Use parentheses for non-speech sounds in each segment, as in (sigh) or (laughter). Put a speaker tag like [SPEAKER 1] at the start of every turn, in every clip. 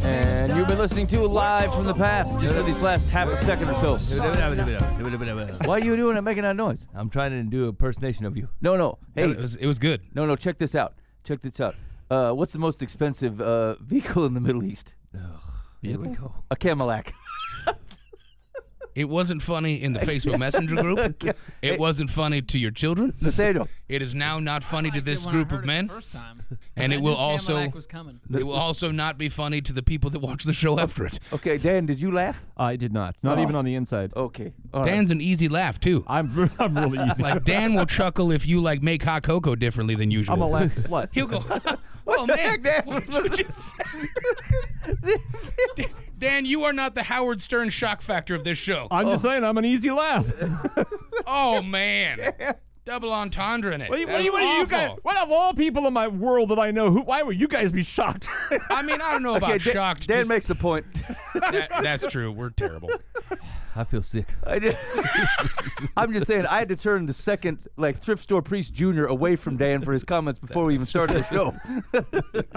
[SPEAKER 1] And you've been listening to Live from the Past just for these last half a second or so. Why are you doing it making that noise?
[SPEAKER 2] I'm trying to do a impersonation of you.
[SPEAKER 1] No, no. Hey,
[SPEAKER 3] It was, it was good.
[SPEAKER 1] no, no. Check this out. Check this out. Uh, what's the most expensive uh, vehicle in the Middle East?
[SPEAKER 2] Here we go.
[SPEAKER 1] A Camelak.
[SPEAKER 3] It wasn't funny
[SPEAKER 4] (laughs)
[SPEAKER 3] in the Facebook Messenger group. It wasn't funny to your children.
[SPEAKER 1] Nathaniel.
[SPEAKER 3] It is now not funny to
[SPEAKER 5] liked it
[SPEAKER 3] this
[SPEAKER 5] when I
[SPEAKER 3] group
[SPEAKER 5] heard
[SPEAKER 3] of
[SPEAKER 5] it
[SPEAKER 3] men,
[SPEAKER 5] the first time.
[SPEAKER 3] and
[SPEAKER 5] I
[SPEAKER 3] it
[SPEAKER 5] knew
[SPEAKER 3] will
[SPEAKER 5] Camelback
[SPEAKER 3] also
[SPEAKER 5] was coming.
[SPEAKER 3] it will also not be funny to the people that watch the show after it.
[SPEAKER 1] Okay, Dan, did you laugh? Oh,
[SPEAKER 4] I did not. Not even on the inside.
[SPEAKER 1] Okay. all right.
[SPEAKER 3] Dan's an easy laugh too.
[SPEAKER 4] I'm I'm really easy.
[SPEAKER 3] Like Dan will chuckle if you like make hot cocoa differently than usual.
[SPEAKER 4] I'm a laugh slut. (laughs)
[SPEAKER 3] He'll go. (laughs) oh man, what did you just say?" Dan- Dan, you are not the Howard Stern shock factor of this
[SPEAKER 4] (laughs)
[SPEAKER 3] show.
[SPEAKER 4] I'm just saying, I'm an easy
[SPEAKER 3] (laughs)
[SPEAKER 4] laugh.
[SPEAKER 3] oh man, double entendre in it.
[SPEAKER 4] What do you, what
[SPEAKER 3] That's
[SPEAKER 4] do you, what do you
[SPEAKER 3] awful.
[SPEAKER 4] guys? What of all people in my world that I know, who? Why would you guys
[SPEAKER 3] (laughs)
[SPEAKER 4] be shocked?
[SPEAKER 3] I mean, I don't
[SPEAKER 2] (laughs)
[SPEAKER 3] know
[SPEAKER 1] Okay,
[SPEAKER 3] about
[SPEAKER 1] Dan,
[SPEAKER 3] shocked.
[SPEAKER 1] Dan
[SPEAKER 3] just-
[SPEAKER 1] makes a point.
[SPEAKER 3] (laughs) that- that's true. We're terrible.
[SPEAKER 2] I feel sick.
[SPEAKER 1] I did- (laughs) I'm just saying, I had to turn the second, like, thrift store priest junior away from Dan for his comments before we even started the
[SPEAKER 2] (laughs)
[SPEAKER 1] show.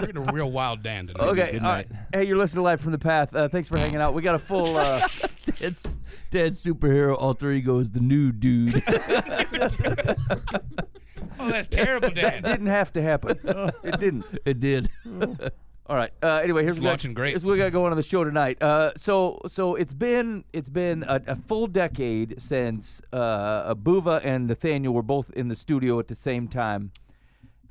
[SPEAKER 3] We're in a real wild Dan today.
[SPEAKER 1] Okay, all right. Hey, you're listening to Live from the Path. Uh, thanks for hanging out. We got a full.
[SPEAKER 2] (laughs)
[SPEAKER 1] Uh,
[SPEAKER 2] Dad's, Dad's superhero alter ego is the new dude.
[SPEAKER 3] Oh, that's terrible, Dan.
[SPEAKER 1] didn't have to
[SPEAKER 3] (laughs)
[SPEAKER 1] happen. It didn't.
[SPEAKER 2] it did.
[SPEAKER 1] (laughs) All right. Uh, anyway, here's
[SPEAKER 3] It's
[SPEAKER 1] what we got-
[SPEAKER 3] launching great.
[SPEAKER 1] Here's what we got going on the show tonight. Uh, so, so it's been it's been a, a full decade since uh, Abuva and Nathaniel were both in the studio at the same time,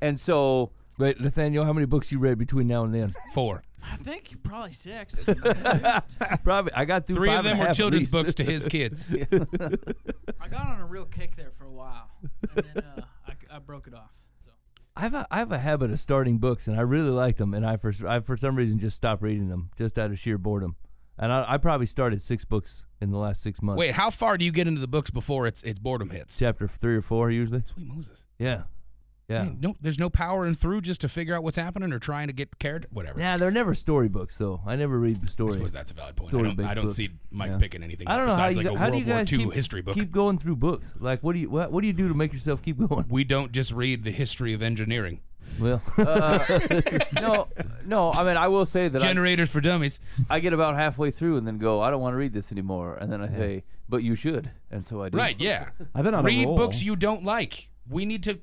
[SPEAKER 1] and so
[SPEAKER 2] Wait, Nathaniel, how many books you read between now
[SPEAKER 1] (laughs)
[SPEAKER 2] and then?
[SPEAKER 3] Four.
[SPEAKER 5] I think probably (laughs) six. at least.
[SPEAKER 2] Probably. I got through
[SPEAKER 3] Three
[SPEAKER 2] five
[SPEAKER 3] of
[SPEAKER 2] and
[SPEAKER 3] them
[SPEAKER 2] a
[SPEAKER 3] were
[SPEAKER 2] half at
[SPEAKER 3] children's
[SPEAKER 2] least.
[SPEAKER 3] books to his kids.
[SPEAKER 5] I got on a real kick there for a while, and then uh, I, I broke it off. So
[SPEAKER 2] I have a, I have a habit of starting books, and I really like them, and I for I for some reason just stopped reading them, just out of sheer boredom. And I, I probably started six books in the last six months.
[SPEAKER 3] Wait, how far do you get into the books before it's it's boredom hits?
[SPEAKER 2] chapter three or four usually.
[SPEAKER 3] Sweet Moses.
[SPEAKER 2] Yeah, yeah,
[SPEAKER 3] Man, no, there's no power in through just to figure out what's happening or trying to get cared. Whatever.
[SPEAKER 2] yeah. They're never storybooks though. I never read the
[SPEAKER 3] I
[SPEAKER 2] story.
[SPEAKER 3] suppose that's a valid point. I don't,
[SPEAKER 2] Story-based
[SPEAKER 3] I don't
[SPEAKER 2] books.
[SPEAKER 3] see Mike
[SPEAKER 2] Yeah.
[SPEAKER 3] picking anything.
[SPEAKER 2] I don't know how
[SPEAKER 3] besides
[SPEAKER 2] you,
[SPEAKER 3] like
[SPEAKER 2] go-
[SPEAKER 3] a
[SPEAKER 2] how
[SPEAKER 3] World
[SPEAKER 2] do you
[SPEAKER 3] War
[SPEAKER 2] guys
[SPEAKER 3] II
[SPEAKER 2] keep,
[SPEAKER 3] history book.
[SPEAKER 2] keep going through books. Like, what do you what, what do you do to make yourself keep
[SPEAKER 3] (laughs)
[SPEAKER 2] going? (laughs)
[SPEAKER 3] we don't just read the history of engineering.
[SPEAKER 2] Well,
[SPEAKER 1] Uh, no, no. I mean, I will say that I,
[SPEAKER 3] Generators for
[SPEAKER 2] (laughs)
[SPEAKER 3] dummies.
[SPEAKER 1] I get about halfway through and then go, I don't want to read this anymore, and then I say, but you should, and so I do.
[SPEAKER 3] Right. Yeah.
[SPEAKER 4] I've been on a
[SPEAKER 3] read
[SPEAKER 4] roll.
[SPEAKER 3] books you don't like. We need to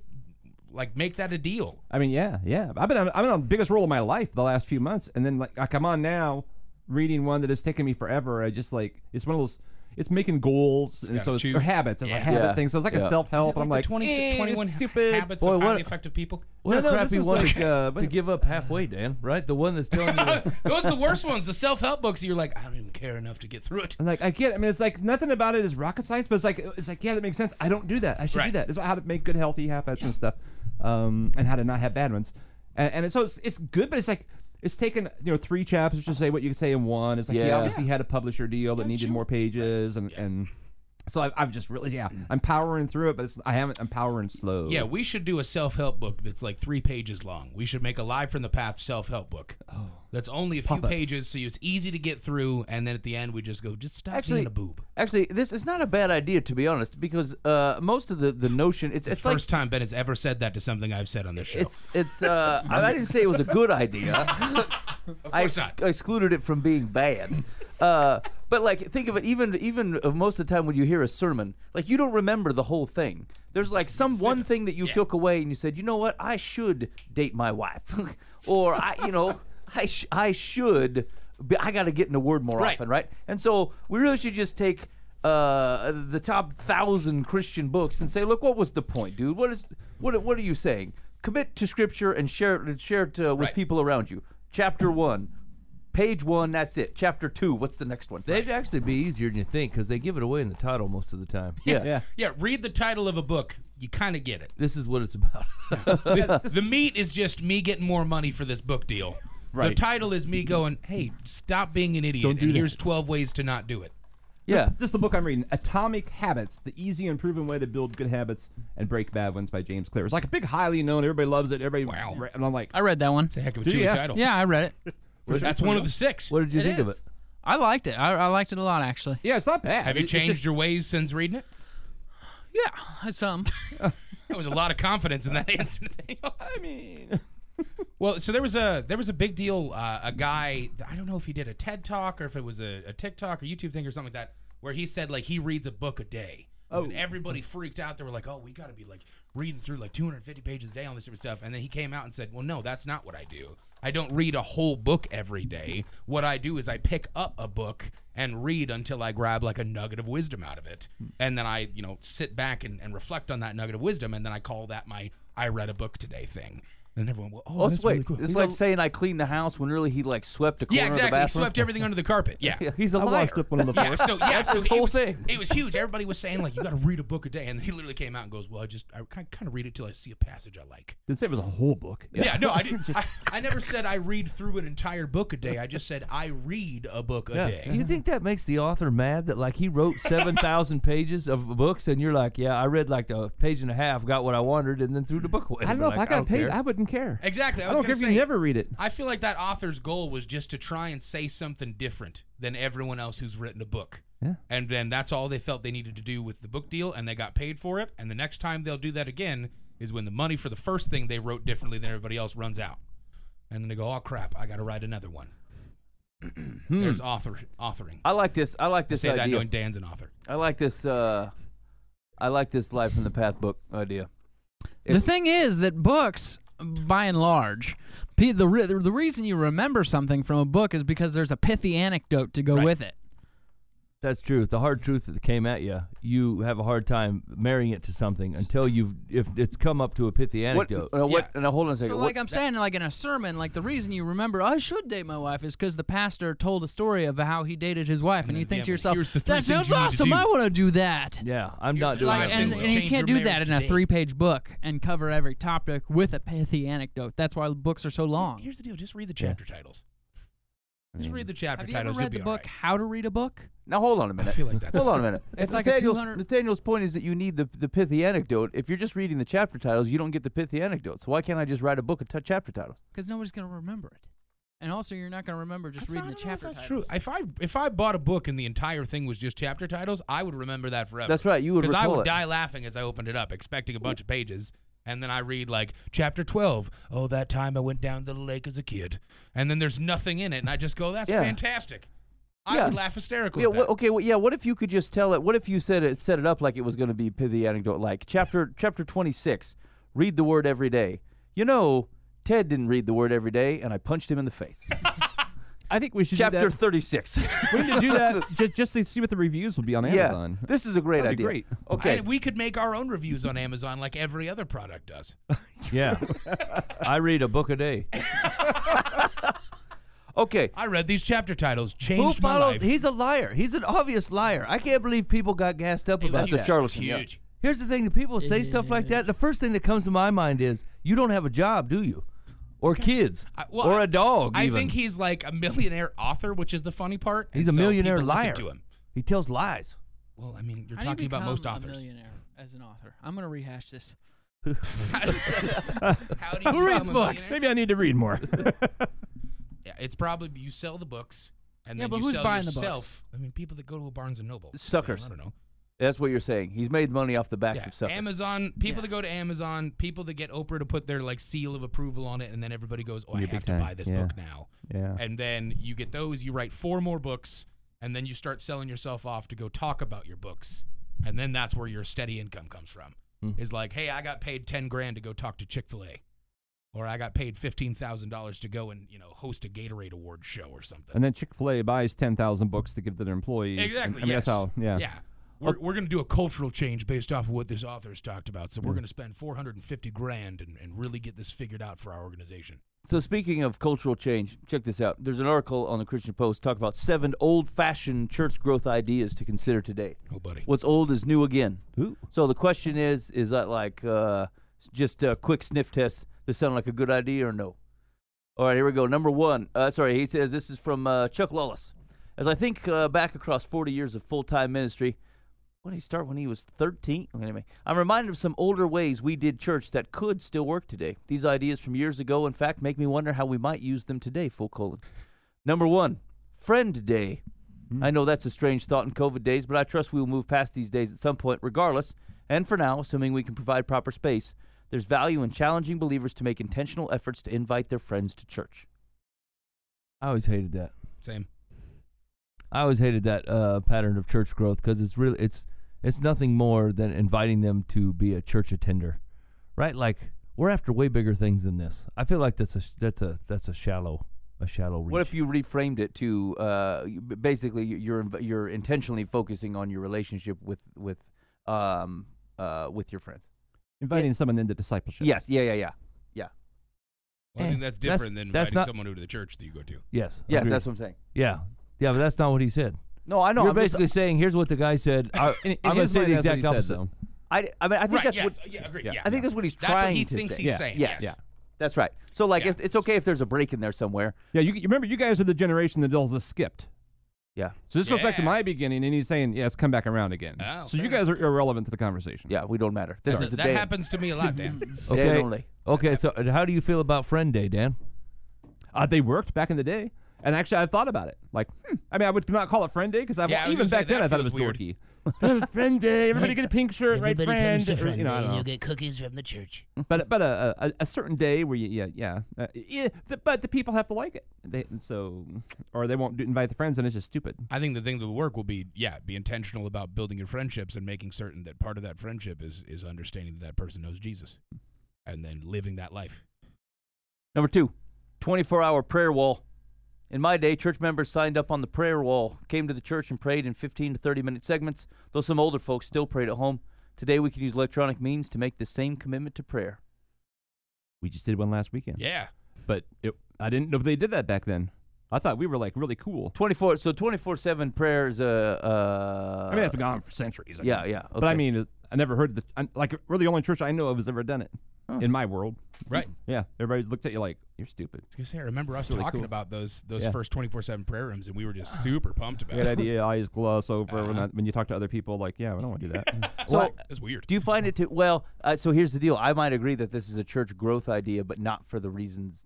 [SPEAKER 3] like make that a deal.
[SPEAKER 4] I mean, yeah, yeah. I've been on, I've been on the biggest roll of my life the last few months, and then like I come on now, reading one that has taken me forever. I just like it's one of those. It's making goals and so
[SPEAKER 3] gotta
[SPEAKER 4] it's,
[SPEAKER 3] choose.
[SPEAKER 4] or habits. It's a
[SPEAKER 3] Yeah.
[SPEAKER 4] habit
[SPEAKER 1] Yeah.
[SPEAKER 4] thing. So it's like
[SPEAKER 1] Yeah.
[SPEAKER 4] a self help.
[SPEAKER 3] Like
[SPEAKER 4] I'm
[SPEAKER 3] the
[SPEAKER 4] like
[SPEAKER 3] 20
[SPEAKER 4] eh,
[SPEAKER 3] 21 ha-
[SPEAKER 4] stupid.
[SPEAKER 3] habits
[SPEAKER 2] Boy,
[SPEAKER 3] of
[SPEAKER 2] what-
[SPEAKER 3] highly effective people.
[SPEAKER 2] what
[SPEAKER 4] No,
[SPEAKER 2] a
[SPEAKER 4] no, this
[SPEAKER 2] crappy
[SPEAKER 4] was
[SPEAKER 2] one
[SPEAKER 4] like,
[SPEAKER 2] to,
[SPEAKER 4] uh,
[SPEAKER 2] to give up halfway, Dan. Right, the one
[SPEAKER 1] (laughs)
[SPEAKER 2] that's telling you. to-
[SPEAKER 3] Those are the worst ones. The self help books. You're like, I don't even care enough to get through it.
[SPEAKER 4] And like I get, I mean, it's like nothing about it is rocket science, but it's like it's like yeah, that makes sense. I don't do that. I should do
[SPEAKER 3] Right.
[SPEAKER 4] that. It's about how to make good, healthy habits and stuff, um, and how to not have bad ones. And, and it's, so it's, it's good, but it's like it's taken you know three chapters to say what you can say in one. It's like he
[SPEAKER 1] Yeah.
[SPEAKER 4] obviously had a publisher deal that needed more pages, and and so I've, I've just really yeah, I'm powering through it, but it's, I haven't. I'm powering slow.
[SPEAKER 3] Yeah, we should do a self help book that's like three pages long. We should make a Live from the Path self help book. Oh. That's only a few pages, so it's easy to get through, and then at the end we just go, just stop
[SPEAKER 1] Actually,
[SPEAKER 3] being a boob.
[SPEAKER 1] actually, this is not a bad idea to be honest, because uh, most of the the notion it's it's like
[SPEAKER 3] First time Ben has ever said that to something I've said on this show.
[SPEAKER 1] It's it's.
[SPEAKER 3] (laughs)
[SPEAKER 1] Uh, I, I didn't say it was a good idea. I, ex- (laughs)
[SPEAKER 3] course not.
[SPEAKER 1] I excluded it from being
[SPEAKER 3] (laughs)
[SPEAKER 1] bad. Uh, but like, think of it. Even even of most of the time when you hear a sermon, like you don't remember the whole thing. There's like some one thing that you took away and you said, you know what, I should date my wife, (laughs) or I, you know, I sh- I should. Be, I got to get in the word more
[SPEAKER 3] Right.
[SPEAKER 1] often, right? And so we really should just take uh, the top thousand Christian books and say, look, what was the point, dude? What is what? What are you saying? Commit to Scripture and share it, share it uh, with
[SPEAKER 3] Right.
[SPEAKER 1] people around you. Chapter one, page one. That's it. Chapter two. What's the next one?
[SPEAKER 2] They'd actually be easier than you think because they give it away in the title most of the time.
[SPEAKER 1] yeah.
[SPEAKER 4] yeah.
[SPEAKER 3] yeah, read the title of a book. You kind of get it.
[SPEAKER 2] This is what it's about. (laughs)
[SPEAKER 3] The, the meat is just me getting more money for this book deal. The
[SPEAKER 4] Right.
[SPEAKER 3] title is me going, hey, stop being an idiot, and here's 12 ways to not do it.
[SPEAKER 1] Yeah.
[SPEAKER 4] This, this is the book I'm reading, Atomic Habits: The Easy and Proven Way to Build Good Habits and Break Bad Ones by James Clear. It's like a big, highly known. Everybody loves it. Everybody.
[SPEAKER 3] Wow.
[SPEAKER 4] re- And I'm like,
[SPEAKER 5] I read that one.
[SPEAKER 3] Heck of a
[SPEAKER 4] Did you?
[SPEAKER 3] chewy
[SPEAKER 4] Yeah.
[SPEAKER 3] title.
[SPEAKER 5] Yeah, I read it.
[SPEAKER 3] That's one of the six.
[SPEAKER 2] What did you
[SPEAKER 5] It
[SPEAKER 2] think of
[SPEAKER 5] is.
[SPEAKER 2] it?
[SPEAKER 5] I liked it. I, I liked it a lot, actually.
[SPEAKER 4] yeah, it's not bad.
[SPEAKER 3] Have you
[SPEAKER 4] It- it's just-
[SPEAKER 3] changed your ways since reading it?
[SPEAKER 5] Yeah,
[SPEAKER 3] (laughs)
[SPEAKER 5] um, some.
[SPEAKER 3] That was a lot of confidence in that (laughs) answer. Daniel.
[SPEAKER 4] I mean,
[SPEAKER 3] Well, so there was a there was a big deal. Uh, a guy, I don't know if he did a TED talk or if it was a, a TikTok or YouTube thing or something like that, where he said like he reads a book a day. Oh. And everybody freaked out. They were like, "Oh, we got to be like reading through like 250 pages a day on this sort of stuff." And then he came out and said, "Well, no, that's not what I do. I don't read a whole book every day. What I do is I pick up a book and read until I grab like a nugget of wisdom out of it, and then I, you know, sit back and, and reflect on that nugget of wisdom, and then I call that my I read a book today thing." And everyone, well, oh,
[SPEAKER 1] Oh,
[SPEAKER 3] that's
[SPEAKER 1] wait.
[SPEAKER 3] really cool.
[SPEAKER 1] It's like saying I cleaned the house when really he like swept a corner
[SPEAKER 3] Yeah,
[SPEAKER 1] of the
[SPEAKER 3] exactly. He
[SPEAKER 1] bathroom. (laughs)
[SPEAKER 3] swept everything under the carpet. Yeah.
[SPEAKER 1] Yeah, he's a
[SPEAKER 4] I
[SPEAKER 1] liar.
[SPEAKER 4] washed up one of the
[SPEAKER 3] Yeah,
[SPEAKER 4] floors.
[SPEAKER 3] so yeah, so
[SPEAKER 1] his
[SPEAKER 3] it
[SPEAKER 1] whole
[SPEAKER 3] was,
[SPEAKER 1] thing.
[SPEAKER 3] It was huge. Everybody was saying like, "You got to read a book a day," and then he literally came out and goes, "Well, I just I kind of read it till I see a passage I like."
[SPEAKER 4] Didn't say it was a whole book.
[SPEAKER 3] Yeah,
[SPEAKER 1] (laughs)
[SPEAKER 3] no, I didn't. I, I never said I read through an entire book a day. I just said I read a book a day.
[SPEAKER 2] Do you think that makes the author mad that like
[SPEAKER 1] (laughs)
[SPEAKER 2] he wrote seven thousand pages of books and you're like, yeah, I read like a page and a half, got what I wanted, and then threw the book away.
[SPEAKER 4] I don't know
[SPEAKER 2] But,
[SPEAKER 4] if I
[SPEAKER 2] like,
[SPEAKER 4] got
[SPEAKER 2] don't
[SPEAKER 4] paid.
[SPEAKER 2] care.
[SPEAKER 4] I wouldn't care.
[SPEAKER 3] Exactly. I,
[SPEAKER 4] I
[SPEAKER 3] was
[SPEAKER 4] don't
[SPEAKER 3] gonna
[SPEAKER 4] care if you
[SPEAKER 3] say,
[SPEAKER 4] never read it.
[SPEAKER 3] I feel like that author's goal was just to try and say something different than everyone else who's written a book.
[SPEAKER 4] Yeah.
[SPEAKER 3] And then that's all they felt they needed to do with the book deal, and they got paid for it. And the next time they'll do that again is when the money for the first thing they wrote differently than everybody else runs out. And then they go, oh crap, I got to write another
[SPEAKER 1] (clears throat)
[SPEAKER 3] one. There's author authoring.
[SPEAKER 1] Hmm. I like this. I like this
[SPEAKER 3] Say that
[SPEAKER 1] idea.
[SPEAKER 3] knowing Dan's an author.
[SPEAKER 1] I like this. Uh, I like this life from the path book idea.
[SPEAKER 5] the
[SPEAKER 1] It's-
[SPEAKER 5] thing is that books, by and large, pe- the re- the reason you remember something from a book is because there's a pithy anecdote to go
[SPEAKER 3] Right.
[SPEAKER 5] with it.
[SPEAKER 2] That's true. The hard truth that came at you, you have a hard time marrying it to something until you've if it's come up to a pithy
[SPEAKER 1] What?
[SPEAKER 2] anecdote.
[SPEAKER 1] Uh, what?
[SPEAKER 3] Yeah.
[SPEAKER 1] Now hold on a second.
[SPEAKER 5] So,
[SPEAKER 1] What-
[SPEAKER 5] like I'm saying, like in a sermon, like the reason you remember I should date my wife is because the pastor told a story of how he dated his wife, and, you
[SPEAKER 3] then,
[SPEAKER 5] think
[SPEAKER 3] yeah,
[SPEAKER 5] to
[SPEAKER 3] but
[SPEAKER 5] yourself,
[SPEAKER 3] here's the three
[SPEAKER 5] "That
[SPEAKER 3] things
[SPEAKER 5] sounds
[SPEAKER 3] you need to
[SPEAKER 5] awesome!
[SPEAKER 3] do."
[SPEAKER 5] I want to do that."
[SPEAKER 2] yeah, I'm not
[SPEAKER 3] the
[SPEAKER 2] doing
[SPEAKER 3] five
[SPEAKER 5] Like,
[SPEAKER 2] that.
[SPEAKER 5] and,
[SPEAKER 3] things
[SPEAKER 5] and you
[SPEAKER 3] Change
[SPEAKER 5] can't
[SPEAKER 3] your
[SPEAKER 5] do that
[SPEAKER 3] marriage
[SPEAKER 5] in a
[SPEAKER 3] today.
[SPEAKER 5] three-page book and cover every topic with a pithy anecdote. That's why books are so long.
[SPEAKER 3] Here's the deal just read the chapter tititles. Just read the chapter
[SPEAKER 5] Have you ever
[SPEAKER 3] titles. you'll
[SPEAKER 5] read the
[SPEAKER 3] be
[SPEAKER 5] book How to Read a Book?
[SPEAKER 1] now hold on a
[SPEAKER 3] all right.
[SPEAKER 1] minute.
[SPEAKER 3] I
[SPEAKER 1] (laughs)
[SPEAKER 3] feel like that's
[SPEAKER 1] Hold on a
[SPEAKER 3] (laughs)
[SPEAKER 1] minute.
[SPEAKER 5] It's like a
[SPEAKER 1] Nathaniel's,
[SPEAKER 5] 200
[SPEAKER 1] Nathaniel's point is that you need the, the pithy anecdote. If you're just reading the chapter titles, you don't get the pithy anecdote. So why can't I just write a book of t- chapter titles?
[SPEAKER 5] Because nobody's going to remember it. And also, you're not going to remember just
[SPEAKER 3] That's
[SPEAKER 5] reading the
[SPEAKER 3] not- I don't know
[SPEAKER 5] chapter
[SPEAKER 3] if that's
[SPEAKER 5] titles.
[SPEAKER 3] True. If I if I bought a book and the entire thing was just chapter titles, I would remember that forever.
[SPEAKER 1] That's right, you would
[SPEAKER 3] because I
[SPEAKER 1] recall it.
[SPEAKER 3] would die laughing as I opened it up, expecting a bunch of pages, and then I read like chapter twelve. Oh, that time I went down to the lake as a kid, and then there's nothing in it, and I just go, "That's
[SPEAKER 1] Yeah.
[SPEAKER 3] fantastic." I
[SPEAKER 1] Yeah.
[SPEAKER 3] would laugh hysterically.
[SPEAKER 1] Yeah.
[SPEAKER 3] at
[SPEAKER 1] What,
[SPEAKER 3] that.
[SPEAKER 1] okay. Well, yeah. What if you could just tell it? What if you said it set it up like it was going to be pithy anecdote? Like chapter chapter 26. Read the word every day. You know, Ted didn't read the word every day, and I punched him in the face.
[SPEAKER 4] I think we should
[SPEAKER 1] chapter (laughs)
[SPEAKER 4] do
[SPEAKER 1] 36.
[SPEAKER 4] that. we need to do
[SPEAKER 1] (laughs)
[SPEAKER 4] that just, just to see what the reviews will be on
[SPEAKER 1] yeah.
[SPEAKER 4] Amazon.
[SPEAKER 1] This is a great
[SPEAKER 4] That'd be
[SPEAKER 1] idea.
[SPEAKER 4] great.
[SPEAKER 1] Okay.
[SPEAKER 3] And we could make our own reviews on Amazon like every other product does.
[SPEAKER 2] Yeah, I read a book a (laughs) day.
[SPEAKER 1] okay.
[SPEAKER 3] I read these chapter titles,
[SPEAKER 2] Who
[SPEAKER 3] changed my
[SPEAKER 2] follows?
[SPEAKER 3] life.
[SPEAKER 2] He's a liar. He's an obvious liar. I can't believe people got gassed up about
[SPEAKER 1] That's a
[SPEAKER 2] that.
[SPEAKER 1] charlatan. yeah.
[SPEAKER 3] Huge.
[SPEAKER 2] Here's the thing: the people say stuff like that. The first thing that comes to my mind is, "You don't have a job, do you? Or kids?
[SPEAKER 3] I- well,
[SPEAKER 2] or
[SPEAKER 3] I-
[SPEAKER 2] a dog?
[SPEAKER 3] I
[SPEAKER 2] even.
[SPEAKER 3] think he's like a millionaire author, which is the funny part. and
[SPEAKER 2] He's a
[SPEAKER 3] so
[SPEAKER 2] millionaire
[SPEAKER 3] people listen
[SPEAKER 2] liar.
[SPEAKER 3] To him.
[SPEAKER 2] He tells lies.
[SPEAKER 3] Well, I mean, you're
[SPEAKER 5] How do you
[SPEAKER 3] talking about most
[SPEAKER 5] become A
[SPEAKER 3] authors.
[SPEAKER 5] millionaire as an author. I'm going to rehash this.
[SPEAKER 3] (laughs) How do you- how
[SPEAKER 2] (laughs)
[SPEAKER 3] do you
[SPEAKER 5] Who reads
[SPEAKER 3] become a millionaire?
[SPEAKER 5] books?
[SPEAKER 4] Maybe I need to
[SPEAKER 3] (laughs)
[SPEAKER 4] read more.
[SPEAKER 3] Yeah, it's probably you sell the books, and
[SPEAKER 5] Yeah,
[SPEAKER 3] then
[SPEAKER 5] but
[SPEAKER 3] you
[SPEAKER 5] who's
[SPEAKER 3] sell
[SPEAKER 5] buying the books?
[SPEAKER 3] yourself. I mean, people that go to a Barnes and Noble.
[SPEAKER 1] Suckers.
[SPEAKER 3] I don't know.
[SPEAKER 1] That's what you're saying. He's made money off the backs
[SPEAKER 3] Yeah,
[SPEAKER 1] of suckers.
[SPEAKER 3] Amazon. People
[SPEAKER 5] Yeah.
[SPEAKER 3] that go to Amazon. People that get Oprah to put their like seal of approval on it, and then everybody goes, "Oh, I
[SPEAKER 4] Yeah,
[SPEAKER 3] have
[SPEAKER 4] big
[SPEAKER 3] to
[SPEAKER 4] time.
[SPEAKER 3] buy this
[SPEAKER 4] Yeah.
[SPEAKER 3] book now."
[SPEAKER 4] yeah.
[SPEAKER 3] And then you get those. You write four more books, and then you start selling yourself off to go talk about your books, and then that's where your steady income comes from.
[SPEAKER 4] Hmm.
[SPEAKER 3] Is like, hey, I got paid ten grand to go talk to Chick Fil A, or I got paid fifteen thousand dollars to go and you know host a Gatorade Award show or something.
[SPEAKER 4] And then Chick Fil A buys ten thousand books to give to their employees. And,
[SPEAKER 3] Exactly.
[SPEAKER 4] I mean,
[SPEAKER 3] yes.
[SPEAKER 4] that's how. Yeah. Oh.
[SPEAKER 3] Yeah. We're, we're going to do a cultural change based off of what this author's talked about.
[SPEAKER 4] Hmm.
[SPEAKER 3] So we're going to spend 450 grand and, and really get this figured out for our organization.
[SPEAKER 1] So speaking of cultural change, check this out. There's an article on the Christian Post talk about seven old-fashioned church growth ideas to consider today.
[SPEAKER 3] Oh, buddy.
[SPEAKER 1] What's old is new again.
[SPEAKER 4] Ooh.
[SPEAKER 1] So the question is, is that like uh, just a quick sniff test? This sound like a good idea or no? All right, here we go. Number one. Uh, sorry, he said this is from uh, Chuck Lawless. as I think uh, back across 40 years of full time ministry, when did he start? When he was 13? Well, Anyway, I'm reminded of some older ways we did church that could still work today. These ideas from years ago, in fact, make me wonder how we might use them today, full colon. Number one, Friend Day. I know that's a strange thought in COVID days, but I trust we will move past these days at some point, regardless. And for now, assuming we can provide proper space, there's value in challenging believers to make intentional efforts to invite their friends to church.
[SPEAKER 2] I always hated that.
[SPEAKER 3] Same.
[SPEAKER 2] I always hated that uh, pattern of church growth because it's really it's it's nothing more than inviting them to be a church attender, right? Like we're after way bigger things than this. I feel like that's a sh- that's a that's a shallow a shallow reach.
[SPEAKER 1] What if you reframed it to uh, you- b- basically you- you're inv- you're intentionally focusing on your relationship with with um uh with your friends?
[SPEAKER 4] Inviting someone into discipleship.
[SPEAKER 1] Yes, yeah, yeah, yeah, yeah,
[SPEAKER 3] Well, I
[SPEAKER 2] Eh,
[SPEAKER 3] think that's
[SPEAKER 2] that's-
[SPEAKER 3] different than
[SPEAKER 2] that's
[SPEAKER 3] inviting
[SPEAKER 2] not-
[SPEAKER 3] someone new to the church that you go to.
[SPEAKER 2] yes,
[SPEAKER 1] yes.
[SPEAKER 2] agreed.
[SPEAKER 1] That's what I'm saying.
[SPEAKER 2] yeah, yeah, but that's not what he said.
[SPEAKER 1] No, I know.
[SPEAKER 2] You're
[SPEAKER 1] I'm just-
[SPEAKER 2] basically saying here's what the guy said. I,
[SPEAKER 4] (laughs) In, in
[SPEAKER 2] I'm gonna
[SPEAKER 4] his
[SPEAKER 2] say
[SPEAKER 4] mind,
[SPEAKER 2] the
[SPEAKER 4] that's what
[SPEAKER 2] exact
[SPEAKER 4] he said,
[SPEAKER 2] opposite.
[SPEAKER 4] though.
[SPEAKER 1] I, I mean, I think
[SPEAKER 3] right.
[SPEAKER 1] that's
[SPEAKER 3] yes.
[SPEAKER 1] what
[SPEAKER 3] yeah. Agree. Yeah.
[SPEAKER 1] I think that's what he's
[SPEAKER 3] That's
[SPEAKER 1] trying
[SPEAKER 3] what he
[SPEAKER 1] to
[SPEAKER 3] thinks
[SPEAKER 1] say.
[SPEAKER 3] he's
[SPEAKER 4] Yeah.
[SPEAKER 3] saying.
[SPEAKER 1] Yes.
[SPEAKER 3] Yes.
[SPEAKER 1] Yeah. That's right. So like,
[SPEAKER 3] Yeah.
[SPEAKER 1] it's, it's okay if there's a break in there somewhere.
[SPEAKER 4] Yeah, you, you remember you guys are the generation that all just skipped.
[SPEAKER 1] Yeah.
[SPEAKER 4] So this goes back to
[SPEAKER 3] Yeah.
[SPEAKER 4] my beginning, and he's saying, "Yes, come back around again."
[SPEAKER 3] Oh,
[SPEAKER 4] so
[SPEAKER 3] fair
[SPEAKER 4] you guys are irrelevant to the conversation.
[SPEAKER 1] Yeah, we don't matter. This
[SPEAKER 3] Sorry,
[SPEAKER 1] is the
[SPEAKER 3] that
[SPEAKER 1] day.
[SPEAKER 3] happens to me a (laughs) lot, Dan.
[SPEAKER 1] Day
[SPEAKER 2] Okay.
[SPEAKER 1] only.
[SPEAKER 2] Okay, so uh, how do you feel about Friend Day, Dan?
[SPEAKER 4] uh, they worked back in the day, and actually, I thought about it. Like, hmm. I mean, I would not call it friend day because I
[SPEAKER 3] Yeah, I was
[SPEAKER 4] even
[SPEAKER 3] gonna say,
[SPEAKER 4] back then
[SPEAKER 3] that
[SPEAKER 4] I thought it was
[SPEAKER 3] feels weird.
[SPEAKER 4] dorky. Oh, (laughs) friend day, everybody get a pink shirt,
[SPEAKER 6] Everybody comes to
[SPEAKER 4] or,
[SPEAKER 6] Friday,
[SPEAKER 4] you know, I don't
[SPEAKER 6] and
[SPEAKER 4] know.
[SPEAKER 6] you'll get cookies from the church.
[SPEAKER 4] but but a, a a certain day where you yeah yeah, uh, yeah th- but the people have to like it. They so or they won't do, invite the friends, and it's just stupid.
[SPEAKER 3] I think the thing that will work will be, yeah, be intentional about building your friendships and making certain that part of that friendship is is understanding that that person knows Jesus, and then living that life.
[SPEAKER 1] Number two, 24 hour prayer wall. In my day, church members signed up on the prayer wall, came to the church and prayed in 15 to 30 minute segments, though some older folks still prayed at home. Today, we can use electronic means to make the same commitment to prayer.
[SPEAKER 4] We just did one last weekend.
[SPEAKER 3] Yeah.
[SPEAKER 4] but it, I didn't know they did that back then. I thought we were like really cool.
[SPEAKER 1] 24, so 24 7 prayer is a. Uh,
[SPEAKER 4] I mean, that's been gone for centuries. I
[SPEAKER 1] yeah,
[SPEAKER 4] mean.
[SPEAKER 1] yeah.
[SPEAKER 4] But I
[SPEAKER 1] okay.
[SPEAKER 4] mean, I never heard the I, like we're the only church I know of has ever done it in my world.
[SPEAKER 3] Right.
[SPEAKER 4] Yeah, everybody looked at you like you're stupid.
[SPEAKER 3] I was gonna say, I remember us
[SPEAKER 4] really
[SPEAKER 3] talking
[SPEAKER 4] cool.
[SPEAKER 3] about those those
[SPEAKER 4] Yeah.
[SPEAKER 3] first twenty four seven prayer rooms, and we were just super pumped about
[SPEAKER 4] Good
[SPEAKER 3] it.
[SPEAKER 4] idea. I just gloss over when,
[SPEAKER 3] Uh-huh.
[SPEAKER 4] I, when you talk to other people. Like, yeah, we don't want to
[SPEAKER 3] (laughs)
[SPEAKER 4] do
[SPEAKER 3] Uh,
[SPEAKER 4] that.
[SPEAKER 1] so.
[SPEAKER 3] (laughs) That's weird.
[SPEAKER 1] do you find it to well? Uh, so here's the deal. I might agree that this is a church growth idea, but not for the reasons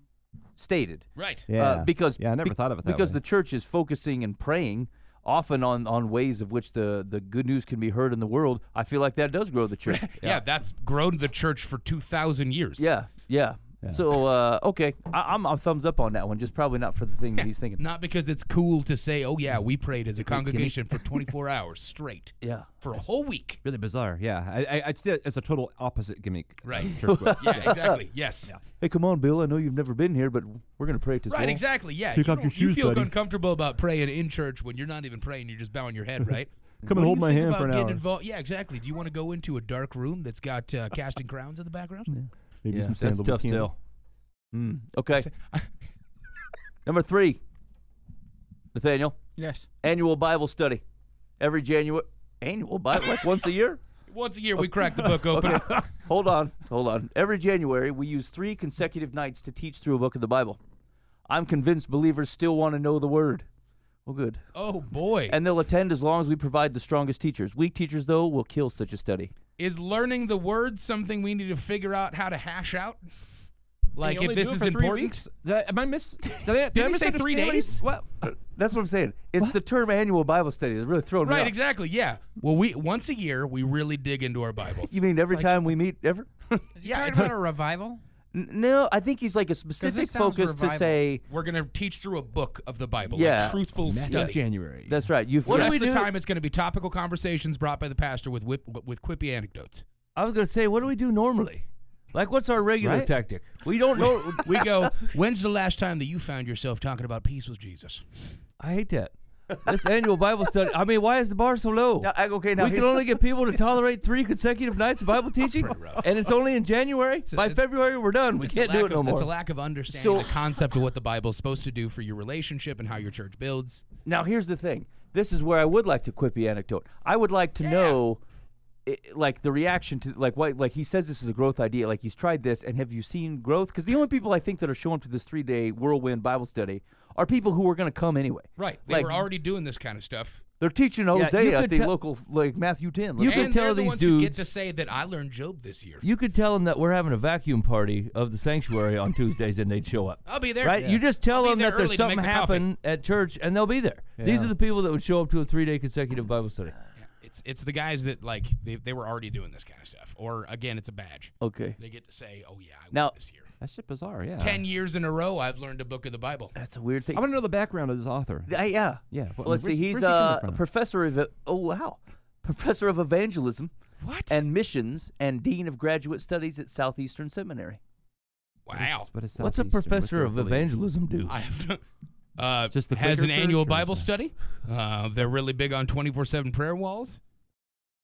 [SPEAKER 1] stated.
[SPEAKER 3] right.
[SPEAKER 4] yeah,
[SPEAKER 1] uh, because
[SPEAKER 4] yeah, I never
[SPEAKER 1] bec-
[SPEAKER 4] thought of it that
[SPEAKER 1] because
[SPEAKER 4] way.
[SPEAKER 1] the church is focusing and praying often on on ways of which the the good news can be heard in the world. I feel like that does grow the church.
[SPEAKER 3] Yeah. that's grown the church for two thousand years.
[SPEAKER 1] yeah, yeah. So uh, okay, I, I'm a thumbs up on that one. Just probably not for the thing that he's
[SPEAKER 3] (laughs)
[SPEAKER 1] thinking.
[SPEAKER 3] Not because it's cool to say, oh yeah, we prayed as a congregation for twenty four hours straight.
[SPEAKER 1] Yeah.
[SPEAKER 3] For a whole week.
[SPEAKER 4] really bizarre. Yeah, I, I, I'd say it's a total opposite gimmick. of
[SPEAKER 3] Right.
[SPEAKER 4] Church growth.
[SPEAKER 3] (laughs) Yeah, exactly. Yes.
[SPEAKER 1] Hey, come on, Bill. I know you've never been here, but we're gonna pray to
[SPEAKER 3] Right, exactly. Yeah.
[SPEAKER 4] Take
[SPEAKER 3] you,
[SPEAKER 4] off your
[SPEAKER 3] don't- you
[SPEAKER 4] shoes,
[SPEAKER 3] feel
[SPEAKER 4] buddy.
[SPEAKER 3] uncomfortable about praying in church when you're not even praying, you're just bowing your
[SPEAKER 4] (laughs)
[SPEAKER 3] head, right?
[SPEAKER 4] Come and
[SPEAKER 3] What do
[SPEAKER 4] hold
[SPEAKER 3] you
[SPEAKER 4] my
[SPEAKER 3] think
[SPEAKER 4] hand
[SPEAKER 3] about
[SPEAKER 4] for an
[SPEAKER 3] getting
[SPEAKER 4] hour.
[SPEAKER 3] Involved? Yeah, exactly. Do you want to go into a dark room that's got uh, casting crowns in the background?
[SPEAKER 4] Maybe
[SPEAKER 2] Yeah,
[SPEAKER 4] some
[SPEAKER 2] that's
[SPEAKER 4] sandalwood
[SPEAKER 2] tough
[SPEAKER 4] candle.
[SPEAKER 2] sell.
[SPEAKER 1] Mm, okay. Number three, Nathaniel.
[SPEAKER 5] Yes.
[SPEAKER 1] Annual Bible study, every January. Annual Bible, like once a year.
[SPEAKER 3] Once a year, we crack the
[SPEAKER 4] (laughs)
[SPEAKER 3] book open.
[SPEAKER 1] Hold on, hold on. Every January, we use three consecutive nights to teach through a book of the Bible. I'm convinced believers still want to know the Word. Well, good.
[SPEAKER 3] Oh boy!
[SPEAKER 1] And they'll attend as long as we provide the strongest teachers. Weak teachers, though, will kill such a study.
[SPEAKER 3] is learning the word something we need to figure out how to hash out? Like
[SPEAKER 4] You
[SPEAKER 3] if
[SPEAKER 4] only
[SPEAKER 3] this
[SPEAKER 4] do it
[SPEAKER 3] is
[SPEAKER 4] for three
[SPEAKER 3] important.
[SPEAKER 4] weeks? Did I, am
[SPEAKER 3] (laughs)
[SPEAKER 4] I miss? Did I, did I
[SPEAKER 3] Didn't he say
[SPEAKER 4] misunderstand
[SPEAKER 3] three
[SPEAKER 4] what he-
[SPEAKER 3] days?
[SPEAKER 4] What?
[SPEAKER 1] That's what I'm saying. It's the term annual Bible study that's really throwing me
[SPEAKER 3] Right,
[SPEAKER 1] off.
[SPEAKER 3] exactly. Yeah. Well, we once a year we really dig into our Bibles.
[SPEAKER 1] You mean every time we meet, ever? (laughs) N-
[SPEAKER 5] Is he talking about a revival?
[SPEAKER 1] no, I think he's like a specific
[SPEAKER 5] sounds
[SPEAKER 1] focus to
[SPEAKER 5] revival.
[SPEAKER 1] say.
[SPEAKER 3] We're gonna teach through a book of the Bible.
[SPEAKER 1] Yeah.
[SPEAKER 3] A truthful
[SPEAKER 4] In
[SPEAKER 3] study.
[SPEAKER 4] January.
[SPEAKER 1] That's right. You've
[SPEAKER 3] What
[SPEAKER 1] you've-
[SPEAKER 3] That's the time it's going to be topical conversations brought by the pastor with whip, with quippy anecdotes.
[SPEAKER 2] I was gonna say, what do we do normally? Like, what's our regular
[SPEAKER 4] Right?
[SPEAKER 2] tactic? We
[SPEAKER 1] (laughs)
[SPEAKER 2] don't know.
[SPEAKER 3] We go, (laughs) when's the last time that you found yourself talking about peace with Jesus?
[SPEAKER 2] I hate that. This annual Bible study. I mean, why is the bar so low?
[SPEAKER 1] Now, I- okay, now
[SPEAKER 2] we can
[SPEAKER 1] here's- (laughs)
[SPEAKER 2] only get people to tolerate three consecutive nights of Bible teaching, and it's only in January. By February, we're done. We
[SPEAKER 3] It's a
[SPEAKER 2] can't do
[SPEAKER 3] lack
[SPEAKER 2] it no
[SPEAKER 3] of- It's a
[SPEAKER 2] more.
[SPEAKER 3] lack of understanding
[SPEAKER 1] So-
[SPEAKER 3] the concept of what the Bible's supposed to do for your relationship and how your church builds.
[SPEAKER 1] Now, here's the thing. This is where I would like to quippy anecdote. I would like to know it, like the reaction to like what like he says this is a growth idea like he's tried this and have you seen growth because the only people i think that are showing up to this three day whirlwind bible study are people who are going to come anyway
[SPEAKER 3] Right. They
[SPEAKER 1] like
[SPEAKER 3] were already doing this kind of stuff.
[SPEAKER 1] they're teaching
[SPEAKER 2] you
[SPEAKER 1] hosea at
[SPEAKER 2] could
[SPEAKER 1] the
[SPEAKER 2] tell-
[SPEAKER 1] local like matthew 10
[SPEAKER 2] You
[SPEAKER 1] Like,
[SPEAKER 2] could
[SPEAKER 3] and
[SPEAKER 2] tell
[SPEAKER 3] they're the
[SPEAKER 2] these
[SPEAKER 3] ones who get
[SPEAKER 2] dudes-
[SPEAKER 3] to say that I learned Job this year.
[SPEAKER 2] You could tell them that we're having a vacuum party of the sanctuary on Tuesdays, and they'd show up.
[SPEAKER 3] I'll be Oh, there.
[SPEAKER 2] Right?
[SPEAKER 3] Yeah.
[SPEAKER 2] You just tell
[SPEAKER 3] I'll be
[SPEAKER 2] them
[SPEAKER 3] there
[SPEAKER 2] that
[SPEAKER 3] early
[SPEAKER 2] there's
[SPEAKER 3] to make
[SPEAKER 2] something
[SPEAKER 3] the
[SPEAKER 2] happened at church, and they'll be there. These
[SPEAKER 4] Yeah.
[SPEAKER 2] are the people that would show up to a three-day consecutive Bible study.
[SPEAKER 3] Yeah, It's it's the guys that like they, they were already doing this kind of stuff. Or again, it's a badge.
[SPEAKER 1] okay
[SPEAKER 3] They get to say, "Oh yeah, I
[SPEAKER 1] Now-
[SPEAKER 3] went this year.
[SPEAKER 4] That shit bizarre. Yeah.
[SPEAKER 3] Ten years in a row, I've learned a book of the Bible."
[SPEAKER 1] that's a weird thing
[SPEAKER 4] I want to know the background of this author.
[SPEAKER 1] Uh, yeah.
[SPEAKER 4] Yeah, what-
[SPEAKER 1] Well, let's see.
[SPEAKER 4] where's-
[SPEAKER 1] He's
[SPEAKER 4] where's he
[SPEAKER 1] uh,
[SPEAKER 4] coming
[SPEAKER 1] a
[SPEAKER 4] from?
[SPEAKER 1] professor of oh wow, professor of evangelism
[SPEAKER 3] What?
[SPEAKER 1] and missions, and dean of graduate studies at Southeastern Seminary.
[SPEAKER 3] wow.
[SPEAKER 4] What is
[SPEAKER 2] What's a
[SPEAKER 4] Southeastern?
[SPEAKER 2] professor
[SPEAKER 4] their
[SPEAKER 2] of
[SPEAKER 4] affiliation?
[SPEAKER 2] evangelism do?
[SPEAKER 3] (laughs) I have no. Uh,
[SPEAKER 4] Just the
[SPEAKER 3] has
[SPEAKER 4] Quaker
[SPEAKER 3] an
[SPEAKER 4] church, or
[SPEAKER 3] annual
[SPEAKER 4] is
[SPEAKER 3] Bible
[SPEAKER 4] that-
[SPEAKER 3] study. Uh, they're really big on twenty four seven prayer walls.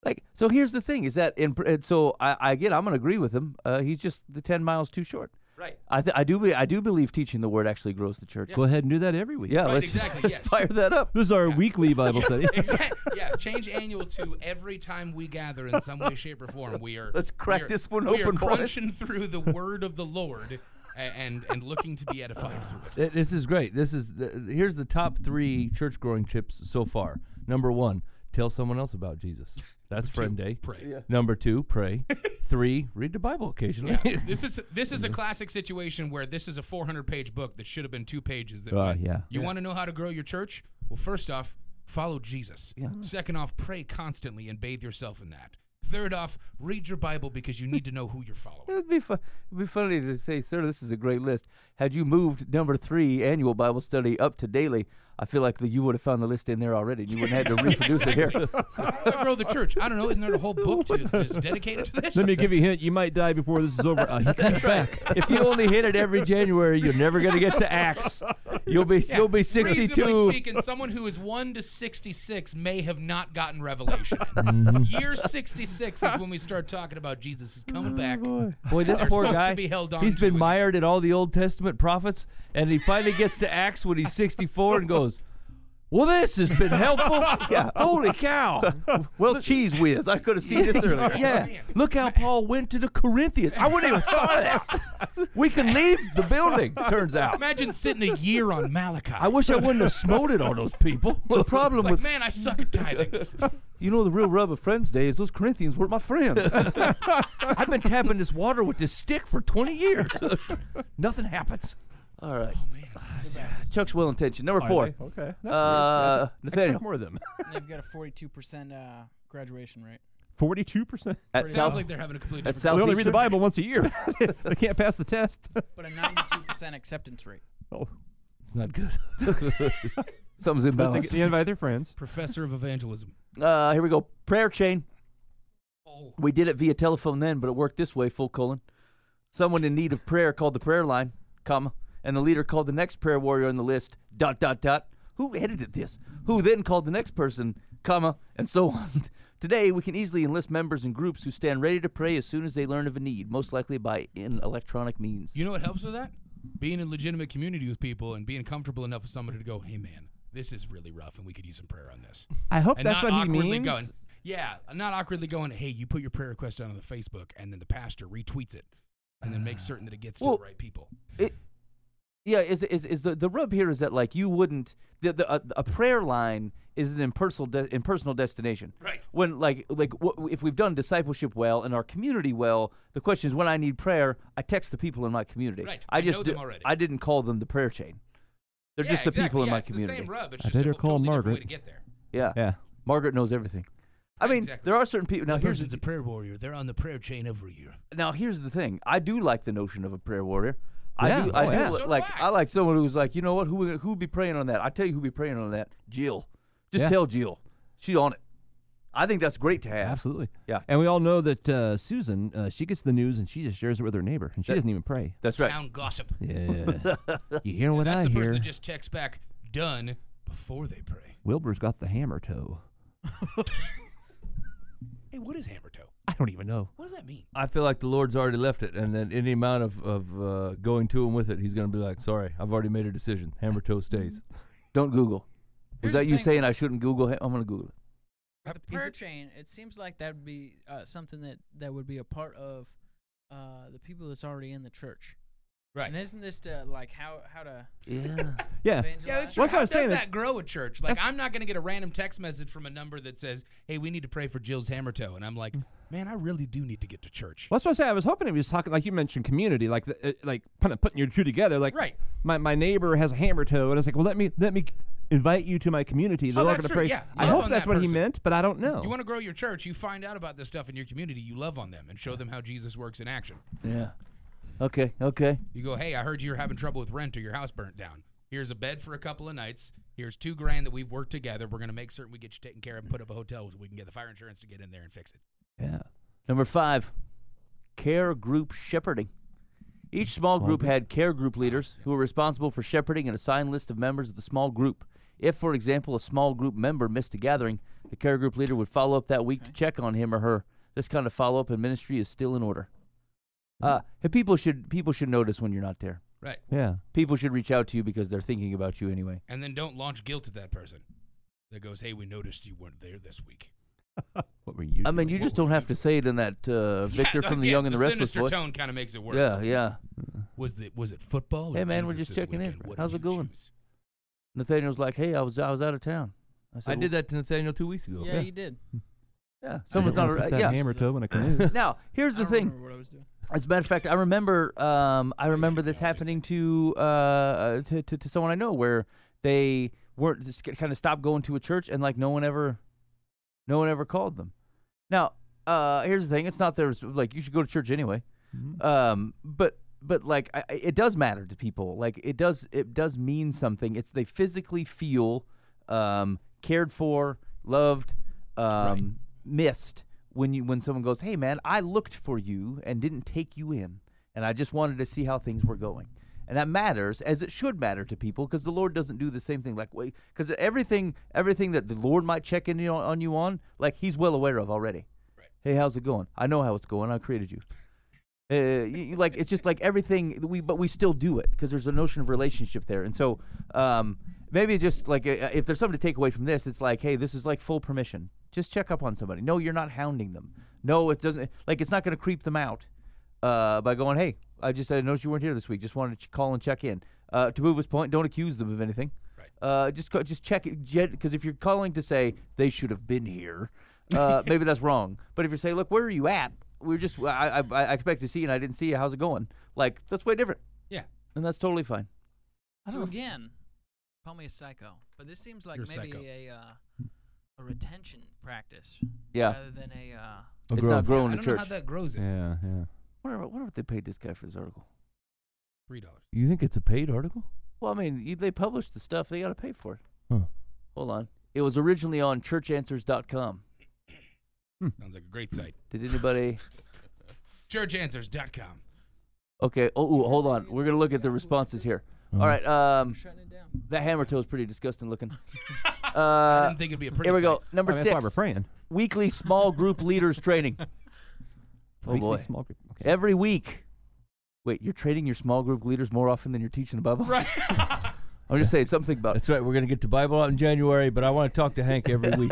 [SPEAKER 1] Like so, here's the thing: is that in pr- and so I, I again I'm going to agree with him. Uh, he's just the ten miles too short.
[SPEAKER 3] Right.
[SPEAKER 1] I th- I do be- I do believe teaching the word actually grows the church.
[SPEAKER 4] Go ahead and do that every week.
[SPEAKER 1] Yeah,
[SPEAKER 3] Right,
[SPEAKER 1] let's just
[SPEAKER 3] exactly,
[SPEAKER 1] (laughs)
[SPEAKER 3] yes.
[SPEAKER 1] fire that up.
[SPEAKER 4] This is our weekly
[SPEAKER 1] (laughs)
[SPEAKER 3] (laughs)
[SPEAKER 4] Bible study.
[SPEAKER 3] (laughs) Exact- yeah, change annual to every time we gather in some way, shape, or form. We are
[SPEAKER 1] Let's crack
[SPEAKER 3] we are-
[SPEAKER 1] this one
[SPEAKER 3] We are
[SPEAKER 1] open, boys.
[SPEAKER 3] crunching through the word of the Lord a- and and looking to be edified through it.
[SPEAKER 2] Th- This is great. This is the, here's the top three church growing tips so far. Number one, tell someone else about Jesus. That's friend day.
[SPEAKER 3] Pray.
[SPEAKER 2] Number two, pray. Three, read the Bible occasionally.
[SPEAKER 4] (laughs)
[SPEAKER 3] This is this is a classic situation where this is a 400 page book that should have been two pages. That
[SPEAKER 4] Oh,
[SPEAKER 3] went,
[SPEAKER 4] yeah.
[SPEAKER 3] You want to know how to grow your church? Well, first off, follow Jesus. Mm. Second off, pray constantly and bathe yourself in that. Third off, read your Bible because you need to know who you're
[SPEAKER 1] It
[SPEAKER 3] following.
[SPEAKER 4] (laughs)
[SPEAKER 1] would be fun. (laughs) It'd be funny to say, sir, this is a great list. Had you moved number three annual Bible study up to daily, I feel like that you would have found the list in there already. and You wouldn't have had to reproduce it here.
[SPEAKER 3] How do I grow the church? I don't know. Isn't there a whole book to, that's
[SPEAKER 4] (laughs)
[SPEAKER 3] dedicated to this?
[SPEAKER 4] Let me give you a hint. You might die before this is over. Uh, he comes back.
[SPEAKER 2] if you only hit it every January, you're never gonna get to Acts. You'll be you'll be
[SPEAKER 3] Reasonably
[SPEAKER 2] 62.
[SPEAKER 3] Speaking, someone who is one to sixty-six may have not gotten revelation.
[SPEAKER 4] Mm-hmm.
[SPEAKER 3] Year sixty-six is when we start talking about Jesus
[SPEAKER 4] (laughs) Oh,
[SPEAKER 3] is coming back.
[SPEAKER 2] Boy, this
[SPEAKER 3] We're
[SPEAKER 2] poor
[SPEAKER 3] supposed to
[SPEAKER 2] guy.
[SPEAKER 3] be held on
[SPEAKER 2] he's
[SPEAKER 3] to
[SPEAKER 2] been
[SPEAKER 3] it.
[SPEAKER 2] mired at all the Old Testament prophets, and he finally gets to Acts when he's 64 and goes, "Well, this has
[SPEAKER 1] (laughs)
[SPEAKER 2] been helpful. Holy cow!
[SPEAKER 1] Well, cheese whiz. I could have seen this earlier.
[SPEAKER 2] (laughs) Yeah,
[SPEAKER 3] Man.
[SPEAKER 2] look how Paul went to the Corinthians. I wouldn't even thought of that. (laughs) We can leave the building. Turns out,
[SPEAKER 3] Imagine sitting a year on Malachi.
[SPEAKER 2] I wish I wouldn't have smote it on those people.
[SPEAKER 1] The problem
[SPEAKER 3] like,
[SPEAKER 1] with
[SPEAKER 3] man, I suck
[SPEAKER 1] (laughs)
[SPEAKER 3] at tithing.
[SPEAKER 1] you know the real rub of Friends Day is those Corinthians weren't my friends.
[SPEAKER 2] (laughs) I've been tapping this water with this stick for 20 years. (laughs) Nothing happens.
[SPEAKER 1] All right, Ah,
[SPEAKER 3] Oh man,
[SPEAKER 1] Chuck's well intentioned. Number four,
[SPEAKER 4] Okay. That's
[SPEAKER 1] uh,
[SPEAKER 4] weird. I expect
[SPEAKER 1] Nathaniel
[SPEAKER 4] more of them. (laughs)
[SPEAKER 5] They've got a 42% uh, graduation rate.
[SPEAKER 4] Forty-two percent.
[SPEAKER 1] at
[SPEAKER 3] sounds
[SPEAKER 1] South.
[SPEAKER 3] like they're having a completely
[SPEAKER 1] at
[SPEAKER 3] different.
[SPEAKER 4] They only
[SPEAKER 1] Southeastern.
[SPEAKER 4] read the Bible once a year. (laughs) they can't pass the test. (laughs)
[SPEAKER 5] But a 92% (laughs) acceptance rate.
[SPEAKER 4] Oh,
[SPEAKER 2] It's not good.
[SPEAKER 1] (laughs) Something's
[SPEAKER 4] they,
[SPEAKER 1] imbalanced.
[SPEAKER 4] they invite their friends.
[SPEAKER 3] professor of evangelism.
[SPEAKER 1] Uh, here we go. Prayer chain.
[SPEAKER 3] Oh,
[SPEAKER 1] We did it via telephone then, but it worked this way, full colon. Someone in need of prayer called the prayer line, comma, and the leader called the next prayer warrior on the list, dot, dot, dot. Who edited this? Who then called the next person, comma, and so on. (laughs) Today, we can easily enlist members and groups who stand ready to pray as soon as they learn of a need, most likely by in electronic means.
[SPEAKER 3] you know what helps with that? Being in legitimate community with people and being comfortable enough with somebody to go, hey man, this is really rough, and we could use some prayer on this.
[SPEAKER 4] I hope
[SPEAKER 3] and
[SPEAKER 4] that's
[SPEAKER 3] not
[SPEAKER 4] what he
[SPEAKER 3] awkwardly
[SPEAKER 4] means.
[SPEAKER 3] going. Yeah, not awkwardly going. Hey, you put your prayer request out on the Facebook, and then the pastor retweets it, and then makes certain that it gets to
[SPEAKER 1] Well-
[SPEAKER 3] the right people.
[SPEAKER 1] Yeah, is is is the the rub here is that like you wouldn't the, the uh, a, a prayer line is an impersonal de- impersonal destination.
[SPEAKER 3] Right.
[SPEAKER 1] When like like wh- if we've done discipleship well and our community well, the question is when I need prayer, I text the people in my community.
[SPEAKER 3] Right.
[SPEAKER 1] I
[SPEAKER 3] I
[SPEAKER 1] just
[SPEAKER 3] know
[SPEAKER 1] di-
[SPEAKER 3] them already.
[SPEAKER 1] I didn't call them the prayer chain. They're just the people in my community.
[SPEAKER 4] I better call Margaret.
[SPEAKER 1] yeah.
[SPEAKER 4] Yeah.
[SPEAKER 1] Margaret knows everything. I mean,
[SPEAKER 3] exactly.
[SPEAKER 1] there are certain people. Now here's the,
[SPEAKER 3] prayer warrior. They're on the prayer chain every year.
[SPEAKER 1] now here's the thing. I do like the notion of a prayer warrior. I
[SPEAKER 4] Yeah.
[SPEAKER 1] do. I
[SPEAKER 4] Oh,
[SPEAKER 1] do
[SPEAKER 4] yeah.
[SPEAKER 1] li-
[SPEAKER 3] So do
[SPEAKER 1] like.
[SPEAKER 3] I.
[SPEAKER 1] I. like someone who's like, you know what? Who who would be praying on that? I tell you who'd be praying on that. Jill. Just
[SPEAKER 4] Yeah.
[SPEAKER 1] tell Jill. She's on it. I think that's great to have.
[SPEAKER 4] Absolutely.
[SPEAKER 1] Yeah.
[SPEAKER 4] And we all know that uh, Susan, uh, she gets the news and she just shares it with her neighbor, and she doesn't even pray.
[SPEAKER 1] That's right.
[SPEAKER 3] Town gossip.
[SPEAKER 4] Yeah. you hear what
[SPEAKER 3] That's
[SPEAKER 4] I
[SPEAKER 3] the
[SPEAKER 4] hear?
[SPEAKER 3] person that just texts back done before they pray.
[SPEAKER 4] Wilbur's got the hammer toe.
[SPEAKER 3] Hey, what is hammer toe?
[SPEAKER 4] I don't even know.
[SPEAKER 3] What does that mean?
[SPEAKER 2] I feel like the Lord's already left it, and then any amount of, of uh, going to him with it, he's going to be like, sorry, I've already made a decision. Hammer toe stays.
[SPEAKER 1] (laughs) Don't Google. Was
[SPEAKER 3] Here's
[SPEAKER 1] that
[SPEAKER 3] the
[SPEAKER 1] you
[SPEAKER 3] thing.
[SPEAKER 1] saying I shouldn't Google? Hey, I'm gonna Google it.
[SPEAKER 3] Uh,
[SPEAKER 5] the
[SPEAKER 3] is
[SPEAKER 5] prayer
[SPEAKER 3] it-
[SPEAKER 5] chain, it seems like that would be uh, something that, that would be a part of uh, the people that's already in the church.
[SPEAKER 3] Right.
[SPEAKER 5] And isn't this to, like how how to
[SPEAKER 1] Yeah.
[SPEAKER 4] Yeah.
[SPEAKER 3] Yeah,
[SPEAKER 5] evangelize?
[SPEAKER 3] that's true.
[SPEAKER 4] Well, that's what
[SPEAKER 3] How
[SPEAKER 4] I
[SPEAKER 3] does
[SPEAKER 4] was saying,
[SPEAKER 3] that,
[SPEAKER 4] that-
[SPEAKER 3] grow a church? Like,
[SPEAKER 4] that's-
[SPEAKER 3] I'm not going to get a random text message from a number that says, "Hey, we need to pray for Jill's hammer toe," and I'm like, "Man, I really do need to get to church."
[SPEAKER 4] Well, that's what I say. I was hoping it was talking like you mentioned community, like the, uh, like kind of putting your two together. Like
[SPEAKER 3] Right.
[SPEAKER 4] my, my neighbor has a hammer toe, and I was like, well, let me let me invite you to my community. They're all
[SPEAKER 3] Oh, that's
[SPEAKER 4] gonna
[SPEAKER 3] true,
[SPEAKER 4] pray.
[SPEAKER 3] yeah.
[SPEAKER 4] I
[SPEAKER 3] Love
[SPEAKER 4] hope
[SPEAKER 3] on
[SPEAKER 4] that's
[SPEAKER 3] that
[SPEAKER 4] what he
[SPEAKER 3] person.
[SPEAKER 4] meant, but I don't know.
[SPEAKER 3] You want to grow your church, you find out about this stuff in your community, you love on them and show them how Jesus works in action.
[SPEAKER 1] Yeah. Okay. Okay.
[SPEAKER 3] You go, hey, I heard you're having trouble with rent or your house burnt down. Here's a bed for a couple of nights. Here's two grand that we've worked together. We're going to make certain we get you taken care of and put up a hotel so we can get the fire insurance to get in there and fix it.
[SPEAKER 4] yeah. (laughs)
[SPEAKER 1] Number five, care group shepherding. Each small group had care group leaders who were responsible for shepherding an assigned list of members of the small group. If, for example, a small group member missed a gathering, the care group leader would follow up that week to check on him or her. This kind of follow up in ministry is still in order. Uh, and people should people should notice when you're not there.
[SPEAKER 3] Right.
[SPEAKER 4] Yeah.
[SPEAKER 1] People should reach out to you because they're thinking about you anyway.
[SPEAKER 3] And then don't launch guilt at that person that goes, hey, we noticed you weren't there this week.
[SPEAKER 4] What were you?
[SPEAKER 1] I mean,
[SPEAKER 4] doing?
[SPEAKER 1] you just don't have to say it in that uh, Victor
[SPEAKER 3] (laughs) Yeah,
[SPEAKER 1] from The
[SPEAKER 3] yeah,
[SPEAKER 1] Young and the, Restless
[SPEAKER 3] sinister
[SPEAKER 1] voice.
[SPEAKER 3] tone kind of makes it worse.
[SPEAKER 1] Yeah, yeah.
[SPEAKER 3] Was it was it football? or
[SPEAKER 1] Hey, man, we're
[SPEAKER 3] Jesus
[SPEAKER 1] just
[SPEAKER 3] this
[SPEAKER 1] checking in.
[SPEAKER 3] weekend? What
[SPEAKER 1] How's
[SPEAKER 3] did
[SPEAKER 1] it
[SPEAKER 3] you
[SPEAKER 1] going?
[SPEAKER 3] choose?
[SPEAKER 1] Nathaniel's like, "Hey, I was I was out of town." said,
[SPEAKER 2] I
[SPEAKER 1] "Well,
[SPEAKER 2] did that to Nathaniel two weeks ago.
[SPEAKER 5] yeah, you did.
[SPEAKER 1] Yeah,
[SPEAKER 4] I didn't
[SPEAKER 1] someone's not.
[SPEAKER 4] wanna put
[SPEAKER 1] ar-
[SPEAKER 4] that
[SPEAKER 1] Yeah.
[SPEAKER 4] hammer toe in
[SPEAKER 1] (laughs)
[SPEAKER 4] a canoe.
[SPEAKER 1] Now, here's
[SPEAKER 5] I
[SPEAKER 1] the
[SPEAKER 5] don't
[SPEAKER 1] thing.
[SPEAKER 5] remember what I was doing.
[SPEAKER 1] As a matter of fact, I remember. Um, I remember this happening to, uh, uh, to to to someone I know where they weren't just kind of stopped going to a church and like no one ever, no one ever called them. Now, uh, here's the thing. It's not there's like you should go to church anyway.
[SPEAKER 4] Mm-hmm.
[SPEAKER 1] Um, but but like I, I- it does matter to people. Like it does it does mean something. It's they physically feel um, cared for, loved, um, missed when you when someone goes, "Hey man, I looked for you and didn't take you in, and I just wanted to see how things were going." And that matters, as it should matter to people, because the Lord doesn't do the same thing. Like, wait, because everything, everything that the Lord might check in on, on you on, like He's well aware of already. Hey, how's it going? I know how it's going. I created you. Uh, you, you- like it's just like everything we, but we still do it because there's a notion of relationship there, and so um, maybe just like uh, if there's something to take away from this, it's like, hey, this is like full permission. Just check up on somebody. No, you're not hounding them. No, it doesn't. Like it's not going to creep them out uh, by going, hey, I just I noticed you weren't here this week. Just wanted to ch- call and check in. Uh, to Booba's point, don't accuse them of anything.
[SPEAKER 3] Right.
[SPEAKER 1] Uh, just co- just check it because if you're calling to say they should have been here,
[SPEAKER 3] (laughs)
[SPEAKER 1] uh, maybe that's wrong. But if you say, look, where are you at? We're just I, I I expect to see you and I didn't see you. How's it going? Like that's way different,
[SPEAKER 3] Yeah.
[SPEAKER 1] and that's totally fine.
[SPEAKER 5] So again, call me a psycho, but this seems like
[SPEAKER 3] You're a
[SPEAKER 5] maybe
[SPEAKER 3] psycho.
[SPEAKER 5] a uh, a retention practice
[SPEAKER 1] Yeah,
[SPEAKER 5] rather than a uh,
[SPEAKER 1] it's not growing the
[SPEAKER 3] I don't know
[SPEAKER 1] church.
[SPEAKER 3] how that grows it.
[SPEAKER 4] yeah, yeah.
[SPEAKER 1] wonder, wonder if they paid this guy for this article.
[SPEAKER 3] Three dollars.
[SPEAKER 2] You think it's a paid article?
[SPEAKER 1] Well, I mean, you, they published the stuff; they got to pay for it.
[SPEAKER 2] Huh.
[SPEAKER 1] Hold on, it was originally on ChurchAnswers.com.
[SPEAKER 3] Sounds like a great site.
[SPEAKER 1] Did anybody?
[SPEAKER 3] Churchanswers.com.
[SPEAKER 1] Okay. Oh, ooh, hold on. We're gonna look at the responses here. All right. Um,
[SPEAKER 5] shutting it down.
[SPEAKER 1] that hammer toe is pretty disgusting
[SPEAKER 4] (laughs)
[SPEAKER 1] looking.
[SPEAKER 3] I
[SPEAKER 1] Uh,
[SPEAKER 3] didn't think it'd be a pretty
[SPEAKER 1] here we go.
[SPEAKER 3] site.
[SPEAKER 1] Number
[SPEAKER 4] I mean, that's why we're
[SPEAKER 1] six.
[SPEAKER 4] praying.
[SPEAKER 1] Weekly small group leaders
[SPEAKER 4] (laughs)
[SPEAKER 1] training. Oh
[SPEAKER 4] Weekly
[SPEAKER 1] boy.
[SPEAKER 4] Small group. Okay.
[SPEAKER 1] Every week. Wait, you're training your small group leaders more often than you're teaching the Bible.
[SPEAKER 3] Right.
[SPEAKER 1] (laughs) I'm just saying something about.
[SPEAKER 4] (laughs)
[SPEAKER 2] That's right. We're gonna get to Bible out in January, but I want to talk to Hank every
[SPEAKER 1] (laughs)
[SPEAKER 2] week.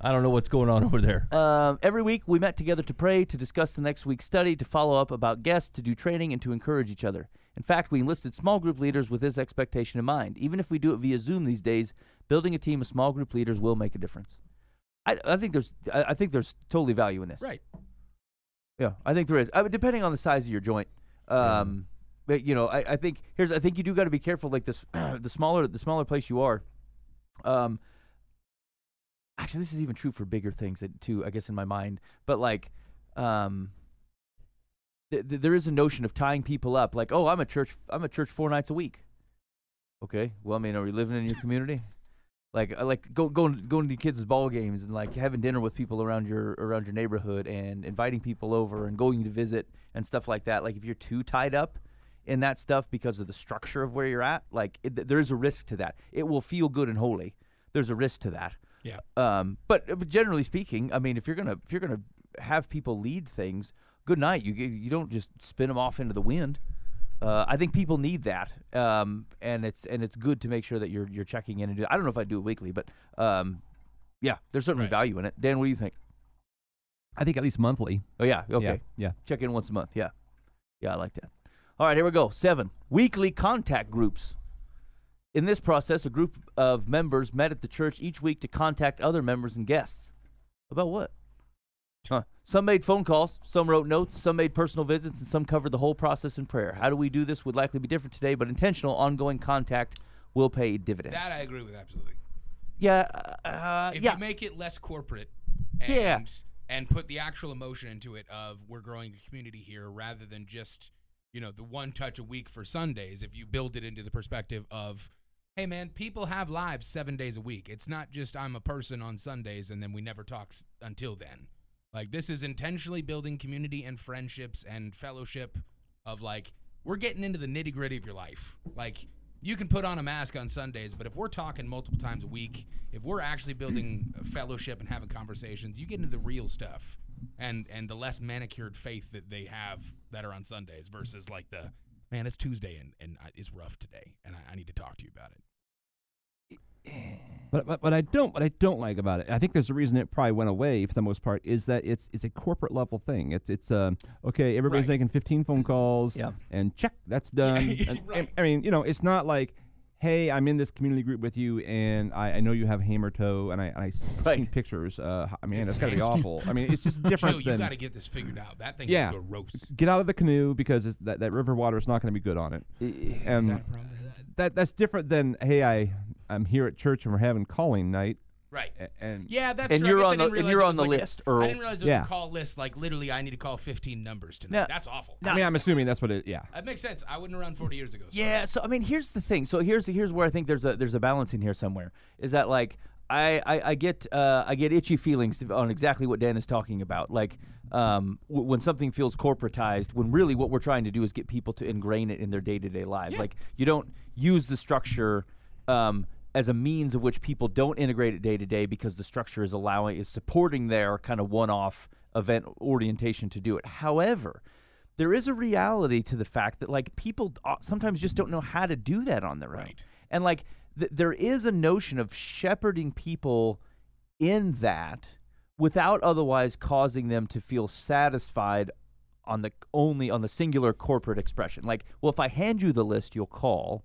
[SPEAKER 2] I don't know what's going on over there.
[SPEAKER 1] Um, every week we met together to pray, to discuss the next week's study, to follow up about guests, to do training, and to encourage each other. In fact, we enlisted small group leaders with this expectation in mind. Even if we do it via Zoom these days, building a team of small group leaders will make a difference. I, I think there's, I, I think there's totally value in this.
[SPEAKER 3] Right.
[SPEAKER 1] Yeah, I think there is. I mean, depending on the size of your joint, um, but, you know, I, I think here's. I think you do got to be careful. Like this, (clears throat) the smaller the smaller place you are, um, actually, this is even true for bigger things that too. I guess in my mind, but like, um, th- th- there is a notion of tying people up. Like, oh, I'm a church. I'm a church four nights a week. Okay. Well, I mean, are you living in your community? (laughs) like I like go, going going to kids' ball games and like having dinner with people around your around your neighborhood and inviting people over and going to visit and stuff like that. Like if you're too tied up in that stuff because of the structure of where you're at, like it, there is a risk to that. It will feel good and holy. There's a risk to that.
[SPEAKER 3] Yeah.
[SPEAKER 1] Um, but, but generally speaking, I mean, if you're gonna if you're gonna have people lead things, good night. You you don't just spin them off into the wind. Uh, I think people need that, um, and it's and it's good to make sure that you're you're checking in and do. I don't know if I do it weekly, but um, Yeah, there's certainly value in it. Dan, what do you think?
[SPEAKER 4] I think at least monthly.
[SPEAKER 1] Oh yeah, okay.
[SPEAKER 4] Yeah.
[SPEAKER 1] Check in once a month. Yeah, yeah, I like that. All right, here we go. Seven weekly contact groups. In this process, a group of members met at the church each week to contact other members and guests. About what? Huh. Some made phone calls, some wrote notes, some made personal visits, and some covered the whole process in prayer. How do we do this would likely be different today, but intentional, ongoing contact will pay dividends.
[SPEAKER 3] That I agree with absolutely.
[SPEAKER 1] yeah, uh, uh,
[SPEAKER 3] If
[SPEAKER 1] yeah.
[SPEAKER 3] you make it less corporate and
[SPEAKER 1] Yeah.
[SPEAKER 3] and put the actual emotion into it of we're growing a community here rather than just, you know, the one touch a week for Sundays, if you build it into the perspective of hey man, people have lives 7 days a week. It's not just I'm a person on Sundays and then we never talk s- until then. Like this is intentionally building community and friendships and fellowship of like we're getting into the nitty gritty of your life. Like you can put on a mask on Sundays, but if we're talking multiple times a week, if we're actually building a fellowship and having conversations, you get into the real stuff and and the less manicured faith that they have that are on Sundays versus like the man it's Tuesday and and I, it's rough today and I, I need to talk to you about it.
[SPEAKER 4] But, but, but I don't what I don't like about it. I think there's a reason it probably went away for the most part is that it's it's a corporate level thing. It's it's uh, okay. Everybody's
[SPEAKER 3] Right.
[SPEAKER 4] making 15 phone calls.
[SPEAKER 1] Yeah.
[SPEAKER 4] And check
[SPEAKER 3] (laughs)
[SPEAKER 4] that's done. And-
[SPEAKER 3] right.
[SPEAKER 4] I mean, you know, it's not like. Hey, I'm in this community group with you, and I, I know you have hammer toe, and I, I s- I've
[SPEAKER 1] Right.
[SPEAKER 4] seen pictures. Uh, I mean, that's
[SPEAKER 3] (laughs)
[SPEAKER 4] got to be
[SPEAKER 3] nasty.
[SPEAKER 4] awful. I mean, it's just
[SPEAKER 3] (laughs)
[SPEAKER 4] different
[SPEAKER 3] Joe, you
[SPEAKER 4] than
[SPEAKER 3] got to get this figured out. That thing
[SPEAKER 4] Yeah.
[SPEAKER 3] is gross.
[SPEAKER 4] get out of the canoe because it's, that, that river water is not going to be good on it. And that that's different than hey, I I'm here at church and we're having calling night.
[SPEAKER 3] Right.
[SPEAKER 4] a- And
[SPEAKER 3] Yeah, that's
[SPEAKER 1] And
[SPEAKER 3] true. I
[SPEAKER 1] you're
[SPEAKER 3] guess I
[SPEAKER 1] on the-
[SPEAKER 3] didn't
[SPEAKER 1] and
[SPEAKER 3] realize
[SPEAKER 1] you're
[SPEAKER 3] it
[SPEAKER 1] on
[SPEAKER 3] was
[SPEAKER 1] the
[SPEAKER 3] like a-
[SPEAKER 1] list, Earl.
[SPEAKER 3] I didn't realize it was
[SPEAKER 4] Yeah.
[SPEAKER 3] a call list. Like literally, I need to call 15 numbers tonight.
[SPEAKER 1] No.
[SPEAKER 3] That's awful.
[SPEAKER 4] I mean, I'm assuming that's what it. Yeah.
[SPEAKER 3] That makes sense. I wouldn't have run 40 years ago. so-
[SPEAKER 1] Yeah, so I mean, here's the thing. So here's here's where I think there's a there's a balance in here somewhere. Is that like I I, I get uh, I get itchy feelings on exactly what Dan is talking about. Like um, w- when something feels corporatized, when really what we're trying to do is get people to ingrain it in their day to day lives. Like you don't use the structure. Um, as a means of which people don't integrate it day to day because the structure is allowing is supporting their kind of one-off event orientation to do it. However, there is a reality to the fact that like people d- uh, sometimes just don't know how to do that on their own
[SPEAKER 3] Right.
[SPEAKER 1] and like th- there is a notion of shepherding people in that without otherwise causing them to feel satisfied on the only on the singular corporate expression like well if i hand you the list you'll call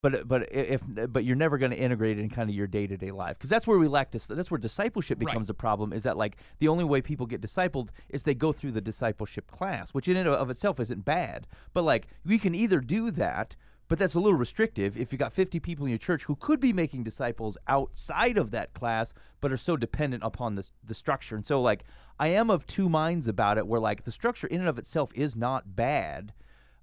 [SPEAKER 1] but uh, but i- if but you're never going to integrate it in kind of your day-to-day life because that's where we lack dis- that's where discipleship
[SPEAKER 3] Right.
[SPEAKER 1] becomes a problem is that like the only way people get discipled is they go through the discipleship class which in and of itself isn't bad but like we can either do that but that's a little restrictive if you got 50 people in your church who could be making disciples outside of that class but are so dependent upon this the structure and so like i am of two minds about it where like the structure in and of itself is not bad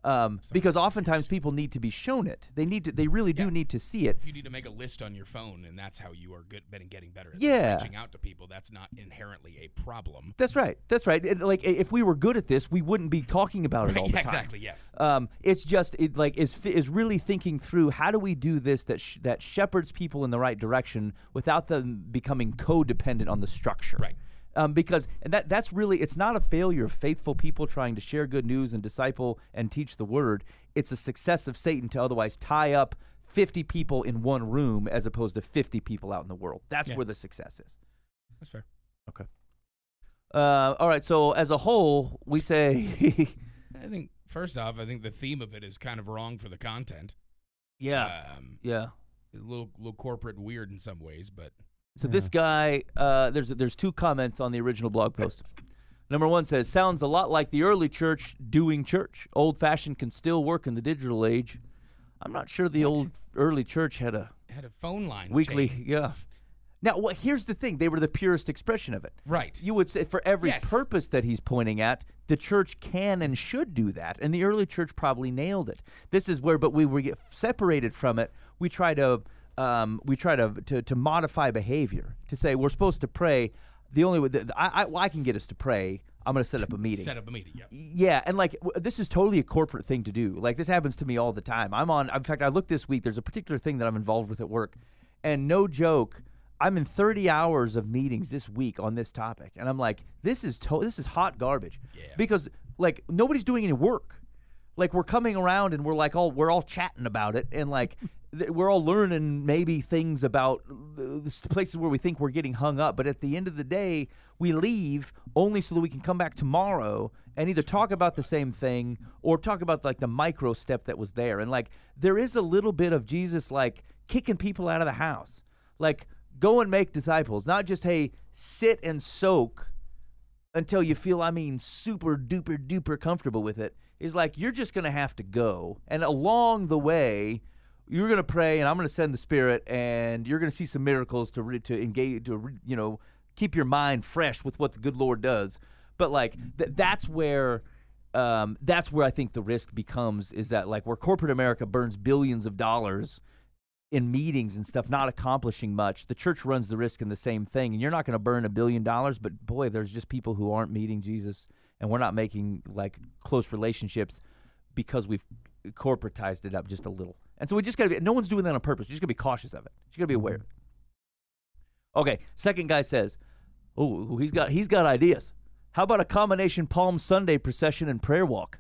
[SPEAKER 1] um, because oftentimes people need to be shown it. They need to. They really do need to see it.
[SPEAKER 3] You need to make a list on your phone, and that's how you are good at getting better at
[SPEAKER 1] Yeah.
[SPEAKER 3] reaching out to people. That's not inherently a problem.
[SPEAKER 1] That's right. That's right. It- like i- if we were good at this, we wouldn't be talking about it all the
[SPEAKER 3] (laughs) Yeah,
[SPEAKER 1] time.
[SPEAKER 3] exactly, yes.
[SPEAKER 1] Um, it's just it, like is fi- is really thinking through how do we do this that sh- that shepherds people in the right direction without them becoming codependent on the structure.
[SPEAKER 3] Right.
[SPEAKER 1] Um, because and that that's really it's not a failure of faithful people trying to share good news and disciple and teach the word. It's a success of Satan to otherwise tie up 50 people in one room as opposed to 50 people out in the world. That's
[SPEAKER 3] Yeah.
[SPEAKER 1] where the success is.
[SPEAKER 3] That's fair.
[SPEAKER 1] Uh, all right. So as a whole, we say, (laughs)
[SPEAKER 3] I think first off, I think the theme of it is kind of wrong for the content. Um,
[SPEAKER 1] yeah.
[SPEAKER 3] a little, little corporate weird in some ways, but
[SPEAKER 1] So this guy, uh, there's there's two comments on the original blog post. Number one says, "Sounds a lot like the early church doing church. Old fashioned can still work in the digital age. I'm not sure the old early church had a
[SPEAKER 3] had a phone line
[SPEAKER 1] weekly.
[SPEAKER 3] change.
[SPEAKER 1] Yeah. Now, what? Here's the thing: they were the purest expression of it.
[SPEAKER 3] Right.
[SPEAKER 1] You would say for every
[SPEAKER 3] Yes.
[SPEAKER 1] purpose that he's pointing at, the church can and should do that, and the early church probably nailed it. This is where, but we we get separated from it. We try to um, we try to, to to modify behavior to say we're supposed to pray. The only way that I, I, well, I can get us to pray. I'm going to set up a meeting.
[SPEAKER 3] set up a meeting. Yep.
[SPEAKER 1] Yeah, and like w- this is totally a corporate thing to do. Like this happens to me all the time. I'm on. In fact, I looked this week. There's a particular thing that I'm involved with at work, and no joke, I'm in 30 hours of meetings this week on this topic, and I'm like, this is to- this is hot garbage. Yeah. Because like nobody's doing any work. Like (laughs) we're coming around and we're like all we're all chatting about it, and like th- we're all learning maybe things about uh, s- places where we think we're getting hung up, but at the end of the day, we leave only so that we can come back tomorrow and either talk about the same thing or talk about like the micro step that was there. And like there is a little bit of Jesus like kicking people out of the house. Like go and make disciples, not just hey, sit and soak until you feel, I mean, super duper duper comfortable with it, is like you're just gonna have to go, and along the way, you're gonna pray, and I'm gonna send the Spirit, and you're gonna see some miracles to re- to engage to re- you know keep your mind fresh with what the good Lord does. But like th- that's where. Um, that's where I think the risk becomes is that like where corporate America burns billions of dollars in meetings and stuff not accomplishing much the church runs the risk in the same thing and you're not going to burn a billion dollars but boy there's just people who aren't meeting jesus and we're not making like close relationships because we've corporatized it up just a little and so we just got to be no one's doing that on purpose you're just going to be cautious of it you just got to be
[SPEAKER 3] Mm-hmm.
[SPEAKER 1] aware of it okay second guy says oh he's got he's got ideas how about a combination palm sunday procession and prayer walk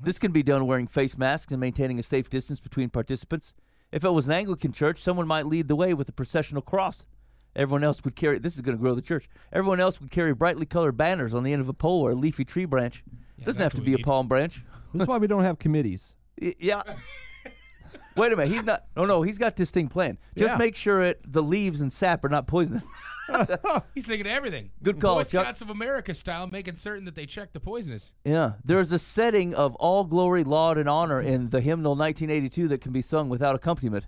[SPEAKER 3] Hmm.
[SPEAKER 1] this can be done wearing face masks and maintaining a safe distance between participants. If it was an Anglican church, someone might lead the way with a processional cross. Everyone else would carry this is going to grow the church. Everyone else would carry brightly colored banners on the end of a pole or a leafy tree branch. Doesn't
[SPEAKER 3] that's
[SPEAKER 1] have to
[SPEAKER 3] what
[SPEAKER 1] be
[SPEAKER 3] we
[SPEAKER 1] a
[SPEAKER 3] need.
[SPEAKER 1] palm branch.
[SPEAKER 4] (laughs) This is why we don't have committees.
[SPEAKER 1] Y- Yeah. Wait a minute. He's not. No, no. He's got this thing planned. Just
[SPEAKER 4] Yeah.
[SPEAKER 1] make sure it the leaves and sap are not poisonous.
[SPEAKER 3] He's thinking of everything.
[SPEAKER 1] Good call,
[SPEAKER 3] Boy
[SPEAKER 1] Chuck.
[SPEAKER 3] Scouts of America style, making certain that they check the poisonous.
[SPEAKER 1] Yeah, there's a setting of all glory, laud, and honor in the hymnal 1982 that can be sung without accompaniment.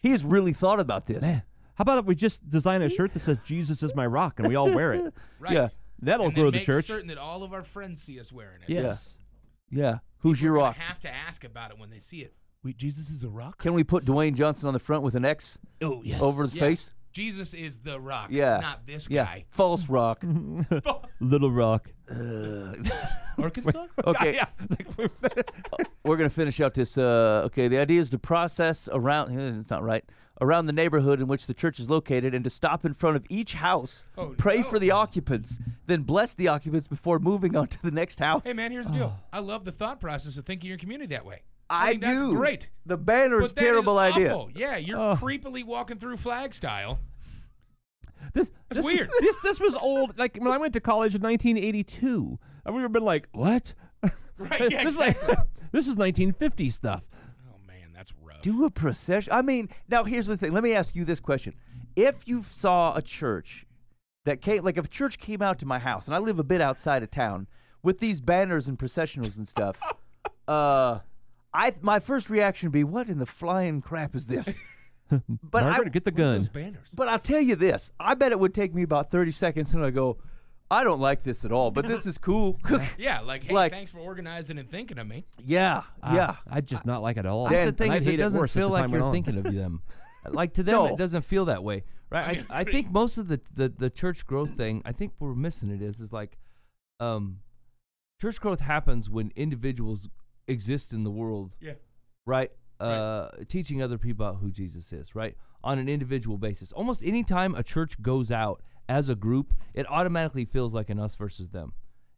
[SPEAKER 1] He's really thought about this.
[SPEAKER 4] How about if we just design a shirt that says "Jesus is my rock" and we all wear (laughs) it?
[SPEAKER 3] Right.
[SPEAKER 1] Yeah,
[SPEAKER 4] That'll
[SPEAKER 3] and then
[SPEAKER 4] grow the
[SPEAKER 3] make
[SPEAKER 4] church.
[SPEAKER 3] certain that all of our friends see us wearing it.
[SPEAKER 4] Yes.
[SPEAKER 1] yeah. Who's your
[SPEAKER 3] We're gonna
[SPEAKER 1] rock?
[SPEAKER 3] have to ask about it when they see it. Wait, Jesus is a rock?
[SPEAKER 1] Can we put Dwayne Johnson on the front with an X
[SPEAKER 4] Oh yes.
[SPEAKER 1] over the
[SPEAKER 3] Yeah.
[SPEAKER 1] face?
[SPEAKER 3] Jesus is the rock.
[SPEAKER 1] Yeah.
[SPEAKER 3] Not this
[SPEAKER 1] Yeah.
[SPEAKER 3] guy.
[SPEAKER 1] False rock.
[SPEAKER 4] Little Rock.
[SPEAKER 1] (laughs)
[SPEAKER 3] Arkansas?
[SPEAKER 1] Okay.
[SPEAKER 4] Yeah.
[SPEAKER 3] (laughs)
[SPEAKER 4] It's like,
[SPEAKER 1] we're gonna finish out this. Uh, okay, the idea is to process around. eh, It's not right. Around the neighborhood in which the church is located, and to stop in front of each house,
[SPEAKER 3] Oh,
[SPEAKER 1] pray for the occupants, then bless the occupants before moving on to the next house.
[SPEAKER 3] hey, man, here's the deal. I love the thought process of thinking your community that way.
[SPEAKER 1] I,
[SPEAKER 3] think that's
[SPEAKER 1] do.
[SPEAKER 3] great.
[SPEAKER 1] The banner is
[SPEAKER 3] But that is
[SPEAKER 1] terrible idea.
[SPEAKER 3] awful. Yeah, you're creepily walking through flag style.
[SPEAKER 4] this,
[SPEAKER 3] That's
[SPEAKER 4] this
[SPEAKER 3] weird.
[SPEAKER 4] (laughs) This this was old. Like when I went to college in 1982, I would have been like, (laughs) "What?"
[SPEAKER 3] Right, yeah,
[SPEAKER 4] (laughs) this is like this is 1950 stuff.
[SPEAKER 3] Oh, man, that's rough.
[SPEAKER 1] Do a procession. I mean, now here's the thing. Let me ask you this question: If you saw a church that came, like if a church came out to my house, and I live a bit outside of town, with these banners and processionals and
[SPEAKER 4] (laughs)
[SPEAKER 1] stuff, uh, I my first reaction would be, "What in the flying crap is
[SPEAKER 4] (laughs)
[SPEAKER 1] this?" But I,
[SPEAKER 4] Margaret, get the gun.
[SPEAKER 3] Banners.
[SPEAKER 1] (laughs) but I'll tell you this: I bet it would take me about 30 seconds, and I go, "I don't like this at all, but this is
[SPEAKER 4] (laughs)
[SPEAKER 1] cool." (laughs)
[SPEAKER 3] Yeah, like, hey,
[SPEAKER 1] Like-
[SPEAKER 3] thanks for organizing and thinking of me.
[SPEAKER 1] yeah, yeah.
[SPEAKER 4] I'd just not like it at all.
[SPEAKER 2] That's the
[SPEAKER 4] And
[SPEAKER 2] thing
[SPEAKER 4] I'd
[SPEAKER 2] is,
[SPEAKER 4] hate
[SPEAKER 2] it doesn't
[SPEAKER 4] worse as
[SPEAKER 2] feel
[SPEAKER 4] the
[SPEAKER 2] like
[SPEAKER 4] time
[SPEAKER 2] you're
[SPEAKER 4] went on.
[SPEAKER 2] thinking of them. like to them,
[SPEAKER 1] No.
[SPEAKER 2] it doesn't feel that way, right? I, I, think most of the, the the church growth thing, I think we're missing it is is like, um, church growth happens when individuals exist in the world,
[SPEAKER 3] Yeah.
[SPEAKER 2] right? Uh, Teaching other people about who Jesus is, right? On an individual basis. Almost any time a church goes out as a group, it automatically feels like an us versus them,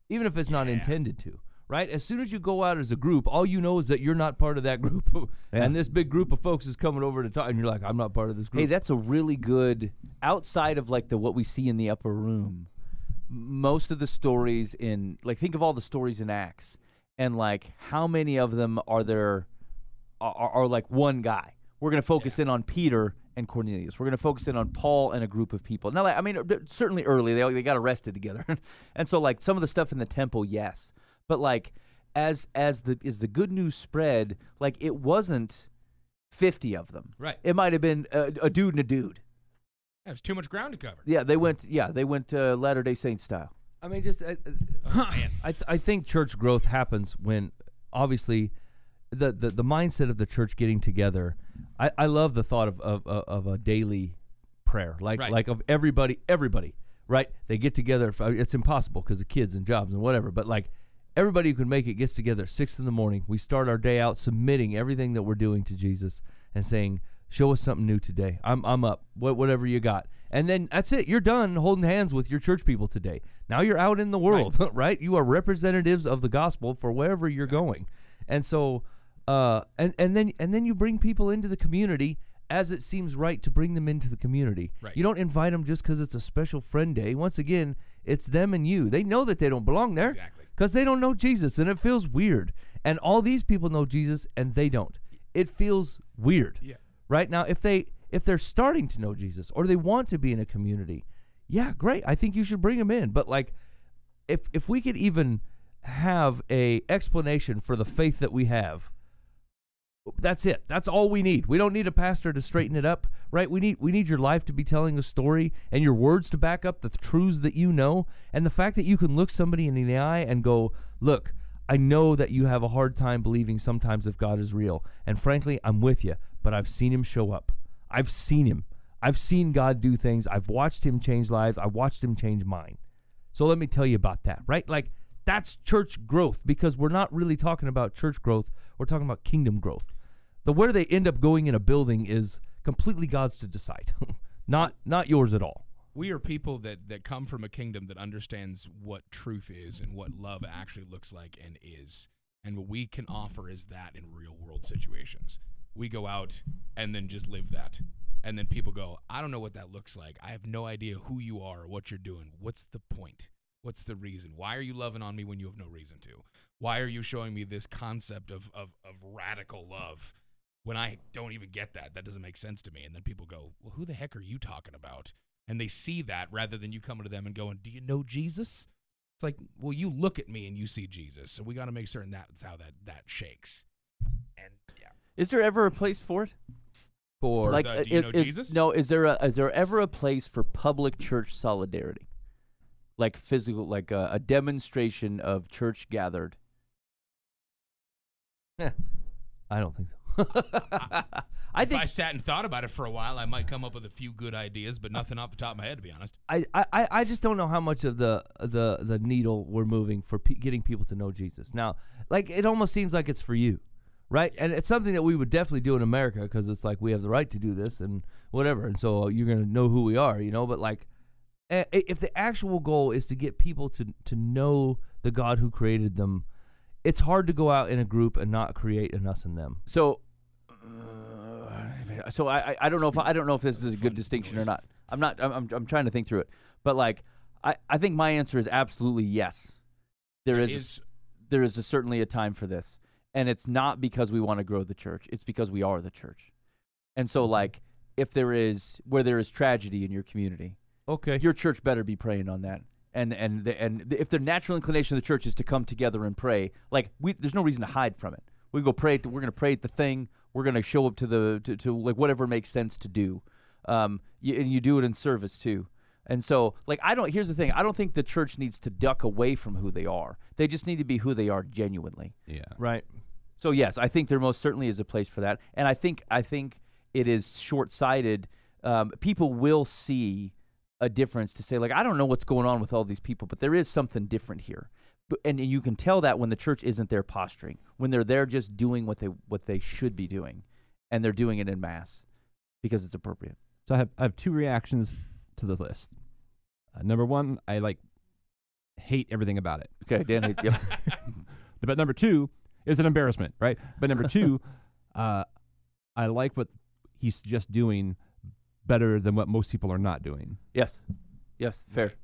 [SPEAKER 2] even if it's not intended to, right? As soon as you go out as a group, all you know is that you're not part of that (laughs) group, and this big group of folks is coming over to talk, and you're like, I'm not part of this group.
[SPEAKER 1] Hey, that's a really good outside of like the what we see in the upper room. Most of the stories in like think of all the stories in Acts and like how many of them are there are, are, are like one guy. We're going to focus in on Peter and Cornelius. We're going to focus in on Paul and a group of people. Now, like, I mean, uh, certainly early they all- they got arrested together, (laughs) and so like some of the stuff in the temple, yes, but like as as the as the good news spread, like it wasn't fifty of them.
[SPEAKER 3] Right.
[SPEAKER 1] It might have been a, a dude and a dude.
[SPEAKER 3] That was too much ground to (laughs) cover.
[SPEAKER 1] Yeah, they went. Yeah, they went uh, Latter Day Saint style.
[SPEAKER 2] I mean, just uh, uh,
[SPEAKER 3] Oh,
[SPEAKER 2] I th- I think church growth happens when obviously the, the, the mindset of the church getting together. I, I love the thought of of, of of a daily prayer, like
[SPEAKER 3] Right.
[SPEAKER 2] like of everybody everybody right. They get together. For, it's impossible because of kids and jobs and whatever. But like everybody who can make it gets together at six in the morning. We start our day out submitting everything that we're doing to Jesus and saying, "Show us something new today. I'm I'm up. What whatever you got." And then that's it. You're done holding hands with your church people today. Now you're out (laughs) in the world, right? You are representatives of the gospel for wherever you're going. And so Uh, and and then and then you bring people into the community as it seems right to bring them into the community.
[SPEAKER 3] Right.
[SPEAKER 2] You don't invite them just because it's a special friend day. Once again, it's them and you. They know that they don't belong there
[SPEAKER 3] Exactly.
[SPEAKER 2] because they don't know Jesus, and it feels weird. And all these people know Jesus, and they don't. It feels weird.
[SPEAKER 3] Yeah.
[SPEAKER 2] Right now, if they if they're starting to know Jesus or they want to be in a community, yeah, great. I think you should bring them in. But like, if if we could even have a explanation for the faith that we have, that's it. That's all we need. We don't need a pastor to straighten it up, right? We need we need your life to be telling a story and your words to back up the th- truths that you know and the fact that you can look somebody in the eye and go, "Look, I know that you have a hard time believing sometimes if God is real. And frankly, I'm with you, but I've seen him show up. I've seen him. I've seen God do things. I've watched him change lives. I watched him change mine." So let me tell you about that, right? Like that's church growth because we're not really talking about church growth. We're talking about kingdom growth. The where they end up going in a building is completely God's to decide, (laughs) not not yours at all.
[SPEAKER 3] we are people that that come from a kingdom that understands what truth is and what love actually looks like and is and what we can offer is that in real world situations we go out and then just live that and then people go i don't know what that looks like i have no idea who you are or what you're doing what's the point what's the reason why are you loving on me when you have no reason to why are you showing me this concept of of, of radical love when I don't even get that, that doesn't make sense to me. And then people go, Well, who the heck are you talking about? And they see that rather than you coming to them and going, Do you know Jesus? It's like, Well, you look at me and you see Jesus. So we got to make certain that's how that, that shakes. And yeah.
[SPEAKER 1] Is there ever a place for it?
[SPEAKER 2] For
[SPEAKER 1] like, uh,
[SPEAKER 3] the- uh, do you
[SPEAKER 1] is-
[SPEAKER 3] know
[SPEAKER 1] is-
[SPEAKER 3] Jesus?
[SPEAKER 1] No, is there a, is there ever a place for public church solidarity, like physical, like a, a demonstration of church gathered?
[SPEAKER 2] Eh, I don't think so. (laughs) I
[SPEAKER 3] if
[SPEAKER 2] think
[SPEAKER 3] I sat and thought about it for a while, I might come up with a few good ideas, but nothing off the top of my head, to be honest.
[SPEAKER 2] I, I- I, I just don't know how much of the the the needle we're moving for pe- getting people to know Jesus. Now, like it almost seems like it's for you, right? And it's something that we would definitely do in America because it's like we have the right to do this and whatever, and so uh, you're gonna know who we are, you know. But like, eh, i- if the actual goal is to get people to to know the God who created them, it's hard to go out in a group and not create an us and them.
[SPEAKER 1] So, uh, so I, I- I don't know if I don't know if this is a good distinction or not. I'm not. I'm, I'm, I'm trying to think through it. But like, I, I think my answer is absolutely yes. There
[SPEAKER 3] That
[SPEAKER 1] is, a
[SPEAKER 3] is-
[SPEAKER 1] s- there is a, certainly a time for this, and it's not because we want to grow the church. It's because we are the church, and so like, if there is where there is tragedy in your community,
[SPEAKER 2] Okay,
[SPEAKER 1] your church better be praying on that. And and the, and the, if the natural inclination of the church is to come together and pray, like we, there's no reason to hide from it. We go pray. At the, we're going to pray at the thing. We're going to show up to the to, to like whatever makes sense to do. Um, you, and you do it in service too. And so, like, I don't. Here's the thing. I don't think the church needs to duck away from who they are. They just need to be who they are genuinely.
[SPEAKER 4] Yeah.
[SPEAKER 2] right.
[SPEAKER 1] So yes, I think there most certainly is a place for that, and I think I think it is short-sighted. Um, people will see a difference to say like I don't know what's going on with all these people, but there is something different here, but, and, and you can tell that when the church isn't there posturing, when they're there just doing what they what they should be doing, and they're doing it in mass because it's appropriate.
[SPEAKER 4] So I have I have two reactions to the list. Uh, number one, I like hate everything about it.
[SPEAKER 1] Okay, (laughs) Dan. yep.
[SPEAKER 4] But number two is an embarrassment, right? But number two, (laughs) uh, I like what he's just doing better than what most people are not doing.
[SPEAKER 1] Yes, yes, fair.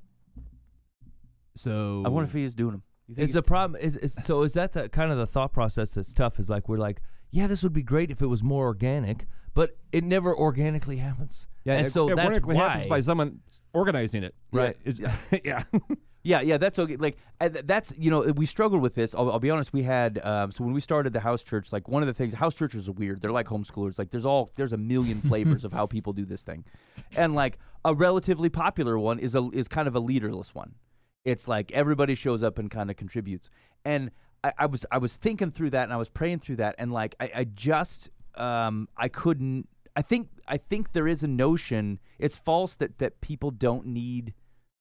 [SPEAKER 4] So
[SPEAKER 1] I wonder if he is doing them. You think
[SPEAKER 2] Is the problem is, is so is that the kind of the thought process that's tough is like we're like yeah this would be great if it was more organic but it never organically happens
[SPEAKER 4] yeah,
[SPEAKER 2] and
[SPEAKER 4] it,
[SPEAKER 2] so
[SPEAKER 4] it
[SPEAKER 2] that's
[SPEAKER 4] ironically
[SPEAKER 2] why
[SPEAKER 4] happens by someone organizing it,
[SPEAKER 1] Right.
[SPEAKER 4] Yeah, it's- (laughs) yeah.
[SPEAKER 1] Yeah, yeah, that's okay. Like and th- that's you know we struggled with this. I'll, I'll be honest. We had um, so when we started the house church, like one of the things house churches are weird. They're like homeschoolers. Like there's all there's a million flavors of how people do this thing, and like a relatively popular one is a is kind of a leaderless one. It's like everybody shows up and kind of contributes. And I, I was I was thinking through that and I was praying through that and like I, I just um, I couldn't. I think I think there is a notion. It's false that that people don't need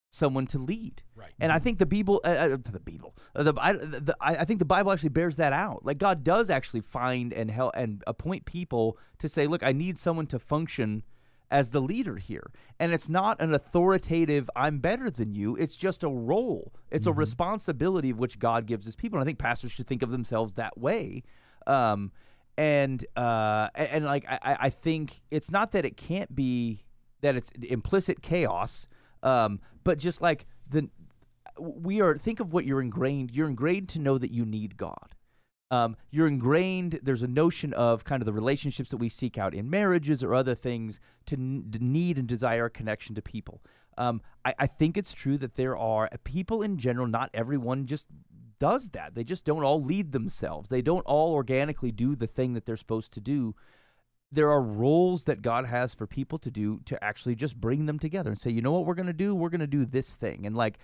[SPEAKER 1] someone to lead.
[SPEAKER 3] Right.
[SPEAKER 1] And I think the Bible, uh, uh, the Bible, uh, the, I, the, I I think the Bible actually bears that out. Like God does actually find and help and appoint people to say, look, I need someone to function as the leader here. And it's not an authoritative, I'm better than you. It's just a role. It's a responsibility of which God gives his people. And I think pastors should think of themselves that way. Um, and uh, a- and, like I, I I think it's not that it can't be that it's implicit chaos, um, but just like the we are think of what you're ingrained. You're ingrained to know that you need God. Um, you're ingrained. There's a notion of kind of the relationships that we seek out in marriages or other things to, n- to need and desire a connection to people. Um, I, I think it's true that there are uh, people in general. Not everyone just does that. They just don't all lead themselves. They don't all organically do the thing that they're supposed to do. There are roles that God has for people to do to actually just bring them together and say, you know what, we're going to do? We're going to do this thing. And like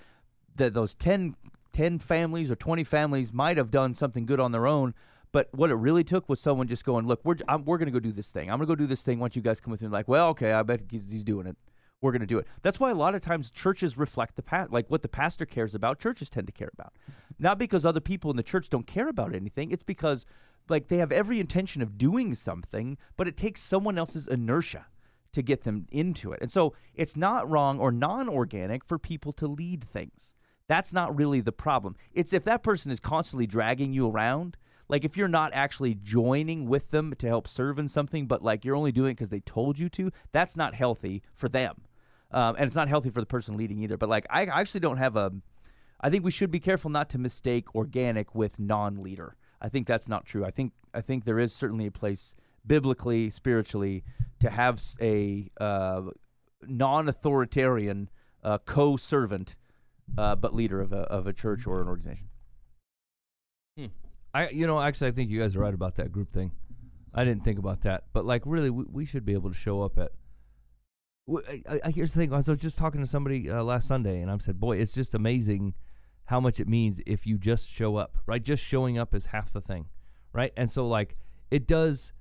[SPEAKER 1] the, those 10, 10 families or 20 families might have done something good on their own. But what it really took was someone just going, look, we're, I'm, we're going to go do this thing. I'm going to go do this thing once you guys come with me. Like, well, okay, I bet he's, he's doing it we're going to do it. That's why a lot of times churches reflect the past, like what the pastor cares about, churches tend to care about. Not because other people in the church don't care about anything, it's because like they have every intention of doing something, but it takes someone else's inertia to get them into it. And so it's not wrong or non-organic for people to lead things. That's not really the problem. It's if that person is constantly dragging you around, like if you're not actually joining with them to help serve in something, but like you're only doing it because they told you to, that's not healthy for them. Um, and it's not healthy for the person leading either. But like, I actually don't have a. I think we should be careful not to mistake organic with non-leader. I think that's not true. I think I think there is certainly a place biblically, spiritually, to have s- a uh, non-authoritarian uh, co-servant, uh, but leader of a of a church or an organization.
[SPEAKER 2] I you know actually I think you guys are right about that group thing. I didn't think about that, but like really we, we should be able to show up at. w- I, I- I- here's the thing. I was just talking to somebody uh, last Sunday, and I said, "Boy, it's just amazing how much it means if you just show up, right? Just showing up is half the thing, right? And so like it does."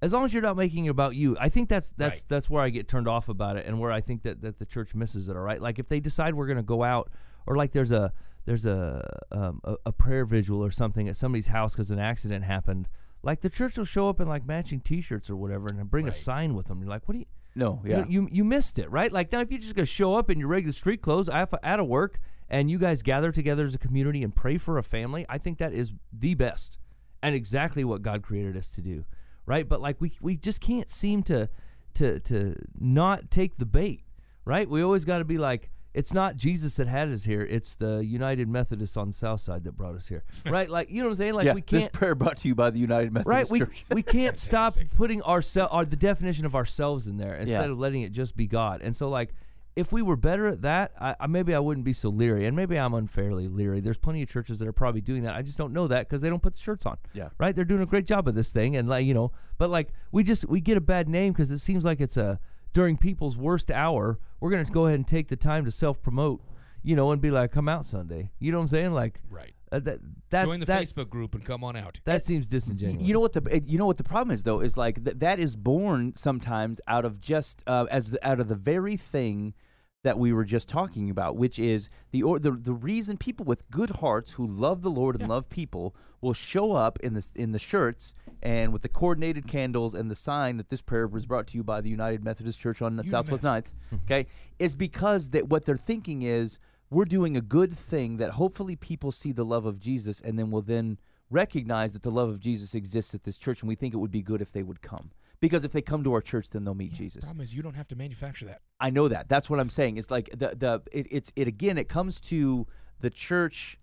[SPEAKER 2] As long as you're not making it about you, I think that's that's
[SPEAKER 3] Right.
[SPEAKER 2] that's where I get turned off about it, and where I think that, that the church misses it. All right, like if they decide we're gonna go out, or like there's a there's a um, a, a prayer vigil or something at somebody's house because an accident happened, like the church will show up in like matching T-shirts or whatever, and then bring a sign with them. You're like, what do you?
[SPEAKER 1] No,
[SPEAKER 2] you-
[SPEAKER 1] yeah.
[SPEAKER 2] you, you missed it, right? Like now, if you just gonna show up in your regular street clothes af- out of work, and you guys gather together as a community and pray for a family, I think that is the best and exactly what God created us to do, right? But like we we just can't seem to to to not take the bait, right? We always got to be like. It's not Jesus that had us here. It's the United Methodists on the South Side that
[SPEAKER 1] (laughs)
[SPEAKER 2] brought us here, right? Like you know what I'm saying? Like
[SPEAKER 1] yeah,
[SPEAKER 2] we
[SPEAKER 1] this
[SPEAKER 2] can't
[SPEAKER 1] prayer brought to you by the United Methodist
[SPEAKER 2] right we,
[SPEAKER 1] Church.
[SPEAKER 3] (laughs)
[SPEAKER 2] we can't stop putting ourselves our the definition of ourselves in there instead of letting it just be god and so like if we were better at that I, I maybe i wouldn't be so leery and maybe i'm unfairly leery there's plenty of churches that are probably doing that i just don't know that because they don't put the shirts on
[SPEAKER 1] Yeah.
[SPEAKER 2] right they're doing a great job of this thing and like you know but like we just we get a bad name because it seems like it's a during people's worst hour we're gonna go ahead and take the time to self-promote you know and be like come out sunday you know what i'm saying like
[SPEAKER 3] Right.
[SPEAKER 2] uh, that that's
[SPEAKER 3] Join the
[SPEAKER 2] that's
[SPEAKER 3] Facebook group and come on out.
[SPEAKER 2] that seems disingenuous
[SPEAKER 1] (laughs) You know what the eh, you know what the problem is though is like th- that is born sometimes out of just uh, as the, out of the very thing that we were just talking about, which is the or the, the reason people with good hearts who love the Lord and love people will show up in the s- in the shirts and with the coordinated candles and the sign that this prayer was brought to you by the United Methodist Church on Southwest 9th, okay, is because that what they're thinking is we're doing a good thing that hopefully people see the love of Jesus and then will then recognize that the love of Jesus exists at this church, and we think it would be good if they would come. Because if they come to our church, then they'll meet Jesus.
[SPEAKER 3] Problem is, you don't have to manufacture that.
[SPEAKER 1] I know that. That's what I'm saying. It's like the the it, it's it again. It comes to the church.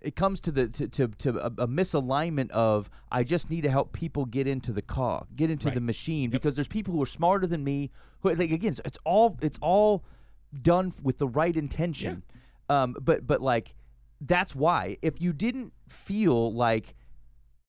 [SPEAKER 1] It comes to the to to, to a, a misalignment of I just need to help people get into the cog, get into the
[SPEAKER 3] Right.
[SPEAKER 1] machine because there's people who are smarter than me. Who like again, it's, it's all it's all done f- with the right intention. Um, but but like that's why if you didn't feel like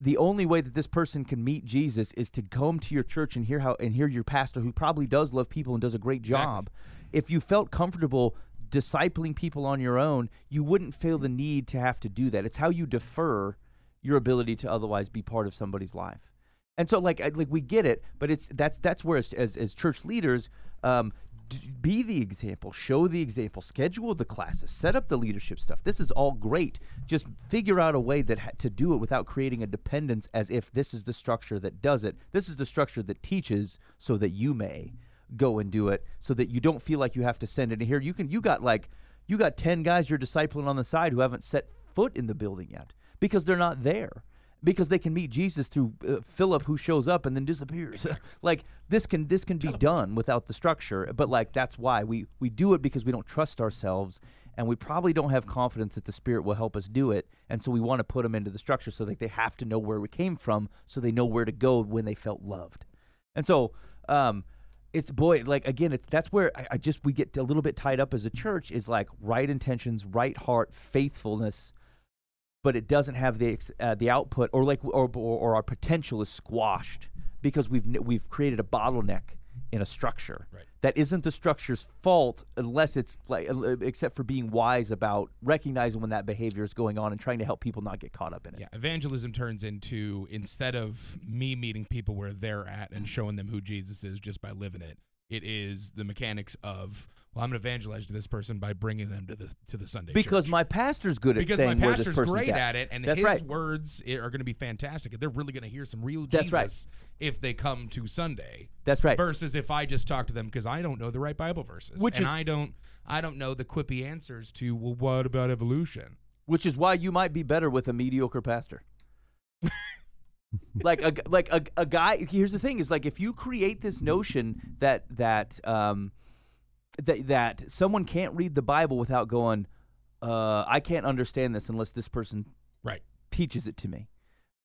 [SPEAKER 1] the only way that this person can meet Jesus is to come to your church and hear how and hear your pastor who probably does love people and does a great job. If you felt comfortable discipling people on your own, you wouldn't feel the need to have to do that. It's how you defer your ability to otherwise be part of somebody's life. And so like I- like we get it, but it's that's that's where as as, as church leaders um d- be the example, show the example, schedule the classes, set up the leadership stuff. This is all great. Just figure out a way that ha- to do it without creating a dependence as if this is the structure that does it. This is the structure that teaches so that you may go and do it so that you don't feel like you have to send it in here. You can you got like you got 10 guys you're discipling on the side who haven't set foot in the building yet because they're not there because they can meet Jesus through uh, Philip, who shows up and then disappears. (laughs) like this can this can be done without the structure, but like that's why we we do it because we don't trust ourselves, and we probably don't have confidence that the Spirit will help us do it, and so we want to put them into the structure so that they have to know where we came from, so they know where to go when they felt loved, and so. um it's boy like again it's that's where I, I just we get a little bit tied up as a church is like right intentions right heart faithfulness but it doesn't have the ex- uh, the output or like or, or or our potential is squashed because we've n- we've created a bottleneck in a structure
[SPEAKER 3] Right.
[SPEAKER 1] that isn't the structure's fault unless it's like uh, except for being wise about recognizing when that behavior is going on and trying to help people not get caught up in it
[SPEAKER 3] Yeah, evangelism turns into instead of me meeting people where they're at and showing them who Jesus is just by living it, it is the mechanics of well, I'm going to evangelize to this person by bringing them to the to the Sunday
[SPEAKER 1] because
[SPEAKER 3] church.
[SPEAKER 1] my pastor's good at
[SPEAKER 3] because
[SPEAKER 1] saying
[SPEAKER 3] my
[SPEAKER 1] where this
[SPEAKER 3] pastor's
[SPEAKER 1] person's
[SPEAKER 3] great at it, and
[SPEAKER 1] that's
[SPEAKER 3] his
[SPEAKER 1] right
[SPEAKER 3] words i- are going to be fantastic. They're really going to hear some real
[SPEAKER 1] That's
[SPEAKER 3] Jesus
[SPEAKER 1] right.
[SPEAKER 3] if they come to Sunday.
[SPEAKER 1] That's right.
[SPEAKER 3] Versus if I just talk to them because I don't know the right Bible verses,
[SPEAKER 1] Which
[SPEAKER 3] and
[SPEAKER 1] is-
[SPEAKER 3] I don't, I don't know the quippy answers to. Well, what about evolution?
[SPEAKER 1] which is why you might be better with a mediocre pastor. like a like a, a guy. Here's the thing: is like if you create this notion that that um that that someone can't read the Bible without going, uh, I can't understand this unless this person
[SPEAKER 3] Right.
[SPEAKER 1] teaches it to me.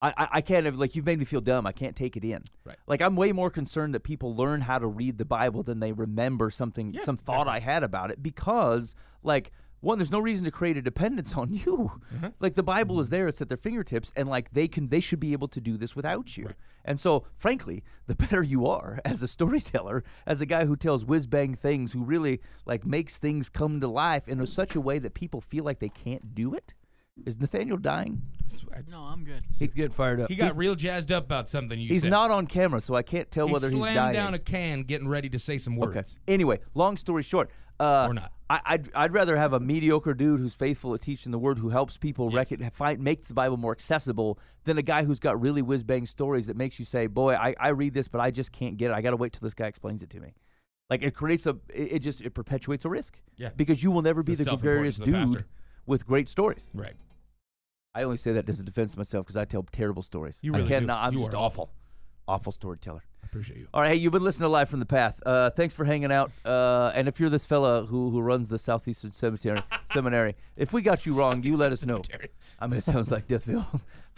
[SPEAKER 1] I, I, I can't have like you've made me feel dumb. I can't take it in.
[SPEAKER 3] Right.
[SPEAKER 1] Like I'm way more concerned that people learn how to read the Bible than they remember something some thought I had about it because like one, there's no reason to create a dependence on you. Like the Bible is there, it's at their fingertips, and like they can they should be able to do this without you. And so, frankly, the better you are (laughs) as a storyteller, as a guy who tells whiz bang things, who really like makes things come to life in a- such a way that people feel like they can't do it. Is Nathaniel dying?
[SPEAKER 5] No, I'm good.
[SPEAKER 2] He's getting fired up.
[SPEAKER 3] He got real jazzed up about something you
[SPEAKER 1] Uh, He's
[SPEAKER 3] said.
[SPEAKER 1] not on camera, so I can't tell
[SPEAKER 3] He
[SPEAKER 1] whether he's
[SPEAKER 3] slammed
[SPEAKER 1] dying.
[SPEAKER 3] down a can, getting ready to say some words.
[SPEAKER 1] okay. Anyway, long story short, uh,
[SPEAKER 3] Or not.
[SPEAKER 1] I, I'd, I'd rather have a mediocre dude who's faithful at teaching the word, who helps people recogn- find, make the Bible more accessible, than a guy who's got really whiz bang stories that makes you say, "Boy, I, I read this, but I just can't get it. I got to wait till this guy explains it to me." Like it creates a, it, it just it perpetuates a risk.
[SPEAKER 3] Yeah.
[SPEAKER 1] Because you will never be
[SPEAKER 3] the
[SPEAKER 1] the, gregarious
[SPEAKER 3] self-importance of the
[SPEAKER 1] dude
[SPEAKER 3] pastor.
[SPEAKER 1] with great stories.
[SPEAKER 3] Right.
[SPEAKER 1] I only say that as a defense of myself because I tell terrible stories.
[SPEAKER 3] You
[SPEAKER 1] I
[SPEAKER 3] really do.
[SPEAKER 1] cannot. I'm
[SPEAKER 3] You
[SPEAKER 1] just
[SPEAKER 3] are
[SPEAKER 1] awful, awful storyteller.
[SPEAKER 3] Appreciate you.
[SPEAKER 1] All right, hey, you've been listening to Live from the Path. Uh, thanks for hanging out. Uh, and if you're this fella who, who runs the Southeastern
[SPEAKER 3] (laughs)
[SPEAKER 1] Cemetery, seminary, if we got you wrong, you let us know. I mean, it sounds like Deathville. (laughs)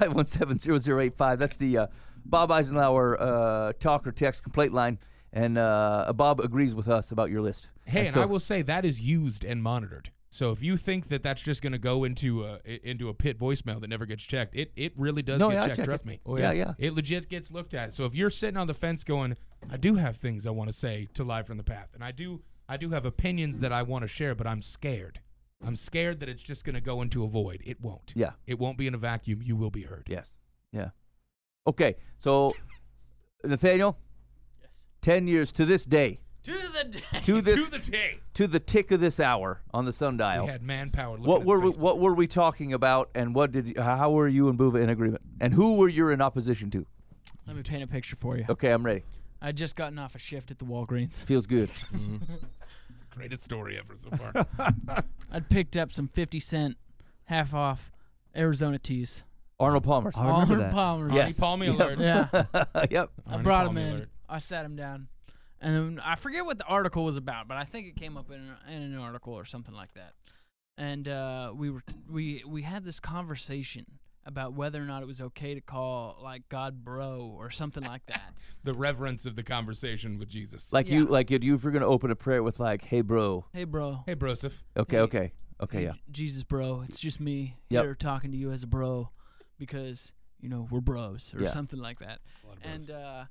[SPEAKER 1] 515-517-0085. That's the uh, Bob Eisenhower uh, talk or text complaint line. And uh, Bob agrees with us about your list.
[SPEAKER 3] Hey, and
[SPEAKER 1] so-
[SPEAKER 3] I will say that is used and monitored. So if you think that that's just going to go into a i- into a pit voicemail that never gets checked, it, it really does
[SPEAKER 1] No,
[SPEAKER 3] get
[SPEAKER 1] yeah, I
[SPEAKER 3] checked.
[SPEAKER 1] check
[SPEAKER 3] trust
[SPEAKER 1] it.
[SPEAKER 3] me.
[SPEAKER 1] Oh, yeah. Yeah,
[SPEAKER 3] It legit gets looked at. So if you're sitting on the fence going, I do have things I want to say to live from the path, and I do I do have opinions that I want to share, but I'm scared. I'm scared that it's just going to go into a void. It won't.
[SPEAKER 1] Yeah.
[SPEAKER 3] It won't be in a vacuum. You will be heard.
[SPEAKER 1] Yes. Yeah. Okay, so Nathaniel,
[SPEAKER 5] Yes.
[SPEAKER 1] 10 years to this day,
[SPEAKER 5] To the day. (laughs)
[SPEAKER 1] to this,
[SPEAKER 3] (laughs) To the day.
[SPEAKER 1] to the tick of this hour on the sundial.
[SPEAKER 3] We had manpower. looking
[SPEAKER 1] Oh. What
[SPEAKER 3] at
[SPEAKER 1] were we,
[SPEAKER 3] Facebook.
[SPEAKER 1] what were we talking about, and what did how were you and Buva in agreement, and who were you in opposition to?
[SPEAKER 5] Let me paint a picture for you.
[SPEAKER 1] Okay, I'm ready.
[SPEAKER 5] I'd just gotten off a shift at the Walgreens.
[SPEAKER 1] Feels
[SPEAKER 3] (laughs)
[SPEAKER 1] good.
[SPEAKER 3] greatest story ever so far.
[SPEAKER 5] I'd picked up some 50 cent half off Arizona teas.
[SPEAKER 1] Arnold Palmer's.
[SPEAKER 4] Oh, I remember
[SPEAKER 5] Arnold
[SPEAKER 4] that.
[SPEAKER 5] Palmer's.
[SPEAKER 1] Yes.
[SPEAKER 3] Call me alert.
[SPEAKER 5] Yeah.
[SPEAKER 1] (laughs) yep.
[SPEAKER 5] I
[SPEAKER 3] Arnie
[SPEAKER 5] brought
[SPEAKER 3] Palmy
[SPEAKER 5] him in.
[SPEAKER 3] alert.
[SPEAKER 5] I sat him down, and then I forget what the article was about, but I think it came up in, an- in an article or something like that. And uh, we were we we had this conversation about whether or not it was okay to call like God bro or something like that.
[SPEAKER 3] the reverence of the conversation with Jesus.
[SPEAKER 1] Like you,
[SPEAKER 5] Yeah.
[SPEAKER 1] like if you if you're gonna open a prayer with like, "Hey, bro."
[SPEAKER 5] hey bro.
[SPEAKER 3] hey, Broseph.
[SPEAKER 1] Okay,
[SPEAKER 5] Hey.
[SPEAKER 1] okay, okay,
[SPEAKER 5] Hey,
[SPEAKER 1] yeah.
[SPEAKER 5] J- Jesus bro, it's just me
[SPEAKER 1] Yep.
[SPEAKER 5] here talking to you as a bro because you know we're bros or
[SPEAKER 1] Yeah.
[SPEAKER 5] something like that. and uh,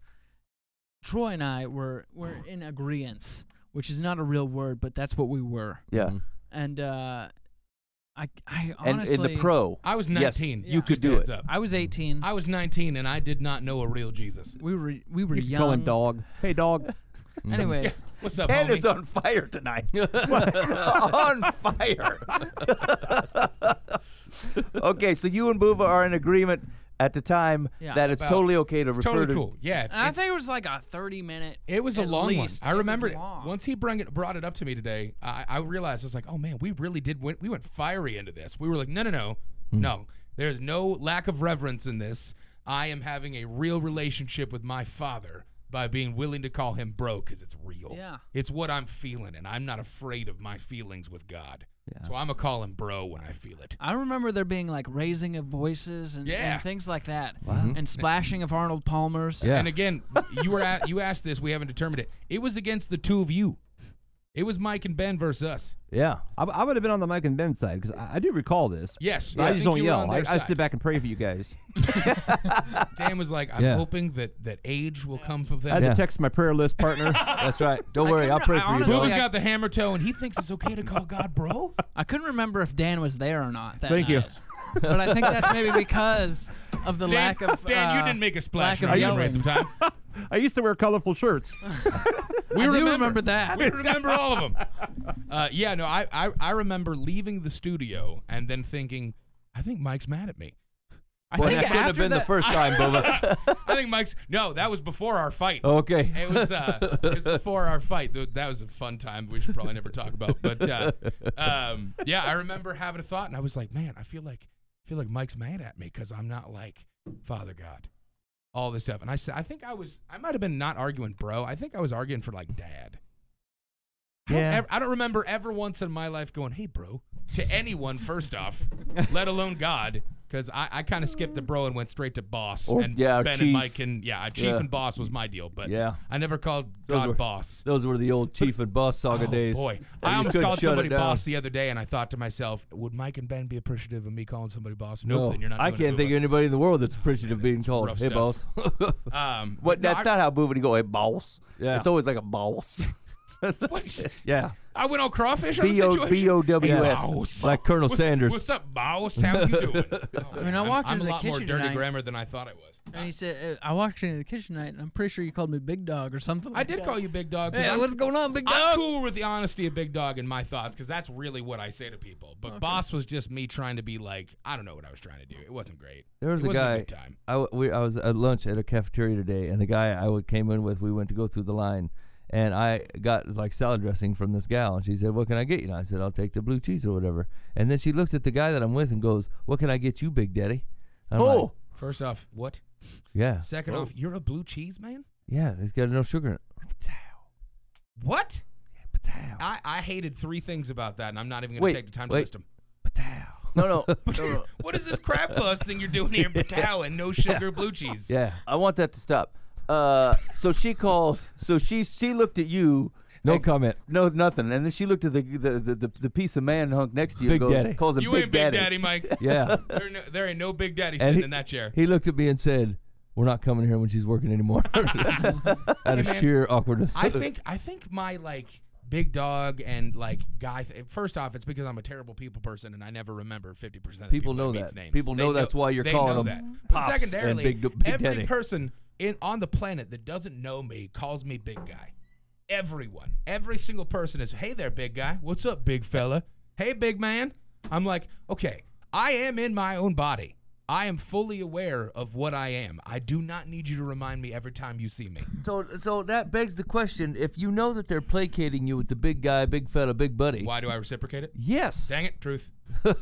[SPEAKER 5] Troy and I were were in agreement, which is not a real word, but that's what we were.
[SPEAKER 3] Mm-hmm.
[SPEAKER 1] Yeah,
[SPEAKER 2] Mhm.
[SPEAKER 5] And uh, I, I
[SPEAKER 1] and
[SPEAKER 5] honestly,
[SPEAKER 1] in the pro,
[SPEAKER 3] I was
[SPEAKER 1] Yes,
[SPEAKER 3] 19.
[SPEAKER 5] you
[SPEAKER 3] Just
[SPEAKER 5] could
[SPEAKER 1] do
[SPEAKER 3] heads
[SPEAKER 1] it.
[SPEAKER 3] up.
[SPEAKER 5] I was 18.
[SPEAKER 3] I was 19 and I did not know a real Jesus.
[SPEAKER 5] we were we were
[SPEAKER 4] You could
[SPEAKER 5] young.
[SPEAKER 4] call him dog. Hey (laughs) dog.
[SPEAKER 3] (laughs)
[SPEAKER 5] Anyways,
[SPEAKER 3] What's up,
[SPEAKER 1] Ken is
[SPEAKER 3] homie?
[SPEAKER 1] on fire tonight. (laughs)
[SPEAKER 3] (laughs)
[SPEAKER 1] on fire. (laughs) okay, so you and Buva are in agreement at the time
[SPEAKER 5] Yeah.
[SPEAKER 1] that it's
[SPEAKER 3] About-
[SPEAKER 1] totally okay to
[SPEAKER 3] It's
[SPEAKER 1] refer
[SPEAKER 3] totally
[SPEAKER 1] to
[SPEAKER 3] cool. Yeah, it's,
[SPEAKER 5] and I
[SPEAKER 3] it's,
[SPEAKER 5] think it was like a 30 minute.
[SPEAKER 3] it was a
[SPEAKER 5] at
[SPEAKER 3] long one.
[SPEAKER 5] least.
[SPEAKER 3] I
[SPEAKER 5] It was
[SPEAKER 3] remember it.
[SPEAKER 5] long.
[SPEAKER 3] Once he bring it, brought it up to me today, I, I realized it's like, oh man, we really did. Went, we went fiery into this. We were like, no, no, no, no. There's no lack of reverence in this. I am having a real relationship with my father by being willing to call him bro because it's real.
[SPEAKER 5] Yeah.
[SPEAKER 3] It's what I'm feeling, and I'm not afraid of my feelings with God. So I'm going to call him bro when I feel it.
[SPEAKER 5] I remember there being like raising of voices and,
[SPEAKER 3] Yeah.
[SPEAKER 5] and things like that, and splashing of Arnold Palmer's.
[SPEAKER 2] Mm-hmm. Yeah.
[SPEAKER 3] And again, you were at, you asked this. We haven't determined it. It was against the two of you. It was Mike and Ben versus us.
[SPEAKER 2] Yeah.
[SPEAKER 4] I, I would have been on the Mike and Ben side because I, I do recall this.
[SPEAKER 3] Yes,
[SPEAKER 4] but
[SPEAKER 3] yeah.
[SPEAKER 4] I
[SPEAKER 3] I
[SPEAKER 4] just
[SPEAKER 3] think
[SPEAKER 4] don't
[SPEAKER 3] you were
[SPEAKER 4] yell.
[SPEAKER 3] on
[SPEAKER 4] I,
[SPEAKER 3] their
[SPEAKER 4] I
[SPEAKER 3] side.
[SPEAKER 4] sit back and pray for
[SPEAKER 3] (laughs)
[SPEAKER 4] you guys.
[SPEAKER 3] Dan was like, "I'm
[SPEAKER 2] Yeah.
[SPEAKER 3] hoping that that age will come for
[SPEAKER 4] I had
[SPEAKER 3] them."
[SPEAKER 2] Yeah.
[SPEAKER 4] to text my prayer
[SPEAKER 3] (laughs)
[SPEAKER 4] list partner.
[SPEAKER 1] (laughs)
[SPEAKER 2] That's right. Don't worry. I'll
[SPEAKER 5] couldn't-
[SPEAKER 2] pray
[SPEAKER 5] I
[SPEAKER 2] for you.
[SPEAKER 5] honestly-
[SPEAKER 2] dog.
[SPEAKER 3] Boomer's got the hammer toe, and he thinks it's okay to call God bro.
[SPEAKER 5] I couldn't remember if Dan was there or not. That
[SPEAKER 4] Thank you.
[SPEAKER 5] night. But I think that's maybe because of the
[SPEAKER 3] Dan,
[SPEAKER 5] (laughs) lack of.
[SPEAKER 3] Dan, you
[SPEAKER 5] uh,
[SPEAKER 3] didn't make a splash.
[SPEAKER 5] lack
[SPEAKER 3] right
[SPEAKER 5] of
[SPEAKER 3] there at
[SPEAKER 5] yelling.
[SPEAKER 3] the time.
[SPEAKER 5] (laughs)
[SPEAKER 4] I used to wear colorful shirts.
[SPEAKER 3] We
[SPEAKER 5] I do remember that.
[SPEAKER 3] We remember all of them. Uh, yeah, no, I, I I remember leaving the studio and then thinking, I think Mike's mad at me.
[SPEAKER 5] I
[SPEAKER 2] Well,
[SPEAKER 5] think
[SPEAKER 2] that couldn't have
[SPEAKER 5] after
[SPEAKER 2] been the
[SPEAKER 1] (laughs)
[SPEAKER 5] that,
[SPEAKER 2] first time, Boomer.
[SPEAKER 3] I think Mike's. No, that was before our fight.
[SPEAKER 2] okay.
[SPEAKER 3] It was uh, it was before our fight. Th- That was a fun time. We should probably never talk about. But uh, um, yeah, I remember having a thought, and I was like, man, I feel like I feel like Mike's mad at me because I'm not like Father God, all this stuff. And I said, I think I was, I might have been not arguing, bro. I think I was arguing for like dad. I don't,
[SPEAKER 2] Yeah.
[SPEAKER 3] ever, I don't remember ever once in my life going, hey, bro, to anyone, first
[SPEAKER 1] (laughs)
[SPEAKER 3] off, let alone God, because I, I kind of skipped the bro and went straight to boss.
[SPEAKER 1] Or-
[SPEAKER 3] and
[SPEAKER 1] yeah, or
[SPEAKER 3] Ben and
[SPEAKER 1] chief.
[SPEAKER 3] Mike and, yeah, chief
[SPEAKER 1] Yeah.
[SPEAKER 3] and boss was my deal. But
[SPEAKER 2] Yeah.
[SPEAKER 3] I never called
[SPEAKER 2] Those
[SPEAKER 3] God
[SPEAKER 2] were-
[SPEAKER 3] boss.
[SPEAKER 2] Those were the old chief and boss saga
[SPEAKER 3] Oh,
[SPEAKER 2] days.
[SPEAKER 3] boy.
[SPEAKER 2] And
[SPEAKER 3] I
[SPEAKER 2] you
[SPEAKER 3] almost
[SPEAKER 2] couldn't
[SPEAKER 3] called
[SPEAKER 2] shut it
[SPEAKER 3] somebody
[SPEAKER 2] down.
[SPEAKER 3] boss the other day, and I thought to myself, would Mike and Ben be appreciative of me calling somebody boss? Nope,
[SPEAKER 2] No,
[SPEAKER 3] then you're not
[SPEAKER 2] Oh. I
[SPEAKER 3] doing it,
[SPEAKER 2] can't think
[SPEAKER 3] Booba.
[SPEAKER 2] of anybody in the
[SPEAKER 3] (laughs)
[SPEAKER 2] world that's appreciative of being
[SPEAKER 3] It's
[SPEAKER 2] called.
[SPEAKER 3] rough
[SPEAKER 2] Hey, boss.
[SPEAKER 3] (laughs) stuff. Um,
[SPEAKER 1] What?
[SPEAKER 3] no,
[SPEAKER 1] That's
[SPEAKER 3] I-
[SPEAKER 1] not how Boobity go. A boss.
[SPEAKER 2] Yeah.
[SPEAKER 1] It's always like a boss.
[SPEAKER 3] What?
[SPEAKER 2] yeah.
[SPEAKER 3] I went on crawfish on the
[SPEAKER 1] B O-
[SPEAKER 3] situation.
[SPEAKER 1] B.O.W.S..
[SPEAKER 3] Boss.
[SPEAKER 2] Like Colonel
[SPEAKER 3] What's-
[SPEAKER 2] Sanders.
[SPEAKER 3] What's up, boss? How
[SPEAKER 2] (laughs)
[SPEAKER 3] you doing? I
[SPEAKER 5] mean, I walked
[SPEAKER 3] I'm, I'm
[SPEAKER 5] into the
[SPEAKER 3] a lot more
[SPEAKER 5] kitchen
[SPEAKER 3] dirty
[SPEAKER 5] tonight-
[SPEAKER 3] grammar than I thought I was.
[SPEAKER 5] and he said, uh, I walked into the kitchen tonight, and I'm pretty sure you called me Big Dog or something.
[SPEAKER 3] I
[SPEAKER 5] like
[SPEAKER 3] did
[SPEAKER 5] that.
[SPEAKER 3] call you Big Dog. 'cause
[SPEAKER 5] Hey,
[SPEAKER 3] I'm,
[SPEAKER 5] what's going on, Big
[SPEAKER 3] I'm
[SPEAKER 5] Dog?
[SPEAKER 3] cool with the honesty of Big Dog in my thoughts because that's really what I say to people. But boss was just me trying to be like, I don't know what I was trying to do. It wasn't great.
[SPEAKER 2] There was
[SPEAKER 3] It
[SPEAKER 2] a
[SPEAKER 3] wasn't
[SPEAKER 2] guy.
[SPEAKER 3] good time.
[SPEAKER 2] I, w- we, I was at lunch at a cafeteria today, and the guy I w- came in with, we went to go through the line, and I got like salad dressing from this gal, and she said, "What can I get you?" And I said, "I'll take the blue cheese or whatever." And then she looks at the guy that I'm with and goes, "What can I get you, Big Daddy?" And I'm like,
[SPEAKER 1] Oh,
[SPEAKER 3] First off, what?
[SPEAKER 2] yeah,
[SPEAKER 3] Second off, you're a blue cheese man.
[SPEAKER 2] yeah, it's got no sugar in it. Potato,
[SPEAKER 3] What?
[SPEAKER 2] potato,
[SPEAKER 3] I, I hated three things about that, and I'm not even going
[SPEAKER 1] Wait,
[SPEAKER 3] to take the time to
[SPEAKER 2] wait.
[SPEAKER 3] list them.
[SPEAKER 2] potato.
[SPEAKER 1] no,
[SPEAKER 2] (laughs)
[SPEAKER 1] no, no, no.
[SPEAKER 3] What is this crab plus thing you're doing here, Patel, and no sugar blue cheese?
[SPEAKER 2] Yeah,
[SPEAKER 1] I want that to stop. Uh, so she called. So she she looked at you.
[SPEAKER 2] no
[SPEAKER 1] and-
[SPEAKER 2] comment.
[SPEAKER 1] No, nothing. And then she looked at the the, the, the, the piece of man hunk next to you.
[SPEAKER 2] Big
[SPEAKER 1] and goes,
[SPEAKER 2] Daddy.
[SPEAKER 1] Calls him
[SPEAKER 3] You
[SPEAKER 1] Big
[SPEAKER 3] ain't
[SPEAKER 1] Daddy.
[SPEAKER 3] Big Daddy, Mike.
[SPEAKER 2] (laughs) Yeah,
[SPEAKER 3] There, no, there ain't no Big Daddy
[SPEAKER 2] And
[SPEAKER 3] sitting
[SPEAKER 2] he-
[SPEAKER 3] in that chair.
[SPEAKER 2] he looked at me and said, "We're not coming here when she's working anymore." (laughs) Out of
[SPEAKER 3] man.
[SPEAKER 2] sheer awkwardness.
[SPEAKER 3] I think I think my like big dog and like guy. Th- first off, it's because I'm a terrible people person and I never remember 50 percent of the people
[SPEAKER 2] People know
[SPEAKER 3] I meet's
[SPEAKER 2] that.
[SPEAKER 3] Names.
[SPEAKER 2] People know that's why you're
[SPEAKER 3] they
[SPEAKER 2] calling
[SPEAKER 3] know
[SPEAKER 2] them
[SPEAKER 3] that. But
[SPEAKER 2] Pops and
[SPEAKER 3] secondarily,
[SPEAKER 2] Big Do- Big
[SPEAKER 3] every
[SPEAKER 2] Daddy.
[SPEAKER 3] person in on the planet that doesn't know me calls me big guy. Everyone, every single person is, hey there, big guy. What's up, big fella? Hey, big man. I'm like, okay, I am in my own body. I am fully aware of what I am. I do not need you to remind me every time you see me.
[SPEAKER 2] So, so that begs the question: If you know that they're placating you with the big guy, big fella, big buddy,
[SPEAKER 3] Why do I reciprocate it?
[SPEAKER 2] yes,
[SPEAKER 3] Dang it,
[SPEAKER 2] (laughs)
[SPEAKER 3] truth. Hit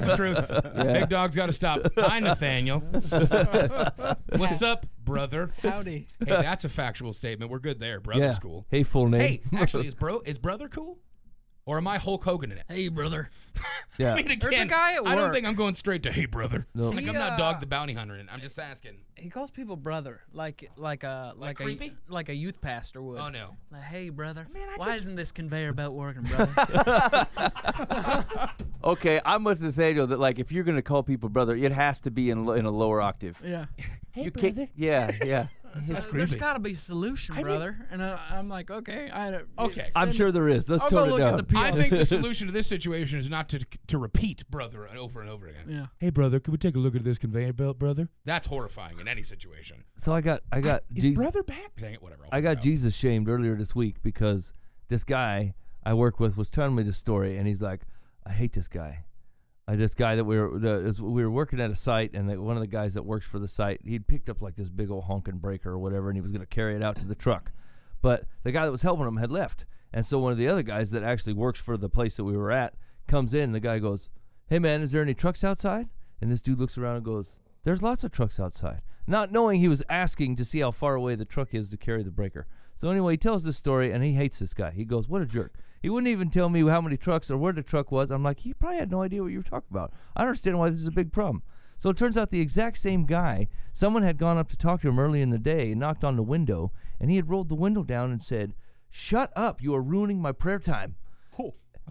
[SPEAKER 3] with truth. Big dog's got to stop. Hi,
[SPEAKER 2] (laughs)
[SPEAKER 3] Nathaniel. What's up, brother? Hey,
[SPEAKER 5] Howdy.
[SPEAKER 3] that's a factual statement. We're good there. Brother's
[SPEAKER 2] yeah,
[SPEAKER 3] cool.
[SPEAKER 2] hey, full name,
[SPEAKER 3] Hey, actually, is bro is brother cool? Or am I Hulk Hogan in it?
[SPEAKER 5] Hey, brother.
[SPEAKER 2] yeah,
[SPEAKER 3] I mean, again,
[SPEAKER 5] There's a guy at
[SPEAKER 3] I don't
[SPEAKER 5] work.
[SPEAKER 3] think I'm going straight to hey, brother.
[SPEAKER 2] No.
[SPEAKER 3] Like,
[SPEAKER 5] He,
[SPEAKER 3] I'm not
[SPEAKER 5] uh,
[SPEAKER 3] Dog the Bounty Hunter in it. I'm just asking.
[SPEAKER 5] He calls people brother, like like a like, a
[SPEAKER 3] creepy?
[SPEAKER 5] like a youth pastor would.
[SPEAKER 3] Oh, no.
[SPEAKER 5] Like, hey, brother.
[SPEAKER 3] Man, I
[SPEAKER 5] why
[SPEAKER 3] just-
[SPEAKER 5] isn't this conveyor belt working, brother?
[SPEAKER 3] (laughs)
[SPEAKER 1] Okay, I'm with Nathaniel that like if you're gonna call people brother, it has to be in lo- in a lower octave.
[SPEAKER 5] (laughs) yeah.
[SPEAKER 1] you can't. Yeah,
[SPEAKER 2] (laughs)
[SPEAKER 1] yeah.
[SPEAKER 5] Uh, there's got to be a solution,
[SPEAKER 3] mean-
[SPEAKER 5] brother. and uh, I'm like, okay, I don't.
[SPEAKER 3] Okay.
[SPEAKER 2] I'm
[SPEAKER 5] send-
[SPEAKER 2] sure (laughs) there is. Let's
[SPEAKER 5] I'll go
[SPEAKER 2] tone it
[SPEAKER 5] look
[SPEAKER 2] down.
[SPEAKER 5] at the PR.
[SPEAKER 3] I think
[SPEAKER 5] (laughs)
[SPEAKER 3] the solution to this situation is not to to repeat brother over and over again.
[SPEAKER 5] Yeah.
[SPEAKER 3] Hey brother, could we take a look at this conveyor belt, brother? That's horrifying in any situation.
[SPEAKER 2] so I got, I got,
[SPEAKER 3] Is
[SPEAKER 2] Jesus,
[SPEAKER 3] brother back? Dang it, whatever. I'll
[SPEAKER 2] I
[SPEAKER 3] figure it
[SPEAKER 2] got
[SPEAKER 3] out.
[SPEAKER 2] Jesus shamed earlier this week because this guy I work with was telling me this story, and he's like, I hate this guy. uh, this guy that we were the, this, we were working at a site, and that one of the guys that works for the site, he'd picked up like this big old honking breaker or whatever, and he was going to carry it out to the truck. But the guy that was helping him had left, and so one of the other guys that actually works for the place that we were at comes in. The guy goes, "Hey man, is there any trucks outside?" And this dude looks around and goes, "There's lots of trucks outside," not knowing he was asking to see how far away the truck is to carry the breaker. So anyway, he tells this story, and he hates this guy. He goes, "What a jerk." He wouldn't even tell me how many trucks or where the truck was. I'm like, he probably had no idea what you were talking about. I don't understand why this is a big problem. So it turns out the exact same guy, someone had gone up to talk to him early in the day and knocked on the window, and he had rolled the window down and said, Shut up, you are ruining my prayer time.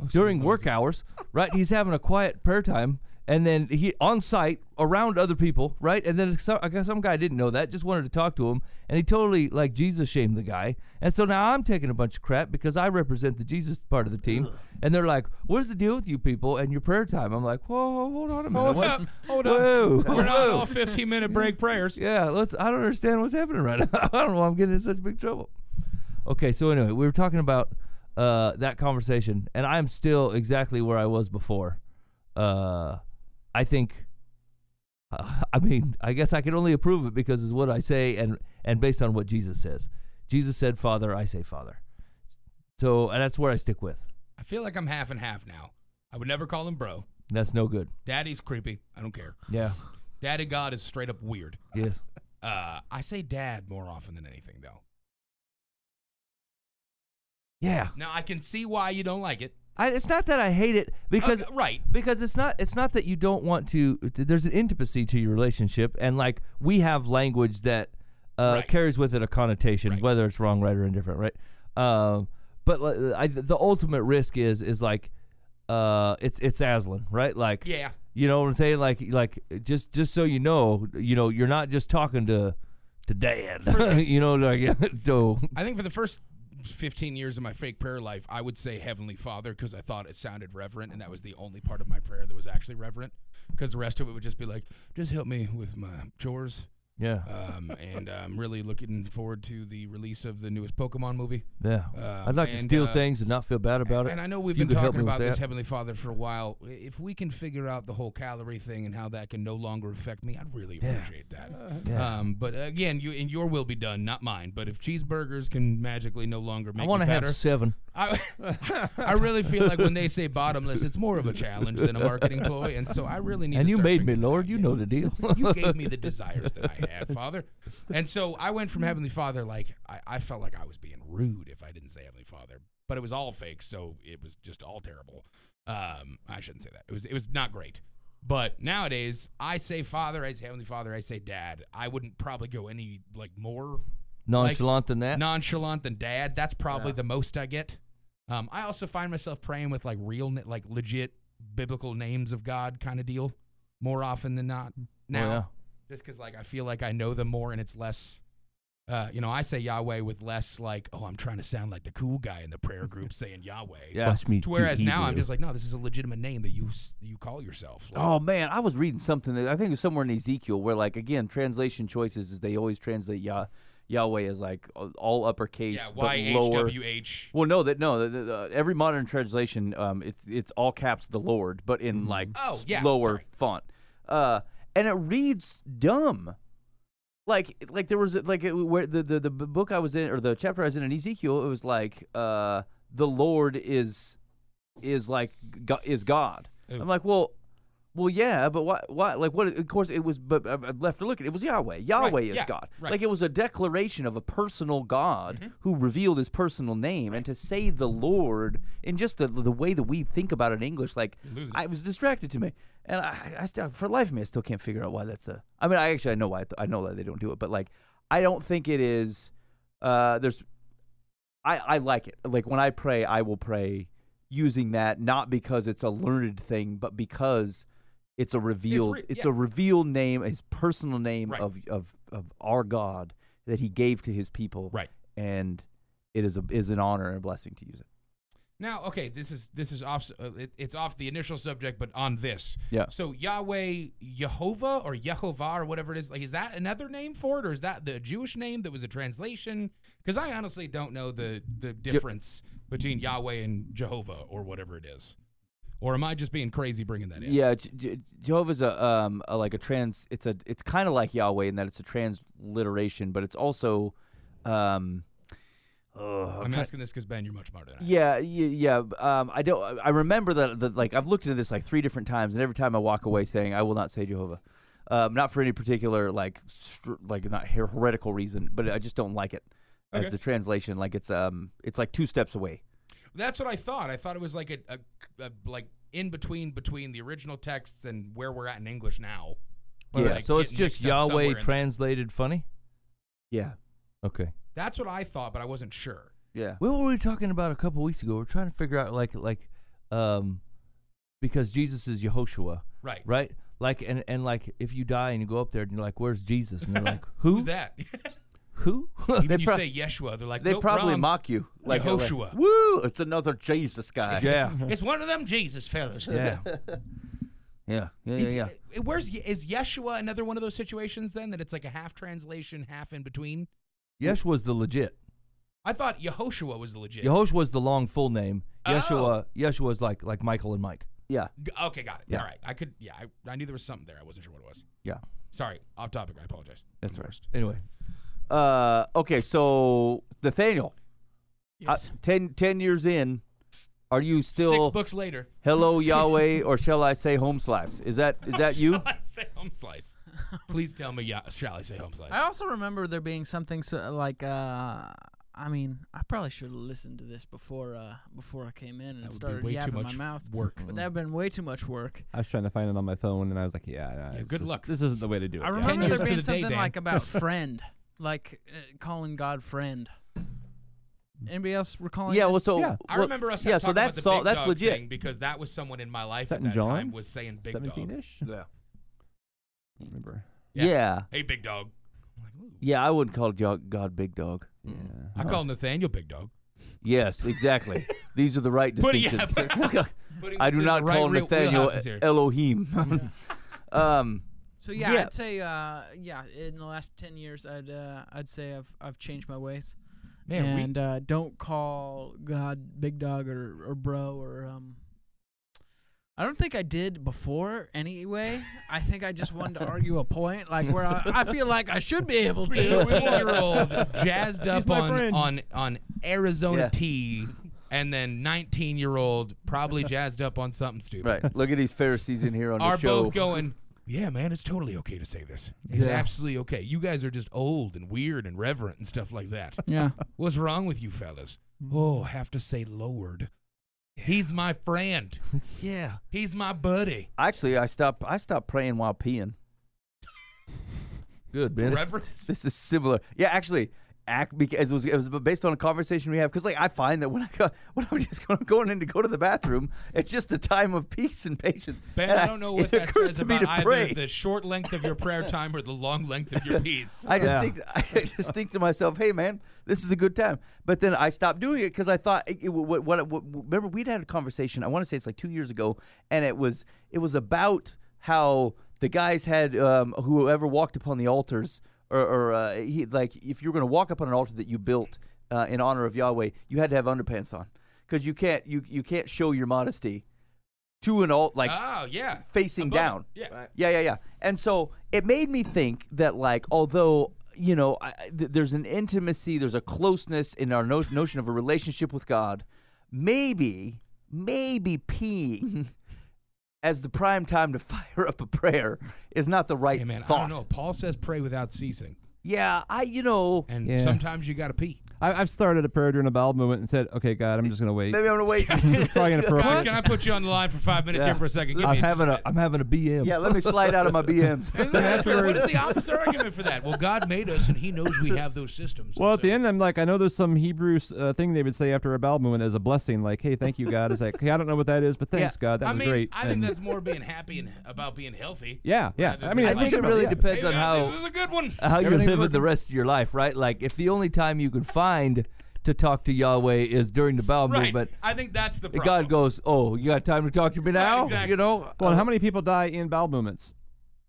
[SPEAKER 2] During work hours, right? He's having a quiet prayer time, and then he on site around other people, right? And then some, I guess some guy didn't know that, just wanted to talk to him, and he totally like Jesus shamed the guy. And so now I'm taking a bunch of crap because I represent the Jesus part of the team, and they're like, "What's the deal with you people and your prayer time?" I'm like, "Whoa, whoa hold on
[SPEAKER 3] (laughs)
[SPEAKER 2] a minute,
[SPEAKER 3] Hold
[SPEAKER 2] what-
[SPEAKER 3] up, hold up.
[SPEAKER 2] Whoa,
[SPEAKER 3] We're not
[SPEAKER 2] whoa.
[SPEAKER 3] all 15 minute
[SPEAKER 2] (laughs)
[SPEAKER 3] break prayers.
[SPEAKER 2] Yeah, let's. I don't understand what's happening right now. (laughs) I don't know why I'm getting in such big trouble. Okay, so anyway, we were talking about uh, that conversation, and I'm still exactly where I was before. Uh, I think. Uh, (laughs) I mean, I guess I can only approve it because it's what I say, and and based on what Jesus says. Jesus said, "Father," I say, "Father." So and that's where I stick with.
[SPEAKER 3] I feel like I'm half and half now. I would never call him bro.
[SPEAKER 2] That's no good.
[SPEAKER 3] Daddy's creepy. I don't care.
[SPEAKER 2] Yeah.
[SPEAKER 3] Daddy God is straight up weird.
[SPEAKER 2] Yes.
[SPEAKER 3] Uh, I say dad more often than anything, though.
[SPEAKER 2] Yeah.
[SPEAKER 3] Now I can see why you don't like it.
[SPEAKER 2] I, it's not that I hate it because
[SPEAKER 3] Okay, right.
[SPEAKER 2] because it's not it's not that you don't want to t- there's an intimacy to your relationship and like we have language that uh,
[SPEAKER 3] Right.
[SPEAKER 2] carries with it a connotation
[SPEAKER 3] Right.
[SPEAKER 2] whether it's wrong right or indifferent right um, but li- I, the ultimate risk is is like uh, it's it's Aslan right like
[SPEAKER 3] Yeah.
[SPEAKER 2] you know what I'm saying like like just just so you know you know you're not just talking to to dad (laughs) you know like so
[SPEAKER 3] I think for the first 15 years of my fake prayer life, I would say Heavenly Father because I thought it sounded reverent, and that was the only part of my prayer that was actually reverent. Because the rest of it would just be like, just help me with my chores.
[SPEAKER 2] yeah
[SPEAKER 3] Um, and I'm really looking forward to the release of the newest Pokemon movie.
[SPEAKER 2] yeah
[SPEAKER 3] um,
[SPEAKER 2] I'd like to
[SPEAKER 3] and,
[SPEAKER 2] steal
[SPEAKER 3] uh,
[SPEAKER 2] things and not feel bad about it
[SPEAKER 3] And I know we've
[SPEAKER 2] If you
[SPEAKER 3] been
[SPEAKER 2] could help
[SPEAKER 3] talking
[SPEAKER 2] me with
[SPEAKER 3] about this
[SPEAKER 2] that.
[SPEAKER 3] Heavenly Father for a while. I- If we can figure out the whole calorie thing and how that can no longer affect me, I'd really appreciate that.
[SPEAKER 2] Yeah.
[SPEAKER 3] Um, but again, you and your will be done, not mine. But if cheeseburgers can magically no longer make
[SPEAKER 2] I
[SPEAKER 3] you
[SPEAKER 2] want to
[SPEAKER 3] fatter,
[SPEAKER 2] have seven
[SPEAKER 3] I, (laughs) I really feel like when they say bottomless, it's more of a challenge than a marketing ploy, and so I really need.
[SPEAKER 2] and
[SPEAKER 3] to
[SPEAKER 2] you
[SPEAKER 3] start
[SPEAKER 2] made me
[SPEAKER 3] figuring
[SPEAKER 2] Lord
[SPEAKER 3] that
[SPEAKER 2] you
[SPEAKER 3] out.
[SPEAKER 2] know the
[SPEAKER 3] (laughs)
[SPEAKER 2] deal
[SPEAKER 3] You gave me the desires that I had, Father, and so I went from Heavenly Father like I, I felt like I was being rude if I didn't say Heavenly Father, but it was all fake, so it was just all terrible. Um, I shouldn't say that. It was it was not great. But nowadays, I say Father, I say Heavenly Father, I say Dad. I wouldn't probably go any like more
[SPEAKER 2] nonchalant than that.
[SPEAKER 3] nonchalant than dad. That's probably the most I get. Um, I also find myself praying with like real, na- like legit biblical names of God kind of deal more often than not
[SPEAKER 1] Oh,
[SPEAKER 3] now.
[SPEAKER 2] yeah.
[SPEAKER 3] Just because like I feel like I know them more and it's less. Uh, you know, I say Yahweh with less like, oh, I'm trying to sound like the cool guy in the prayer group saying Yahweh.
[SPEAKER 2] Yeah.
[SPEAKER 3] (laughs)
[SPEAKER 4] me.
[SPEAKER 3] To whereas now I'm just like, no, this is a legitimate name that you s- you call yourself. Like,
[SPEAKER 1] Oh man, I was reading something that I think it was somewhere in Ezekiel where like again translation choices is they always translate Yah- Yahweh as like all uppercase
[SPEAKER 3] yeah,
[SPEAKER 1] but
[SPEAKER 3] Y H
[SPEAKER 1] lower.
[SPEAKER 3] W H.
[SPEAKER 1] Well, no, that no, the, the, every modern translation, um, it's it's all caps the Lord, but in like
[SPEAKER 3] Oh,
[SPEAKER 1] s-
[SPEAKER 3] yeah,
[SPEAKER 1] lower
[SPEAKER 3] sorry.
[SPEAKER 1] font, uh, and it reads dumb. Like like there was like it, where the, the the b- book I was in or the chapter I was in in Ezekiel, it was like uh, the Lord is is like go- is God. I'm like, well, well, yeah, but why? Why? Like, what? Of course, it was. But I I left to look at it. It was Yahweh. Yahweh is
[SPEAKER 3] yeah,
[SPEAKER 1] God.
[SPEAKER 3] right.
[SPEAKER 1] Like it was a declaration of a personal God
[SPEAKER 3] Mm-hmm.
[SPEAKER 1] who revealed His personal name, and to say the Lord in just the the way that we think about it in English, like I it was distracted to me, and I, I still, for the life of me, I still can't figure out why that's a. I mean, I actually I know why it- I know why they don't do it, but like I don't think it is. Uh, there's I, I like it. Like when I pray, I will pray using that, not because it's a learned thing, but because it's a revealed it's,
[SPEAKER 3] yeah.
[SPEAKER 1] a revealed name, his personal name
[SPEAKER 3] Right.
[SPEAKER 1] of, of of our God that he gave to his people.
[SPEAKER 3] Right.
[SPEAKER 1] And it is a is an honor and a blessing to use it.
[SPEAKER 3] Now, okay, this is this is off. Uh, it, it's off the initial subject, but on this.
[SPEAKER 1] Yeah.
[SPEAKER 3] So Yahweh, Jehovah, or Yehovah, or whatever it is, like, is that another name for it, or is that the Jewish name that was a translation? Because I honestly don't know the the difference between Yahweh and Jehovah, or whatever it is. Or am I just being crazy bringing that in?
[SPEAKER 1] Yeah, Je- Je- Jehovah's a um a, like a trans. It's a it's kind of like Yahweh in that it's a transliteration, but it's also, um, Ugh,
[SPEAKER 3] I'm asking this because Ben, you're much smarter than I. am.
[SPEAKER 1] Yeah, yeah, yeah. b- Um, I don't. I remember that, that. Like I've looked into this like three different times, and every time I walk away saying, "I will not say Jehovah," um, not for any particular like str- like not her- heretical reason, but I just don't like it
[SPEAKER 3] Okay.
[SPEAKER 1] as the translation. Like it's um, it's like two steps away.
[SPEAKER 3] That's what I thought. I thought it was like a, a, a like in between between the original texts and where we're at in English now.
[SPEAKER 1] Yeah.
[SPEAKER 3] Like,
[SPEAKER 2] so it's
[SPEAKER 3] getting
[SPEAKER 2] just
[SPEAKER 3] mixed up somewhere
[SPEAKER 2] Yahweh
[SPEAKER 3] in-
[SPEAKER 2] translated funny.
[SPEAKER 1] Yeah,
[SPEAKER 2] Okay.
[SPEAKER 3] That's what I thought, but I wasn't sure.
[SPEAKER 1] yeah.
[SPEAKER 2] What were we talking about a couple weeks ago? We're trying to figure out like like um because Jesus is Yehoshua,
[SPEAKER 3] Right.
[SPEAKER 2] right? Like and and like if you die and you go up there and you're like, "Where's Jesus?" and they're
[SPEAKER 3] (laughs)
[SPEAKER 2] like, "Who?
[SPEAKER 3] Who's that?
[SPEAKER 2] Who?" (laughs)
[SPEAKER 3] Even (laughs) you
[SPEAKER 1] prob-
[SPEAKER 3] say Yeshua, they're like
[SPEAKER 1] They
[SPEAKER 3] "Nope,
[SPEAKER 1] probably
[SPEAKER 3] wrong.
[SPEAKER 1] mock you like they're like,
[SPEAKER 3] Yehoshua.
[SPEAKER 1] Woo! It's another Jesus guy.
[SPEAKER 2] yeah,
[SPEAKER 3] It's one of them Jesus fellas. (laughs)
[SPEAKER 2] yeah.
[SPEAKER 1] (laughs) yeah, yeah, yeah.
[SPEAKER 3] It's-
[SPEAKER 1] yeah.
[SPEAKER 3] uh, Where's Ye- is Yeshua another one of those situations then that it's like a half translation, half in between?
[SPEAKER 2] Yesh was the legit.
[SPEAKER 3] I thought Yehoshua was legit.
[SPEAKER 2] Yehoshua was the long full name.
[SPEAKER 3] Oh.
[SPEAKER 2] Yeshua Yeshua is like like Michael and Mike.
[SPEAKER 1] Yeah.
[SPEAKER 3] G- okay, got it.
[SPEAKER 1] Yeah.
[SPEAKER 3] All right, I could. Yeah, I, I knew there was something there. I wasn't sure what it was.
[SPEAKER 1] Yeah.
[SPEAKER 3] Sorry, off topic. I apologize.
[SPEAKER 1] That's
[SPEAKER 3] I'm
[SPEAKER 1] right.
[SPEAKER 3] lost.
[SPEAKER 2] Anyway,
[SPEAKER 1] Uh, okay, so Nathaniel, uh,
[SPEAKER 5] Yes.
[SPEAKER 1] 10, 10 years in, are you still
[SPEAKER 3] Six books later.
[SPEAKER 1] Hello Yahweh, or shall I say home slice? Is that is that you?
[SPEAKER 3] (laughs) Shall I say home
[SPEAKER 5] (laughs)
[SPEAKER 3] slice? Please tell me. Yeah, shall I say home slice?
[SPEAKER 5] I also remember there being something so like uh I mean, I probably should have listened to this before uh before I came in and
[SPEAKER 3] That would
[SPEAKER 5] started
[SPEAKER 3] be way too
[SPEAKER 5] yapping
[SPEAKER 3] much Mm.
[SPEAKER 5] my mouth.
[SPEAKER 3] work.
[SPEAKER 1] Mm.
[SPEAKER 5] But that would have been way too much work.
[SPEAKER 4] I was trying to find it on my phone, and I was like, "Yeah, nah, it's
[SPEAKER 3] good
[SPEAKER 4] just-
[SPEAKER 3] luck.
[SPEAKER 4] This isn't the way to do it."
[SPEAKER 5] I
[SPEAKER 4] yeah.
[SPEAKER 5] remember
[SPEAKER 3] years
[SPEAKER 5] there
[SPEAKER 3] to
[SPEAKER 5] being
[SPEAKER 3] the day,
[SPEAKER 5] something
[SPEAKER 3] Dan.
[SPEAKER 5] like about (laughs) friend, like uh, calling God friend. Anybody else recalling?
[SPEAKER 1] Yeah,
[SPEAKER 5] this?
[SPEAKER 1] well, so
[SPEAKER 4] Yeah.
[SPEAKER 3] Oh, I
[SPEAKER 1] well,
[SPEAKER 3] remember us.
[SPEAKER 1] Yeah,
[SPEAKER 3] talking
[SPEAKER 1] so that's
[SPEAKER 3] about the
[SPEAKER 1] so-
[SPEAKER 3] big
[SPEAKER 1] that's
[SPEAKER 3] dog
[SPEAKER 1] legit.
[SPEAKER 3] thing because that was someone in my life
[SPEAKER 4] Is that
[SPEAKER 3] at
[SPEAKER 4] in
[SPEAKER 3] that
[SPEAKER 4] John?
[SPEAKER 3] time was saying big dog.
[SPEAKER 4] Seventeen-ish.
[SPEAKER 1] Yeah.
[SPEAKER 4] Remember?
[SPEAKER 3] Yeah.
[SPEAKER 1] Yeah. yeah,
[SPEAKER 3] Hey, big dog.
[SPEAKER 1] I wouldn't call Jo- God Big Dog.
[SPEAKER 4] Yeah.
[SPEAKER 3] I called Nathaniel big dog.
[SPEAKER 1] Yes,
[SPEAKER 3] (laughs)
[SPEAKER 1] exactly. These are the right
[SPEAKER 3] But yeah,
[SPEAKER 1] distinctions. (laughs)
[SPEAKER 3] (laughs) but-
[SPEAKER 1] I do not call Nathaniel
[SPEAKER 3] (laughs)
[SPEAKER 1] Elohim. (laughs) um,
[SPEAKER 5] So yeah,
[SPEAKER 1] Yeah.
[SPEAKER 5] I'd say uh, yeah. In the last ten years, I'd uh, I'd say I've I've changed my ways.
[SPEAKER 3] Man, we-
[SPEAKER 5] and uh, don't call God big dog or, or bro or um. I don't think I did before anyway. I think I just wanted to argue a point, like where I, I feel like I should be able
[SPEAKER 3] (laughs)
[SPEAKER 5] to.
[SPEAKER 3] Eighteen-year-old jazzed up
[SPEAKER 4] my
[SPEAKER 3] on,
[SPEAKER 4] friend.
[SPEAKER 3] on on Arizona
[SPEAKER 1] Yeah.
[SPEAKER 3] tea, and then nineteen-year-old probably jazzed up on something stupid.
[SPEAKER 1] right. Look at these Pharisees in here on
[SPEAKER 3] Are
[SPEAKER 1] the show.
[SPEAKER 3] both going? Yeah, man, it's totally okay to say this. It's absolutely okay. You guys are just old and weird and reverent and stuff like that.
[SPEAKER 5] Yeah.
[SPEAKER 3] What's wrong with you fellas? Oh, have to say Lord. He's my
[SPEAKER 1] (laughs)
[SPEAKER 3] friend.
[SPEAKER 2] yeah.
[SPEAKER 3] He's my buddy.
[SPEAKER 1] Actually, I stopped. I stopped praying while peeing.
[SPEAKER 2] Good, man.
[SPEAKER 3] Reverence.
[SPEAKER 1] (laughs) This is similar. Yeah, actually, act because it was it was based on a conversation we have. Because like I find that when I go, (laughs) when I'm just going, going in to go to the bathroom, it's just a time of peace and patience.
[SPEAKER 3] Ben,
[SPEAKER 1] And
[SPEAKER 3] I don't know
[SPEAKER 1] (laughs)
[SPEAKER 3] what
[SPEAKER 1] it
[SPEAKER 3] that
[SPEAKER 1] occurs
[SPEAKER 3] says
[SPEAKER 1] to me
[SPEAKER 3] about
[SPEAKER 1] to
[SPEAKER 3] either
[SPEAKER 1] pray.
[SPEAKER 3] the short length of your prayer time or the long length of your peace.
[SPEAKER 1] I just
[SPEAKER 2] Yeah.
[SPEAKER 1] think (laughs) I just think to myself, hey man, this is a good time. But then I stopped doing it because I thought it, it- what, what, what- Remember, we'd had a conversation. I want to say it's like two years ago, and it was it was about how the guys had um, whoever walked upon the altars, or, or uh, he, like if you were going to walk up on an altar that you built uh, in honor of Yahweh, you had to have underpants on because you can't you you can't show your modesty to an alt like
[SPEAKER 3] oh, yeah.
[SPEAKER 1] facing
[SPEAKER 3] Above it.
[SPEAKER 1] down.
[SPEAKER 3] Yeah.
[SPEAKER 1] Yeah, yeah, yeah. And so it made me think that, like, although you know, I, I- th- there's an intimacy, there's a closeness in our no- notion of a relationship with God. Maybe, maybe
[SPEAKER 3] (laughs)
[SPEAKER 1] peeing as the prime time to (laughs) fire up a prayer is not the right
[SPEAKER 3] Hey, man, I
[SPEAKER 1] thought.
[SPEAKER 3] don't know. Paul says pray without ceasing.
[SPEAKER 1] Yeah, I, you know,
[SPEAKER 3] And
[SPEAKER 4] Yeah.
[SPEAKER 3] sometimes you got to pee.
[SPEAKER 4] I, I've started a prayer during a bowel movement and said, "Okay, God, I'm just gonna wait." (laughs)
[SPEAKER 1] maybe I'm gonna
[SPEAKER 3] (laughs)
[SPEAKER 1] wait. (laughs)
[SPEAKER 4] It's probably
[SPEAKER 3] God,
[SPEAKER 4] inappropriate.
[SPEAKER 3] can I put you on the line for five minutes
[SPEAKER 1] Yeah.
[SPEAKER 3] here for a second? Give
[SPEAKER 2] I'm
[SPEAKER 3] me a-
[SPEAKER 2] having a I'm having a BM.
[SPEAKER 1] yeah, let me slide out of my BMs.
[SPEAKER 3] (laughs) Isn't that- what is the opposite argument for that? Well, God made us, and He knows we have those systems.
[SPEAKER 4] Well,
[SPEAKER 3] and
[SPEAKER 4] at the
[SPEAKER 3] so-
[SPEAKER 4] end, I'm like, I know there's some Hebrew uh, thing they would say after a bowel movement as a blessing, like, "Hey, thank you, God." It's like, "Hey, I don't know what that is, but thanks, God, that
[SPEAKER 3] I
[SPEAKER 4] was
[SPEAKER 3] mean,
[SPEAKER 4] great."
[SPEAKER 3] I think
[SPEAKER 4] And-
[SPEAKER 3] that's more being happy and about being healthy.
[SPEAKER 4] yeah, yeah.
[SPEAKER 3] rather
[SPEAKER 4] I
[SPEAKER 3] than
[SPEAKER 4] mean,
[SPEAKER 2] I
[SPEAKER 3] like-
[SPEAKER 2] think it
[SPEAKER 4] about-
[SPEAKER 2] really
[SPEAKER 4] yeah.
[SPEAKER 2] depends
[SPEAKER 3] Hey,
[SPEAKER 2] on
[SPEAKER 3] God,
[SPEAKER 2] how
[SPEAKER 3] this is a good one.
[SPEAKER 2] how you're
[SPEAKER 4] Everything's
[SPEAKER 2] living the
[SPEAKER 4] working.
[SPEAKER 2] rest of your life, right? Like if the only time you can find to talk to Yahweh is during the bowel
[SPEAKER 3] Right.
[SPEAKER 2] movement,
[SPEAKER 3] I think that's the problem.
[SPEAKER 2] God goes, "Oh, you got time to talk to me now?"
[SPEAKER 3] exactly.
[SPEAKER 2] You know,
[SPEAKER 4] Well, and how many people die in bowel movements?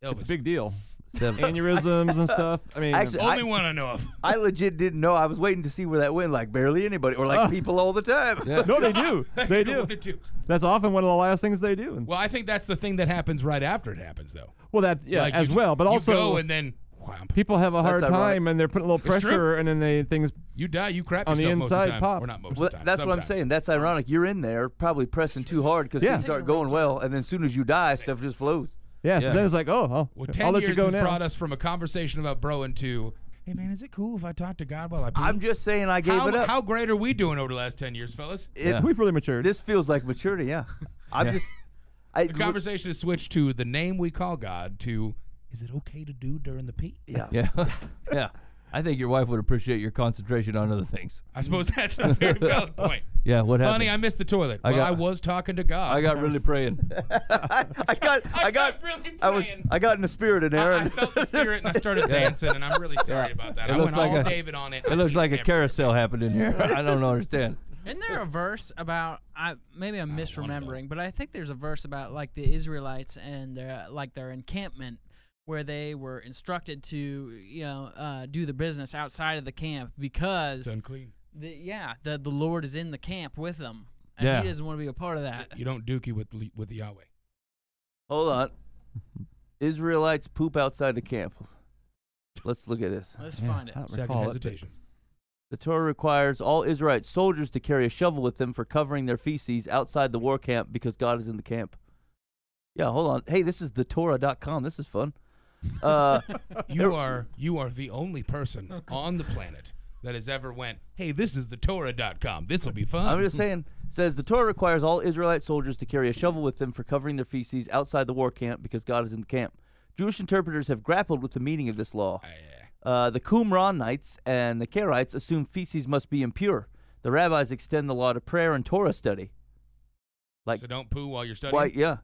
[SPEAKER 4] It's a
[SPEAKER 3] Elvis. (laughs)
[SPEAKER 4] big deal.
[SPEAKER 2] Seven.
[SPEAKER 4] Aneurysms and stuff. I mean,
[SPEAKER 1] Actually,
[SPEAKER 3] Only
[SPEAKER 1] I,
[SPEAKER 3] one I know of.
[SPEAKER 1] I legit didn't know. I was waiting to see where that went. Like barely anybody, or
[SPEAKER 2] Uh.
[SPEAKER 1] like people all the time. (laughs)
[SPEAKER 3] (laughs)
[SPEAKER 4] no, they do. They do.
[SPEAKER 3] One or two.
[SPEAKER 4] That's often one of the last things they do. And-
[SPEAKER 3] Well, I think that's the thing that happens right after it happens, though.
[SPEAKER 4] Well, that yeah,
[SPEAKER 3] Like,
[SPEAKER 4] as
[SPEAKER 3] you-
[SPEAKER 4] well, but
[SPEAKER 3] you
[SPEAKER 4] also
[SPEAKER 3] go and then wham.
[SPEAKER 4] People have a hard
[SPEAKER 1] That's ironic.
[SPEAKER 4] time and they're putting a little
[SPEAKER 3] It's true.
[SPEAKER 4] pressure and then they things.
[SPEAKER 3] You die, you crap
[SPEAKER 4] On the
[SPEAKER 3] yourself most of
[SPEAKER 4] inside
[SPEAKER 3] time.
[SPEAKER 4] pop.
[SPEAKER 3] Or not most
[SPEAKER 1] Well,
[SPEAKER 3] of the time.
[SPEAKER 1] that's what I'm
[SPEAKER 3] sometimes.
[SPEAKER 1] saying. That's ironic. You're in there probably pressing too hard because
[SPEAKER 4] Yeah.
[SPEAKER 1] things aren't going well, and then as soon as you die, stuff just flows.
[SPEAKER 4] Yeah, so
[SPEAKER 1] Yeah.
[SPEAKER 4] then it's like, oh, oh
[SPEAKER 3] Well, 10
[SPEAKER 4] I'll let
[SPEAKER 3] years
[SPEAKER 4] you go
[SPEAKER 3] has
[SPEAKER 4] now.
[SPEAKER 3] brought us from a conversation about bro into, hey, man, is it cool if I talk to God while I pee?
[SPEAKER 1] I'm just saying I gave
[SPEAKER 3] how,
[SPEAKER 1] it up.
[SPEAKER 3] how great are we doing over the last 10 years, fellas?
[SPEAKER 1] It-
[SPEAKER 2] Yeah.
[SPEAKER 4] We've really matured.
[SPEAKER 1] This feels like maturity. Yeah, I'm just. I,
[SPEAKER 3] The conversation has switched to the name we call God to, is it okay to do during the pee?
[SPEAKER 1] (laughs) yeah.
[SPEAKER 2] Yeah, (laughs) yeah. I think your wife would appreciate your concentration on other things.
[SPEAKER 3] I suppose
[SPEAKER 1] Mm.
[SPEAKER 3] that's a very
[SPEAKER 1] (laughs)
[SPEAKER 3] valid point.
[SPEAKER 2] Yeah, what happened?
[SPEAKER 3] Honey, I missed the toilet.
[SPEAKER 2] I
[SPEAKER 3] well,
[SPEAKER 2] got-
[SPEAKER 3] I was talking to God. (laughs)
[SPEAKER 2] I got really praying.
[SPEAKER 1] I, I got. I got.
[SPEAKER 3] really
[SPEAKER 1] I was.
[SPEAKER 3] praying.
[SPEAKER 1] I got in the spirit in there.
[SPEAKER 3] I, I
[SPEAKER 1] and-
[SPEAKER 3] (laughs) felt the spirit and I
[SPEAKER 2] (laughs)
[SPEAKER 3] started dancing, and I'm really sorry about that.
[SPEAKER 2] It
[SPEAKER 3] I
[SPEAKER 2] looks
[SPEAKER 3] went
[SPEAKER 2] like
[SPEAKER 3] all
[SPEAKER 2] a-
[SPEAKER 3] David on it.
[SPEAKER 2] It looks like a
[SPEAKER 3] carrot.
[SPEAKER 2] carousel happened in here. I don't understand.
[SPEAKER 5] Isn't there a verse about I maybe I'm misremembering, but I think there's a verse about like the Israelites and their like their encampment where they were instructed to you know uh, do the business outside of the camp because
[SPEAKER 3] It's unclean.
[SPEAKER 5] the, yeah the the Lord is in the camp with them and
[SPEAKER 2] Yeah.
[SPEAKER 5] he doesn't want to be a part of that.
[SPEAKER 3] You don't dookie with le- with Yahweh.
[SPEAKER 1] Hold on. Israelites poop outside the camp. Let's look at this.
[SPEAKER 5] Let's
[SPEAKER 4] Yeah,
[SPEAKER 5] find it. (laughs)
[SPEAKER 4] I don't
[SPEAKER 3] Second
[SPEAKER 4] recall it, but-
[SPEAKER 2] (laughs)
[SPEAKER 3] hesitations.
[SPEAKER 1] The Torah requires all Israelite soldiers to carry a shovel with them for covering their feces outside the war camp because God is in the camp. Yeah, hold on. Hey, this is thetorah.com. This is fun.
[SPEAKER 3] (laughs)
[SPEAKER 1] Uh,
[SPEAKER 3] You are you are the only person on the planet that has ever went. Hey, this is the Torah.com. This will be fun.
[SPEAKER 1] I'm just saying. Says the Torah requires all Israelite soldiers to carry a shovel with them for covering their feces outside the war camp because God is in the camp. Jewish interpreters have grappled with the meaning of this law. Uh, the Qumranites and the Karaites assume feces must be impure. The rabbis extend the law to prayer and Torah study.
[SPEAKER 3] so don't poo while you're studying.
[SPEAKER 1] Why, yeah.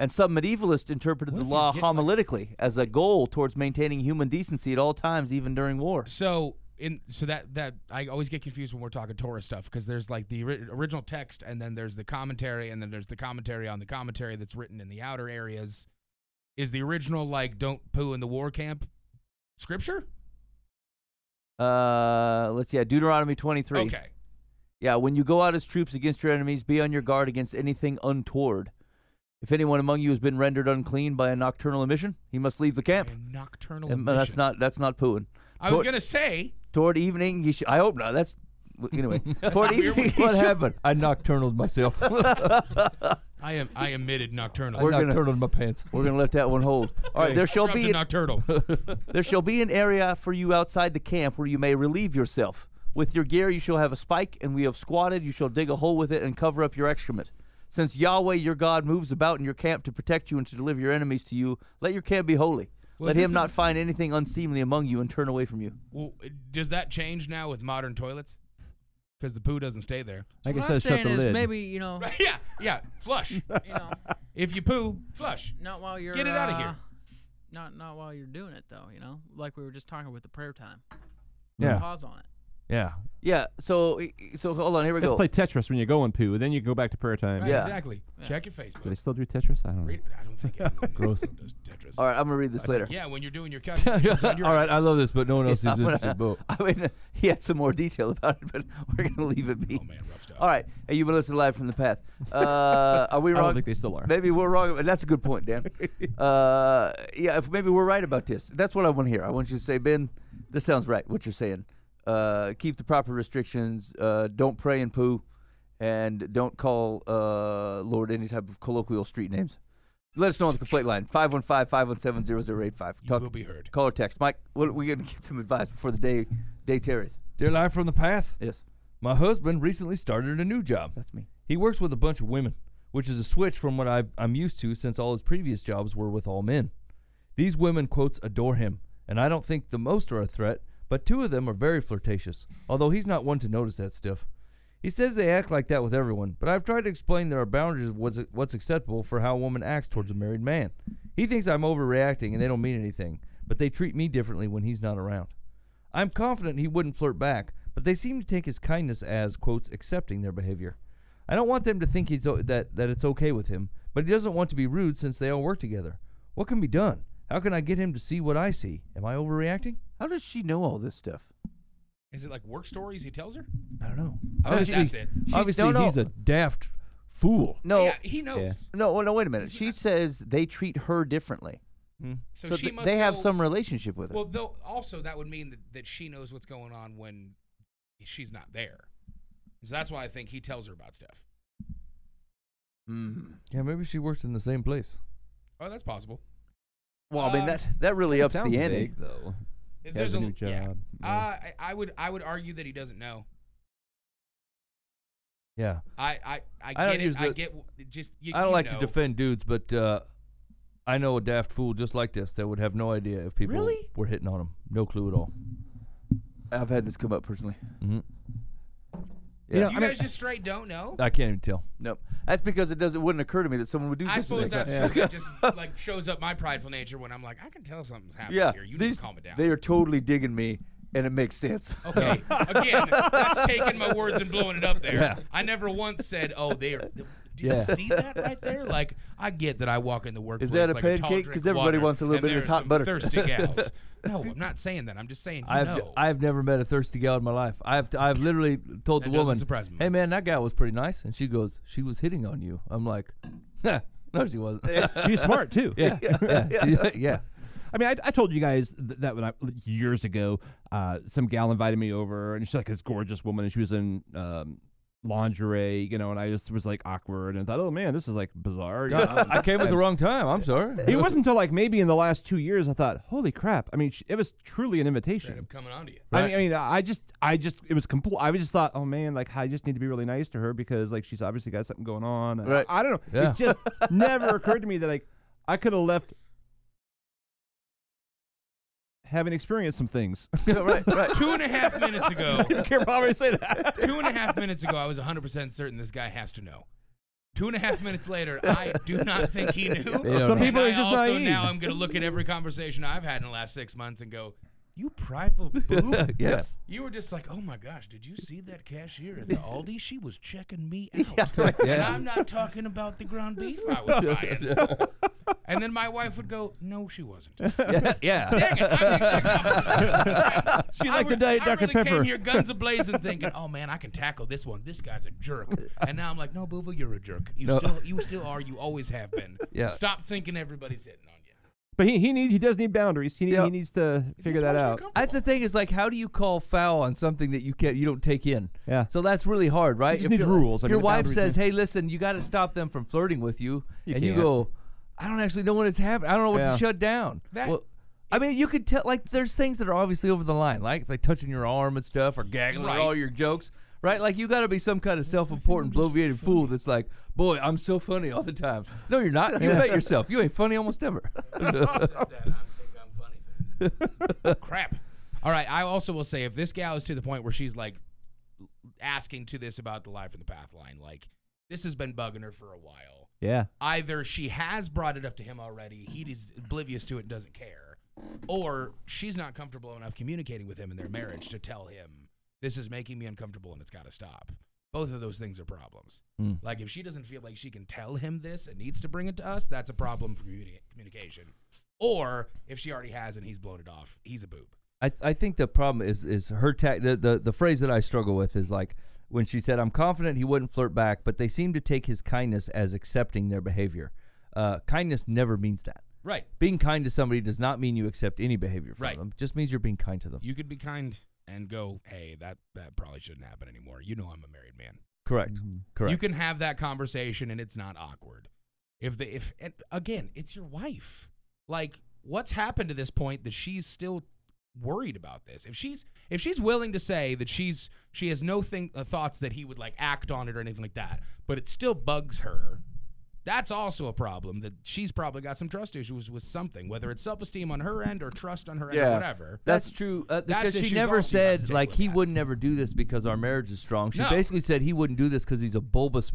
[SPEAKER 1] And some medievalists interpreted
[SPEAKER 3] What
[SPEAKER 1] the
[SPEAKER 3] if you
[SPEAKER 1] law
[SPEAKER 3] get, like-
[SPEAKER 1] homiletically as a goal towards maintaining human decency at all times, even during war.
[SPEAKER 3] So in so that that I always get confused when we're talking Torah stuff because there's like the ori- original text and then there's the commentary and then there's the commentary on the commentary that's written in the outer areas. Is the original like don't poo in the war camp scripture?
[SPEAKER 1] Uh, let's yeah, Deuteronomy 23.
[SPEAKER 3] Okay.
[SPEAKER 1] Yeah, when you go out as troops against your enemies, be on your guard against anything untoward. If anyone among you has been rendered unclean by a nocturnal emission, he must leave the camp.
[SPEAKER 3] A nocturnal.
[SPEAKER 1] And uh, that's
[SPEAKER 3] emission.
[SPEAKER 1] not that's not pooing.
[SPEAKER 3] I was
[SPEAKER 1] Tor-
[SPEAKER 3] gonna say
[SPEAKER 1] toward evening, he should. I hope not. That's w-
[SPEAKER 3] (laughs)
[SPEAKER 1] anyway. toward evening, he
[SPEAKER 2] What (laughs)
[SPEAKER 1] should-
[SPEAKER 2] happened? I nocturnaled myself. (laughs) I
[SPEAKER 3] I am I omitted nocturnal.
[SPEAKER 1] We're gonna-
[SPEAKER 2] nocturnaled my pants.
[SPEAKER 1] We're gonna let that one
[SPEAKER 3] (laughs)
[SPEAKER 1] hold. All right, there shall
[SPEAKER 3] Drop
[SPEAKER 1] be (laughs)
[SPEAKER 3] the nocturnal.
[SPEAKER 1] There shall be an area for you outside the camp where you may relieve yourself. With your gear you shall have a spike, and we have squatted, you shall dig a hole with it and cover up your excrement. Since Yahweh your God moves about in your camp to protect you and to deliver your enemies to you, let your camp be holy.
[SPEAKER 3] Well,
[SPEAKER 1] let
[SPEAKER 3] this
[SPEAKER 1] him
[SPEAKER 3] is-
[SPEAKER 1] not find anything unseemly among you and turn away from you.
[SPEAKER 3] well, does that change now with modern toilets? Because the poo doesn't stay there. (laughs)
[SPEAKER 4] I
[SPEAKER 5] What
[SPEAKER 4] guess
[SPEAKER 5] I'm
[SPEAKER 4] I shut
[SPEAKER 5] saying
[SPEAKER 4] the
[SPEAKER 5] is
[SPEAKER 4] lid.
[SPEAKER 5] maybe you know
[SPEAKER 3] yeah, yeah. Flush.
[SPEAKER 5] you know
[SPEAKER 3] if you poo, flush.
[SPEAKER 5] not while you're
[SPEAKER 3] Get it outta here.
[SPEAKER 5] uh, Not not while you're doing it though, you know, like we were just talking with the prayer time.
[SPEAKER 2] Yeah,
[SPEAKER 5] Pause on it.
[SPEAKER 2] (laughs) yeah.
[SPEAKER 1] Yeah, so so hold on, here we
[SPEAKER 4] Let's
[SPEAKER 1] go.
[SPEAKER 4] play Tetris when you go and poo. Then you go back to prayer time.
[SPEAKER 3] Right,
[SPEAKER 1] Yeah.
[SPEAKER 3] Exactly. Check your
[SPEAKER 4] Do they
[SPEAKER 3] Facebook.
[SPEAKER 4] still do Tetris? I don't know.
[SPEAKER 3] Read it. I don't think anyone
[SPEAKER 2] Gross.
[SPEAKER 3] does Tetris.
[SPEAKER 1] All right, I'm gonna read this later.
[SPEAKER 3] Yeah, when you're doing your
[SPEAKER 2] All
[SPEAKER 3] calculations on your
[SPEAKER 2] right, I
[SPEAKER 3] iPhone.
[SPEAKER 2] love this, but no one else
[SPEAKER 1] Yeah, (laughs)
[SPEAKER 2] seems
[SPEAKER 1] I'm gonna-
[SPEAKER 2] interested. But
[SPEAKER 1] I mean, he had some more detail about it, but (laughs) we're gonna leave it be.
[SPEAKER 3] Oh man, rough stuff.
[SPEAKER 1] All right, hey, you've been listening to live from the path. Uh, are we
[SPEAKER 4] (laughs) I
[SPEAKER 1] wrong?
[SPEAKER 4] don't think they still are.
[SPEAKER 1] Maybe we're wrong. That's a good point, (laughs) Dan. uh, yeah, if maybe we're right about this. That's what I want to hear. I want you to say, Ben, this sounds right. What you're saying. Uh, keep the proper restrictions. Uh, don't pray and poo, and don't call uh, Lord any type of colloquial street names. Let us know on the complaint line 515-517-0085.
[SPEAKER 3] You
[SPEAKER 1] Talk,
[SPEAKER 3] will be heard.
[SPEAKER 1] call or text, Mike. What, we're gonna get some advice before the day day terries.
[SPEAKER 2] dear life from the path,
[SPEAKER 1] Yes,
[SPEAKER 2] my husband recently started a new job.
[SPEAKER 1] that's me.
[SPEAKER 2] He works with a bunch of women, which is a switch from what I've, I'm used to since all his previous jobs were with all men. These women, quotes, adore him, and I don't think the most are a threat, but two of them are very flirtatious, although he's not one to notice that stuff. He says they act like that with everyone, but I've tried to explain there are boundaries of what's, what's acceptable for how a woman acts towards a married man. He thinks I'm overreacting and they don't mean anything, but they treat me differently when he's not around. I'm confident he wouldn't flirt back, but they seem to take his kindness as, quotes, accepting their behavior. I don't want them to think he's o- that, that it's okay with him, but he doesn't want to be rude since they all work together. What can be done? How can I get him to see what I see? Am I overreacting?
[SPEAKER 1] How does she know all this stuff?
[SPEAKER 3] Is it like work stories he tells her?
[SPEAKER 2] I don't know.
[SPEAKER 3] I think that's it. Oh,
[SPEAKER 2] obviously
[SPEAKER 1] no, no.
[SPEAKER 2] he's a daft fool.
[SPEAKER 1] No,
[SPEAKER 3] yeah, he knows.
[SPEAKER 4] Yeah.
[SPEAKER 1] oh, No, well, no, wait a minute. She says they treat her differently.
[SPEAKER 3] So,
[SPEAKER 1] So
[SPEAKER 3] she
[SPEAKER 1] th-
[SPEAKER 3] must
[SPEAKER 1] they have
[SPEAKER 3] know-
[SPEAKER 1] some relationship with her.
[SPEAKER 3] Well, though, also that would mean that, that she knows what's going on when she's not there. So that's why I think he tells her about stuff.
[SPEAKER 1] Mm.
[SPEAKER 2] Yeah, maybe she works in the same place.
[SPEAKER 3] Oh, that's possible.
[SPEAKER 1] Well, I mean
[SPEAKER 3] Um,
[SPEAKER 1] that that really ups
[SPEAKER 4] sounds
[SPEAKER 1] the ante.
[SPEAKER 4] vague, though.
[SPEAKER 3] There's
[SPEAKER 4] Has a new
[SPEAKER 3] yeah.
[SPEAKER 4] job.
[SPEAKER 3] Uh,
[SPEAKER 4] Yeah.
[SPEAKER 3] I, I would I would argue that he doesn't know.
[SPEAKER 2] Yeah,
[SPEAKER 3] I I, I
[SPEAKER 2] I don't
[SPEAKER 3] get
[SPEAKER 2] use
[SPEAKER 3] it. I
[SPEAKER 2] the-
[SPEAKER 3] get w- just. You,
[SPEAKER 2] I don't
[SPEAKER 3] you
[SPEAKER 2] like
[SPEAKER 3] know.
[SPEAKER 2] to defend dudes, but uh, I know a daft fool just like this that would have no idea if people
[SPEAKER 3] Really?
[SPEAKER 2] were hitting on him. No clue at all.
[SPEAKER 1] I've had this come up personally.
[SPEAKER 2] hmm
[SPEAKER 4] You know,
[SPEAKER 3] You
[SPEAKER 4] I mean,
[SPEAKER 3] guys just straight don't know.
[SPEAKER 2] I can't even tell.
[SPEAKER 1] Nope. That's because it doesn't wouldn't occur to me that someone would do such
[SPEAKER 3] I
[SPEAKER 1] a
[SPEAKER 3] suppose
[SPEAKER 1] thing.
[SPEAKER 3] that's
[SPEAKER 4] Yeah.
[SPEAKER 3] true. It
[SPEAKER 1] (laughs)
[SPEAKER 3] just like shows up my prideful nature when I'm like, I can tell something's happening
[SPEAKER 1] yeah.
[SPEAKER 3] here. You need
[SPEAKER 1] these,
[SPEAKER 3] to calm it down.
[SPEAKER 1] They are totally digging me, and it makes sense.
[SPEAKER 3] Okay. Again, that's taking my words and blowing it up there.
[SPEAKER 2] Yeah.
[SPEAKER 3] I never once said, "Oh, they are." Do you
[SPEAKER 2] Yeah.
[SPEAKER 3] see that right there? Like, I get that I walk in the workplace.
[SPEAKER 1] that a
[SPEAKER 3] like tall
[SPEAKER 1] pancake?
[SPEAKER 3] drink
[SPEAKER 1] 'Cause
[SPEAKER 3] of
[SPEAKER 1] everybody
[SPEAKER 3] water,
[SPEAKER 1] wants a little
[SPEAKER 3] and
[SPEAKER 1] bit of
[SPEAKER 3] there
[SPEAKER 1] this
[SPEAKER 3] are
[SPEAKER 1] hot
[SPEAKER 3] some
[SPEAKER 1] butter. (laughs)
[SPEAKER 3] Thirsty gals. No, I'm not saying that. I'm just saying you
[SPEAKER 2] I've
[SPEAKER 3] know.
[SPEAKER 2] I've never met a thirsty gal in my life. I've t- I've literally told
[SPEAKER 3] That
[SPEAKER 2] the
[SPEAKER 3] doesn't
[SPEAKER 2] woman,
[SPEAKER 3] surprise me.
[SPEAKER 2] "Hey man, that guy was pretty nice," and she goes, "She was hitting on you." I'm like, (laughs) "Huh, "No, she wasn't." (laughs)
[SPEAKER 4] she's smart too.
[SPEAKER 2] yeah, yeah, (laughs) yeah.
[SPEAKER 4] I mean, I, I told you guys th- that when I years ago, uh, some gal invited me over, and she's like this gorgeous woman, and she was in um, lingerie, you know, and I just was like awkward, and thought, oh man, this is like bizarre. you know? (laughs)
[SPEAKER 2] I came at the wrong time. I'm sorry.
[SPEAKER 4] it wasn't until like maybe in the last two years I thought, holy crap! I mean, sh- it was truly an invitation.
[SPEAKER 3] I'm coming on to you.
[SPEAKER 4] I mean, I mean, I just, I just, it was complete. I was just thought, oh man, like I just need to be really nice to her because like she's obviously got something going on. And
[SPEAKER 1] Right.
[SPEAKER 4] I, I don't know. (laughs)
[SPEAKER 2] Yeah.
[SPEAKER 4] It just never occurred to me that like I could have left having experienced some things. (laughs) I
[SPEAKER 1] Yeah, right, right.
[SPEAKER 3] Two and a half minutes ago,
[SPEAKER 4] don't care if I always say that.
[SPEAKER 3] two and a half minutes ago, I was 100 percent certain this guy has to know. Two and a half minutes later, I do not think he knew.
[SPEAKER 2] don't
[SPEAKER 4] Some
[SPEAKER 2] know.
[SPEAKER 4] people
[SPEAKER 3] And
[SPEAKER 4] are
[SPEAKER 3] I
[SPEAKER 4] just
[SPEAKER 3] also
[SPEAKER 4] naive.
[SPEAKER 3] Now I'm going to look at every conversation I've had in the last six months and go, "You prideful
[SPEAKER 2] (laughs)
[SPEAKER 3] boob."
[SPEAKER 2] yeah.
[SPEAKER 3] You were just like, "Oh my gosh, did you see that cashier
[SPEAKER 2] (laughs)
[SPEAKER 3] at the Aldi? She was checking me out." And (laughs)
[SPEAKER 2] Yeah.
[SPEAKER 3] I'm not talking about the ground beef I
[SPEAKER 2] (laughs)
[SPEAKER 3] was buying. and then my wife would go, "No, she wasn't." Dang
[SPEAKER 2] (laughs) yeah, yeah,
[SPEAKER 3] it, I'm exactly- (laughs) Right.
[SPEAKER 4] She
[SPEAKER 3] I
[SPEAKER 4] liked
[SPEAKER 3] re-
[SPEAKER 4] the diet
[SPEAKER 3] I
[SPEAKER 4] Dr
[SPEAKER 3] really
[SPEAKER 4] Pepper.
[SPEAKER 3] Came here
[SPEAKER 4] (laughs)
[SPEAKER 3] guns a blazing, thinking, "Oh man, I can tackle this one. This guy's a jerk." And now I'm like, "No, boo boo, you're a jerk. You
[SPEAKER 2] No.
[SPEAKER 3] still, you still are. You always have been.
[SPEAKER 2] Yeah.
[SPEAKER 3] Stop thinking everybody's hitting on you.
[SPEAKER 4] (laughs) But he, he needs, he does need boundaries. He, need-
[SPEAKER 1] Yeah.
[SPEAKER 4] he needs to figure that out.
[SPEAKER 2] That's the thing. Is like, how do you call foul on something that you can't, you don't take in?
[SPEAKER 4] Yeah.
[SPEAKER 2] So that's really hard, right?
[SPEAKER 4] just
[SPEAKER 2] If
[SPEAKER 4] need
[SPEAKER 2] your-
[SPEAKER 4] rules. I
[SPEAKER 2] If
[SPEAKER 4] mean,
[SPEAKER 2] your
[SPEAKER 4] the
[SPEAKER 2] wife
[SPEAKER 4] boundaries
[SPEAKER 2] says, "Hey, listen, you got to stop them from flirting with you,"
[SPEAKER 4] You
[SPEAKER 2] and you
[SPEAKER 4] can't.
[SPEAKER 2] go, "I don't actually know when it's happening. I don't know what
[SPEAKER 4] Yeah.
[SPEAKER 2] to shut down."
[SPEAKER 3] That-
[SPEAKER 2] well, I mean, you could tell. Like, there's things that are obviously over the line, like like touching your arm and stuff, or gagging
[SPEAKER 3] Right.
[SPEAKER 2] at all your jokes. Right, like you got to be some kind of self-important, bloviated fool that's like, "Boy, I'm so funny all the time." No, you're not.
[SPEAKER 4] (laughs)
[SPEAKER 2] You bet yourself. You ain't funny almost ever.
[SPEAKER 3] Crap. All right. I also will say if this gal is to the point where she's like asking to this about the life and the path line, like this has been bugging her for a while.
[SPEAKER 4] Yeah.
[SPEAKER 3] Either she has brought it up to him already, he is oblivious to it and doesn't care, or she's not comfortable enough communicating with him in their marriage to tell him this is making me uncomfortable and it's got to stop. Both of those things are problems.
[SPEAKER 2] Mm.
[SPEAKER 3] Like if she doesn't feel like she can tell him this and needs to bring it to us, that's a problem for communi- communication. Or if she already has and he's blown it off, he's a boob.
[SPEAKER 2] I, I think the problem is is her ta- the, the the phrase that I struggle with is like when she said I'm confident he wouldn't flirt back, but they seem to take his kindness as accepting their behavior. Uh, kindness never means that.
[SPEAKER 3] Right.
[SPEAKER 2] Being kind to somebody does not mean you accept any behavior from
[SPEAKER 3] Right.
[SPEAKER 2] them. Just means you're being kind to them.
[SPEAKER 3] You could be kind and go, "Hey, that that probably shouldn't happen anymore." You know, I'm a married man.
[SPEAKER 2] Correct.
[SPEAKER 3] Mm-hmm.
[SPEAKER 2] Correct.
[SPEAKER 3] You can have that conversation and it's not awkward. If the if and again, it's your wife. Like what's happened to this point that she's still worried about this? If she's if she's willing to say that she's she has no thing uh, thoughts that he would like act on it or anything like that, but it still bugs her. That's also a problem that she's probably got some trust issues with something, whether it's self esteem on her end or trust on her end or
[SPEAKER 1] Yeah.
[SPEAKER 3] whatever.
[SPEAKER 2] That's true. Uh, because
[SPEAKER 3] issues
[SPEAKER 2] she never
[SPEAKER 3] also you have to
[SPEAKER 2] said
[SPEAKER 3] take
[SPEAKER 2] like
[SPEAKER 3] with
[SPEAKER 2] he
[SPEAKER 3] that.
[SPEAKER 2] wouldn't ever do this because our marriage is strong. She
[SPEAKER 3] No.
[SPEAKER 2] basically said he wouldn't do this because he's a bulbous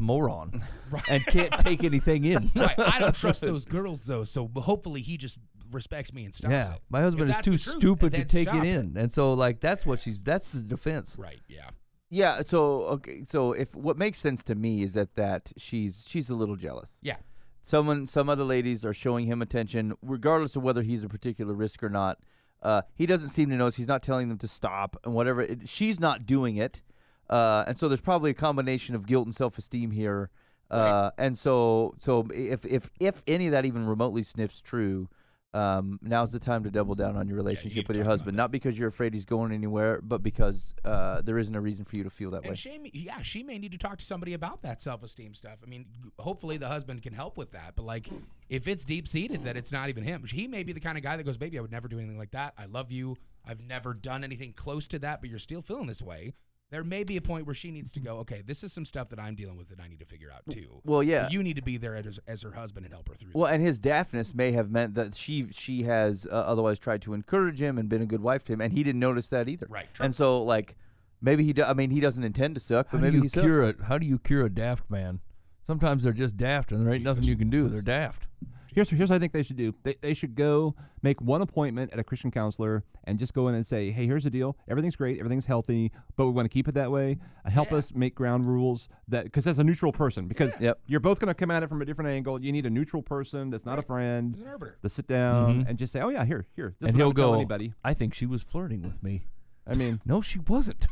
[SPEAKER 3] (laughs)
[SPEAKER 2] moron and can't take anything in.
[SPEAKER 3] right. I
[SPEAKER 2] (laughs)
[SPEAKER 3] don't trust those girls though, so hopefully he just respects me and stops
[SPEAKER 2] Yeah,
[SPEAKER 3] it.
[SPEAKER 2] my
[SPEAKER 3] If
[SPEAKER 2] husband is
[SPEAKER 3] that's
[SPEAKER 2] too
[SPEAKER 3] the truth,
[SPEAKER 2] stupid to
[SPEAKER 3] then
[SPEAKER 2] take
[SPEAKER 3] stop
[SPEAKER 2] it in, and so like that's what she's that's the defense.
[SPEAKER 3] Right. Yeah.
[SPEAKER 1] (laughs) yeah. So okay. So if what makes sense to me is that that she's she's a little jealous.
[SPEAKER 3] Yeah.
[SPEAKER 1] someone some other ladies are showing him attention regardless of whether he's a particular risk or not uh, he doesn't seem to notice he's not telling them to stop and whatever it, she's not doing it uh, and so there's probably a combination of guilt and self-esteem here uh, and so so if if if any of that even remotely sniffs true um, now's the time to double down on your relationship
[SPEAKER 3] need to
[SPEAKER 1] with your
[SPEAKER 3] talk about
[SPEAKER 1] husband. Not because you're afraid he's going anywhere, but because uh, there isn't a reason for you to feel that way.
[SPEAKER 3] And she, may- yeah, she may need to talk to somebody about that self-esteem stuff. I mean, g- hopefully the husband can help with that. But like, if it's deep-seated that it's not even him, he may be the kind of guy that goes, "Baby, I would never do anything like that. I love you. I've never done anything close to that, but you're still feeling this way." There may be a point where she needs to go, "Okay, this is some stuff that I'm dealing with that I need to figure out too."
[SPEAKER 1] well, yeah.
[SPEAKER 3] But you need to be there as, as her husband and help her through.
[SPEAKER 1] Well, and his daftness may have meant that she she has uh, otherwise tried to encourage him and been a good wife to him, and he didn't notice that either.
[SPEAKER 3] Right, true.
[SPEAKER 1] And so, like, maybe he. Do, I mean, he doesn't intend to suck, but
[SPEAKER 2] How
[SPEAKER 1] maybe
[SPEAKER 2] do you
[SPEAKER 1] he sucks.
[SPEAKER 2] cure a, How do you cure a daft man? Sometimes they're just daft, and there ain't nothing you can do. They're daft.
[SPEAKER 4] Here's here's what I think they should do. They, they should go make one appointment at a Christian counselor and just go in and say, hey, here's the deal. Everything's great. Everything's healthy, but we want to keep it that way. Uh, Help us make ground rules that because as a neutral person, because
[SPEAKER 1] Yep.
[SPEAKER 4] you're both going to come at it from a different angle. You need a neutral person that's not a friend.
[SPEAKER 3] an arbiter.
[SPEAKER 4] To sit down and just say, oh yeah, here, here. This is
[SPEAKER 2] Mm-hmm. and
[SPEAKER 4] what I
[SPEAKER 2] he'll
[SPEAKER 4] would tell
[SPEAKER 2] go.
[SPEAKER 4] anybody.
[SPEAKER 2] I think she was flirting with me.
[SPEAKER 4] I
[SPEAKER 2] (laughs)
[SPEAKER 4] mean,
[SPEAKER 2] No, she wasn't.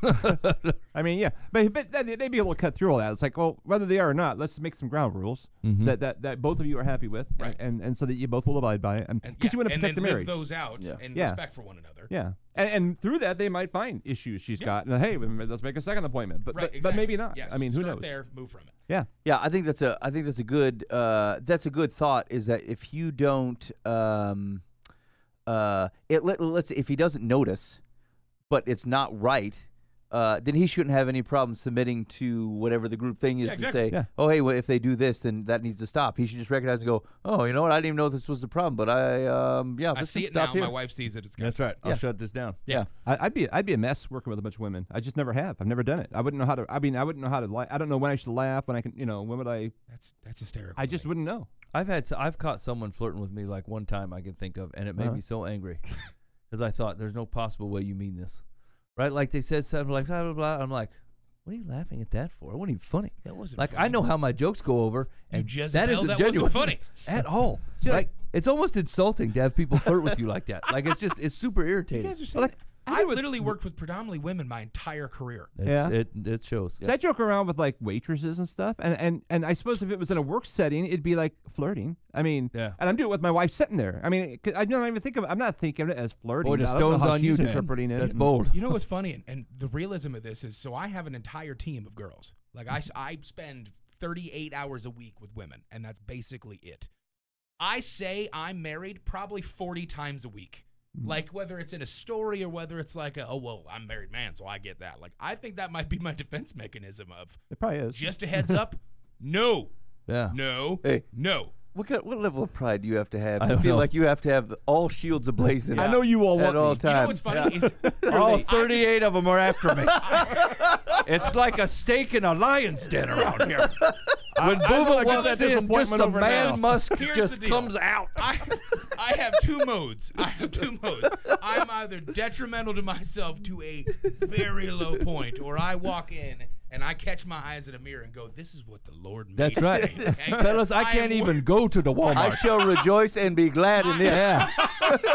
[SPEAKER 4] I mean, yeah, but, but then they'd be able to cut through all that. It's like, well, whether they are or not, let's make some ground rules
[SPEAKER 2] Mm-hmm.
[SPEAKER 4] that, that, that both of you are happy with,
[SPEAKER 3] Right.
[SPEAKER 4] And, and so that you both will abide by it, and because
[SPEAKER 3] Yeah,
[SPEAKER 4] you want to
[SPEAKER 3] and
[SPEAKER 4] protect the
[SPEAKER 3] then
[SPEAKER 4] marriage.
[SPEAKER 3] live those out
[SPEAKER 1] Yeah.
[SPEAKER 3] and
[SPEAKER 4] Yeah.
[SPEAKER 3] respect for one another.
[SPEAKER 4] yeah, and, and through that they might find issues she's got. And, hey, let's make a second appointment, but
[SPEAKER 3] Right,
[SPEAKER 4] but, but maybe
[SPEAKER 3] exactly.
[SPEAKER 4] not.
[SPEAKER 3] Yes,
[SPEAKER 4] I mean, who
[SPEAKER 3] start
[SPEAKER 4] knows?
[SPEAKER 3] There, move from it.
[SPEAKER 4] Yeah,
[SPEAKER 1] Yeah, I think that's a I think that's a good uh, that's a good thought. Is that if you don't, um, uh, it let, let's say if he doesn't notice, but it's not right, uh, then he shouldn't have any problem submitting to whatever the group thing is
[SPEAKER 3] Yeah,
[SPEAKER 1] to
[SPEAKER 3] exactly.
[SPEAKER 1] say,
[SPEAKER 4] Yeah.
[SPEAKER 1] oh hey, well, if they do this, then that needs to stop. He should just recognize and go, oh, you know what, I didn't even know this was the problem, but I um,
[SPEAKER 4] Oh,
[SPEAKER 1] yeah,
[SPEAKER 3] I
[SPEAKER 1] this
[SPEAKER 3] see
[SPEAKER 1] should
[SPEAKER 3] it
[SPEAKER 1] stop
[SPEAKER 3] now.
[SPEAKER 1] here.
[SPEAKER 3] My wife sees it. It's good.
[SPEAKER 2] That's right. I'll
[SPEAKER 1] Yeah.
[SPEAKER 2] shut this down.
[SPEAKER 1] Yeah.
[SPEAKER 4] I, I'd be I'd be a mess working with a bunch of women. I just never have. I've never done it. I wouldn't know how to. I mean, I wouldn't know how to. Li- I don't know when I should laugh. When I can, you know, when would I?
[SPEAKER 3] That's that's hysterical.
[SPEAKER 4] I just
[SPEAKER 3] Like,
[SPEAKER 4] wouldn't know.
[SPEAKER 2] I've had s- I've caught someone flirting with me like one time I can think of, and it made
[SPEAKER 4] Uh-huh.
[SPEAKER 2] me so angry because I thought there's no possible way you mean this, right? Like they said something like blah blah blah. I'm like, what are you laughing at that for? It wasn't even funny.
[SPEAKER 3] That wasn't
[SPEAKER 2] like I
[SPEAKER 3] funny.
[SPEAKER 2] know how my jokes go over, and
[SPEAKER 3] Jezebel,
[SPEAKER 2] that isn't
[SPEAKER 3] that wasn't
[SPEAKER 2] genuine
[SPEAKER 3] funny.
[SPEAKER 2] (laughs) at all.
[SPEAKER 4] Yeah.
[SPEAKER 2] Like it's almost insulting to have people flirt with you like that. Like it's just it's super irritating.
[SPEAKER 3] You guys are saying
[SPEAKER 4] Well, like,
[SPEAKER 3] that.
[SPEAKER 4] I
[SPEAKER 3] I
[SPEAKER 4] would-
[SPEAKER 3] literally worked with predominantly women my entire career.
[SPEAKER 2] It's-
[SPEAKER 4] Yeah.
[SPEAKER 2] it it shows.
[SPEAKER 4] So I joke around with like waitresses and stuff, and and and I suppose if it was in a work setting, it'd be like flirting. I mean,
[SPEAKER 2] Yeah.
[SPEAKER 4] And I'm doing it with my wife sitting there. I mean, 'cause I don't even think of. I'm not thinking of it as flirting.
[SPEAKER 2] Boy, the
[SPEAKER 4] I don't know
[SPEAKER 2] stones
[SPEAKER 4] how
[SPEAKER 2] on you,
[SPEAKER 4] she's
[SPEAKER 2] Dan.
[SPEAKER 4] interpreting it.
[SPEAKER 2] That's
[SPEAKER 4] Mm.
[SPEAKER 2] bold.
[SPEAKER 3] You know what's funny, and, and the realism of this is, so I have an entire team of girls. Like I, s- I spend 38 hours a week with women, and that's basically it. I say I'm married probably 40 times a week. Like whether it's in a story or whether it's like, a, oh well, I'm a married man, so I get that. Like I think that might be my (laughs) defense mechanism of
[SPEAKER 4] It probably is.
[SPEAKER 3] just a heads up, no,
[SPEAKER 2] Yeah.
[SPEAKER 3] no,
[SPEAKER 1] Hey.
[SPEAKER 3] no.
[SPEAKER 1] What kind, what level of pride do you have to have
[SPEAKER 2] I
[SPEAKER 1] to
[SPEAKER 2] don't
[SPEAKER 1] feel
[SPEAKER 2] know.
[SPEAKER 1] like you have to have all shields
[SPEAKER 2] (laughs)
[SPEAKER 1] ablazing?
[SPEAKER 4] I know you all
[SPEAKER 1] at
[SPEAKER 4] want
[SPEAKER 1] all
[SPEAKER 4] me.
[SPEAKER 1] times.
[SPEAKER 3] You know what's funny (laughs) is
[SPEAKER 2] All
[SPEAKER 3] just-
[SPEAKER 2] 38 of them are
[SPEAKER 3] (laughs)
[SPEAKER 2] after me. it's like a steak and a lion's den around here. When
[SPEAKER 4] I
[SPEAKER 2] Booba
[SPEAKER 4] got
[SPEAKER 2] walks
[SPEAKER 4] that
[SPEAKER 2] in, just
[SPEAKER 4] disappointment
[SPEAKER 2] a
[SPEAKER 4] over
[SPEAKER 2] man
[SPEAKER 4] now.
[SPEAKER 2] musk
[SPEAKER 3] Here's the
[SPEAKER 2] just
[SPEAKER 3] deal.
[SPEAKER 2] comes out.
[SPEAKER 3] I, I have two modes. I have two modes. I'm either detrimental to myself to a very low point, or I walk in and I catch my eyes in a mirror and go, "This is what the Lord made."
[SPEAKER 2] That's
[SPEAKER 3] me,"
[SPEAKER 2] right.
[SPEAKER 3] (laughs) okay?
[SPEAKER 2] Fellas, I,
[SPEAKER 3] am
[SPEAKER 2] can't
[SPEAKER 3] wor-
[SPEAKER 2] even go to the Walmart.
[SPEAKER 1] I shall rejoice and be glad in this.
[SPEAKER 2] yeah.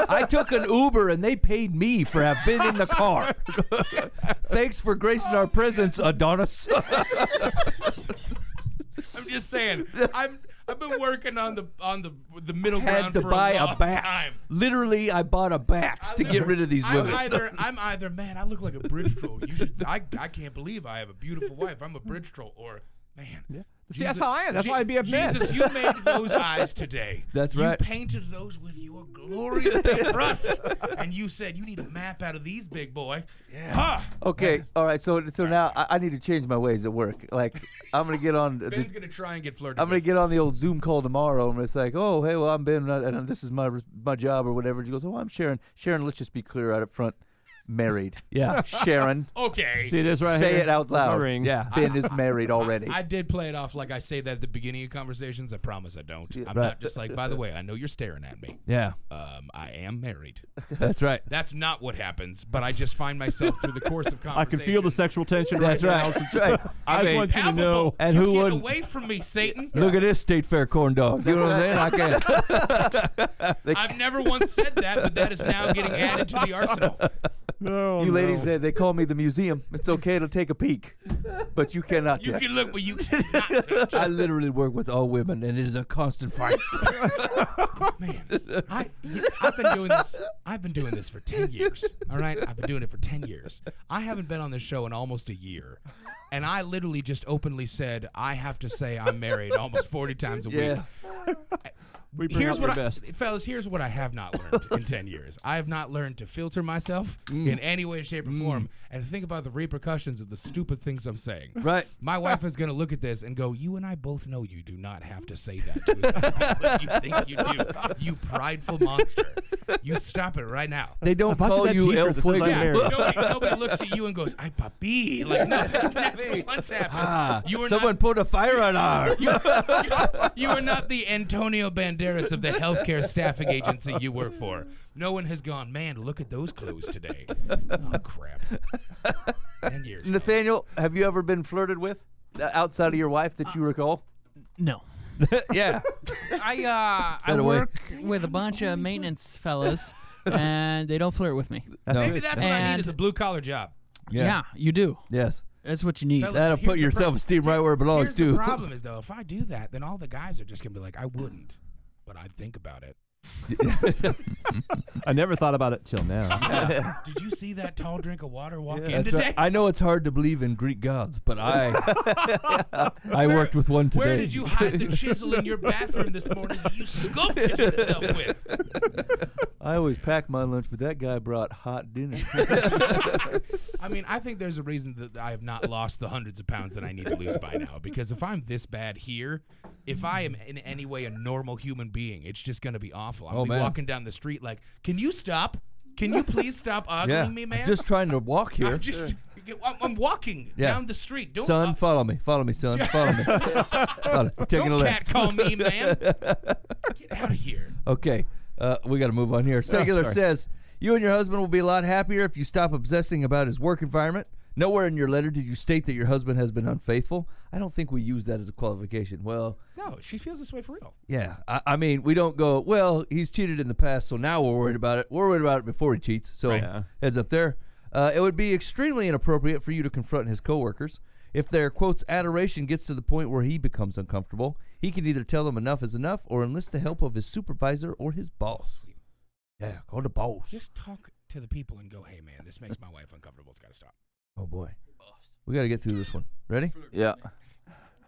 [SPEAKER 2] I took an Uber and they paid me for have been in the car. Thanks for gracing our presence, Adonis.
[SPEAKER 3] I'm just saying. I'm. I've been working on the on the the middle
[SPEAKER 2] (laughs) Had
[SPEAKER 3] ground
[SPEAKER 2] to
[SPEAKER 3] for
[SPEAKER 2] buy
[SPEAKER 3] a,
[SPEAKER 2] a,
[SPEAKER 3] long
[SPEAKER 2] bat.
[SPEAKER 3] time.
[SPEAKER 2] Literally, I bought a bat to get rid of these
[SPEAKER 3] I'm
[SPEAKER 2] women.
[SPEAKER 3] either I'm either man, I look like a bridge troll. You should. I I can't believe I have a beautiful wife. I'm a bridge troll, or man.
[SPEAKER 4] See, that's how I am. That's why I'd be a
[SPEAKER 3] Jesus,
[SPEAKER 4] mess.
[SPEAKER 3] you
[SPEAKER 4] (laughs)
[SPEAKER 3] made those eyes today.
[SPEAKER 2] That's
[SPEAKER 3] you
[SPEAKER 2] right.
[SPEAKER 3] You painted those with your glorious big brush, and you said you need a map out of these, big boy. Yeah. Huh.
[SPEAKER 1] Okay, all right. So so now I, I need to change my ways at work. Like I'm gonna get on. The,
[SPEAKER 3] Ben's gonna try and get flirted.
[SPEAKER 1] I'm gonna
[SPEAKER 3] with.
[SPEAKER 1] get on the old Zoom call tomorrow, and it's like, oh hey, well I'm Ben, and, and this is my my job or whatever. And she goes, oh I'm Sharon. Sharon, let's just be clear out up front.
[SPEAKER 4] (laughs)
[SPEAKER 1] Married.
[SPEAKER 2] (laughs)
[SPEAKER 1] (laughs)
[SPEAKER 2] Yeah.
[SPEAKER 1] Sharon.
[SPEAKER 3] Okay.
[SPEAKER 4] See this right
[SPEAKER 1] Say
[SPEAKER 4] here?
[SPEAKER 1] it out
[SPEAKER 4] (laughs) That's my
[SPEAKER 1] loud.
[SPEAKER 4] ring.
[SPEAKER 2] Oh, Yeah.
[SPEAKER 1] Ben is married
[SPEAKER 4] (laughs)
[SPEAKER 1] already.
[SPEAKER 3] I did play it off like I say that at the beginning of conversations. I promise I don't. I'm
[SPEAKER 2] Right.
[SPEAKER 3] not just like. By the way, I know you're staring at me.
[SPEAKER 2] Yeah,
[SPEAKER 3] Um, I am married.
[SPEAKER 2] that's right.
[SPEAKER 3] That's not what happens, but I just find myself through the course of
[SPEAKER 4] (laughs) I
[SPEAKER 3] conversation.
[SPEAKER 4] can feel the sexual tension right
[SPEAKER 2] That's
[SPEAKER 4] now.
[SPEAKER 2] right.
[SPEAKER 1] That's right.
[SPEAKER 4] I just
[SPEAKER 2] mean,
[SPEAKER 4] want you to
[SPEAKER 3] Palpable.
[SPEAKER 4] know.
[SPEAKER 2] And who
[SPEAKER 3] Get
[SPEAKER 2] wouldn't?
[SPEAKER 3] away from me, Satan.
[SPEAKER 2] (laughs) Look at this state fair corn dog. You know what I'm saying? I can't.
[SPEAKER 3] I've never once said that, but that is now getting added to the arsenal.
[SPEAKER 4] Oh, No,
[SPEAKER 1] You
[SPEAKER 4] no.
[SPEAKER 1] ladies, they, they call me the museum. It's okay to take a peek, but you cannot.
[SPEAKER 4] (laughs)
[SPEAKER 3] You
[SPEAKER 1] touch.
[SPEAKER 3] can look, but you cannot touch.
[SPEAKER 4] Oh,
[SPEAKER 2] I literally work with all women, and it is a constant fight.
[SPEAKER 3] (laughs) Man, I, I've been doing this. I've been doing this for ten years. All right, I've been doing it for ten years. I haven't been on this show in almost a year, and I literally just openly said I have to say I'm married almost forty times a
[SPEAKER 1] Yeah.
[SPEAKER 3] week.
[SPEAKER 4] We bring
[SPEAKER 3] Here's
[SPEAKER 4] out your
[SPEAKER 3] what, I,
[SPEAKER 4] best.
[SPEAKER 3] fellas. Here's what I have not
[SPEAKER 4] (laughs)
[SPEAKER 3] learned in ten years. I have not learned to filter myself
[SPEAKER 4] Mm.
[SPEAKER 3] in any way, shape, or form, and think about the repercussions of the stupid things I'm saying.
[SPEAKER 1] Right.
[SPEAKER 3] My
[SPEAKER 4] (laughs)
[SPEAKER 3] wife is gonna look at this and go, "You and I both know you do not have to say that to (laughs) us. you think you do. You prideful monster. You stop it right now."
[SPEAKER 1] They don't
[SPEAKER 4] bought you
[SPEAKER 1] call
[SPEAKER 4] that
[SPEAKER 1] you El
[SPEAKER 4] t-shirt that says I'm
[SPEAKER 1] Fuego.
[SPEAKER 4] married.
[SPEAKER 3] Nobody, nobody looks at you and goes, "Ay papi," like
[SPEAKER 4] (laughs)
[SPEAKER 3] no, that's not what's happening.
[SPEAKER 1] Ah,
[SPEAKER 3] you are
[SPEAKER 1] someone
[SPEAKER 3] not.
[SPEAKER 1] put a fire on our.
[SPEAKER 3] You are, you are not the Antonio Banderas of the healthcare staffing agency you work for. No one has gone, man, look at those clothes today. Oh, crap. 10
[SPEAKER 1] (laughs)
[SPEAKER 3] years.
[SPEAKER 1] Nathaniel, have you ever been flirted with uh, outside of your wife that you recall?
[SPEAKER 5] No.
[SPEAKER 1] (laughs) yeah.
[SPEAKER 5] I uh, I
[SPEAKER 1] Better way.
[SPEAKER 5] work with a bunch of
[SPEAKER 1] (laughs)
[SPEAKER 5] maintenance fellas, and they don't flirt with me.
[SPEAKER 3] Maybe that's what I
[SPEAKER 5] And-
[SPEAKER 3] need is a blue collar job.
[SPEAKER 5] Yeah, you do.
[SPEAKER 2] Yes.
[SPEAKER 5] That's what you need.
[SPEAKER 3] Fellas,
[SPEAKER 2] That'll
[SPEAKER 3] but here's
[SPEAKER 2] put
[SPEAKER 3] the
[SPEAKER 2] your
[SPEAKER 3] prob-
[SPEAKER 2] self-esteem right where it belongs,
[SPEAKER 3] Here's
[SPEAKER 2] too.
[SPEAKER 3] the problem is, though, if I do that, then all the guys are just going to be like, I wouldn't, but I'd think about it.
[SPEAKER 4] I never thought about it till now.
[SPEAKER 3] Did you see that tall drink of water walk in
[SPEAKER 2] That's
[SPEAKER 3] today?
[SPEAKER 2] right. I know it's hard to believe in Greek gods, but
[SPEAKER 3] (laughs)
[SPEAKER 2] I I worked with one today.
[SPEAKER 3] Where did you hide the chisel in your bathroom this morning that you sculpted yourself with?
[SPEAKER 1] I always pack my lunch, but that guy brought hot
[SPEAKER 3] (laughs)
[SPEAKER 1] dinner.
[SPEAKER 3] I mean, I think there's a reason that I have not lost the hundreds of pounds that I need to lose by now. Because if I'm this bad here, if I am in any way a normal human being, it's just going to be awful. I'm
[SPEAKER 2] Oh,
[SPEAKER 3] be
[SPEAKER 2] man.
[SPEAKER 3] walking down the street like, can you stop? Can you please stop ogling
[SPEAKER 2] (laughs) Yeah.
[SPEAKER 3] me, man?
[SPEAKER 2] Just trying to walk here.
[SPEAKER 3] I'm just, I'm, I'm walking
[SPEAKER 2] Yeah.
[SPEAKER 3] down the street. Don't,
[SPEAKER 2] son,
[SPEAKER 3] uh,
[SPEAKER 2] follow me. Follow
[SPEAKER 3] (laughs)
[SPEAKER 2] me, son. Follow me. Follow me. Taking a
[SPEAKER 3] don't
[SPEAKER 2] left.
[SPEAKER 3] catcall me, man. Get out of here.
[SPEAKER 2] (laughs) Okay, uh, we got to move
[SPEAKER 3] (laughs)
[SPEAKER 2] on here. Singular says, You and your husband will be a lot happier if you stop obsessing about his work environment. Nowhere in your letter did you state that your husband has been unfaithful. I don't think we use that as a qualification. Well,
[SPEAKER 3] No, she feels this way for real.
[SPEAKER 2] yeah. I, I mean, we don't go, well, he's cheated in the past, so now we're worried about it. We're worried about it before he cheats. So
[SPEAKER 4] Yeah.
[SPEAKER 2] heads up there. Uh, it would be extremely inappropriate for you to confront his coworkers. If their quotes adoration gets to the point where he becomes uncomfortable, he can either tell them enough is enough or enlist the help of his supervisor or his boss. Yeah, call the boss.
[SPEAKER 3] Just talk to the people and go, hey, man, this makes my wife uncomfortable. It's got to stop.
[SPEAKER 2] oh boy. We got to get through this one. Ready?
[SPEAKER 1] yeah.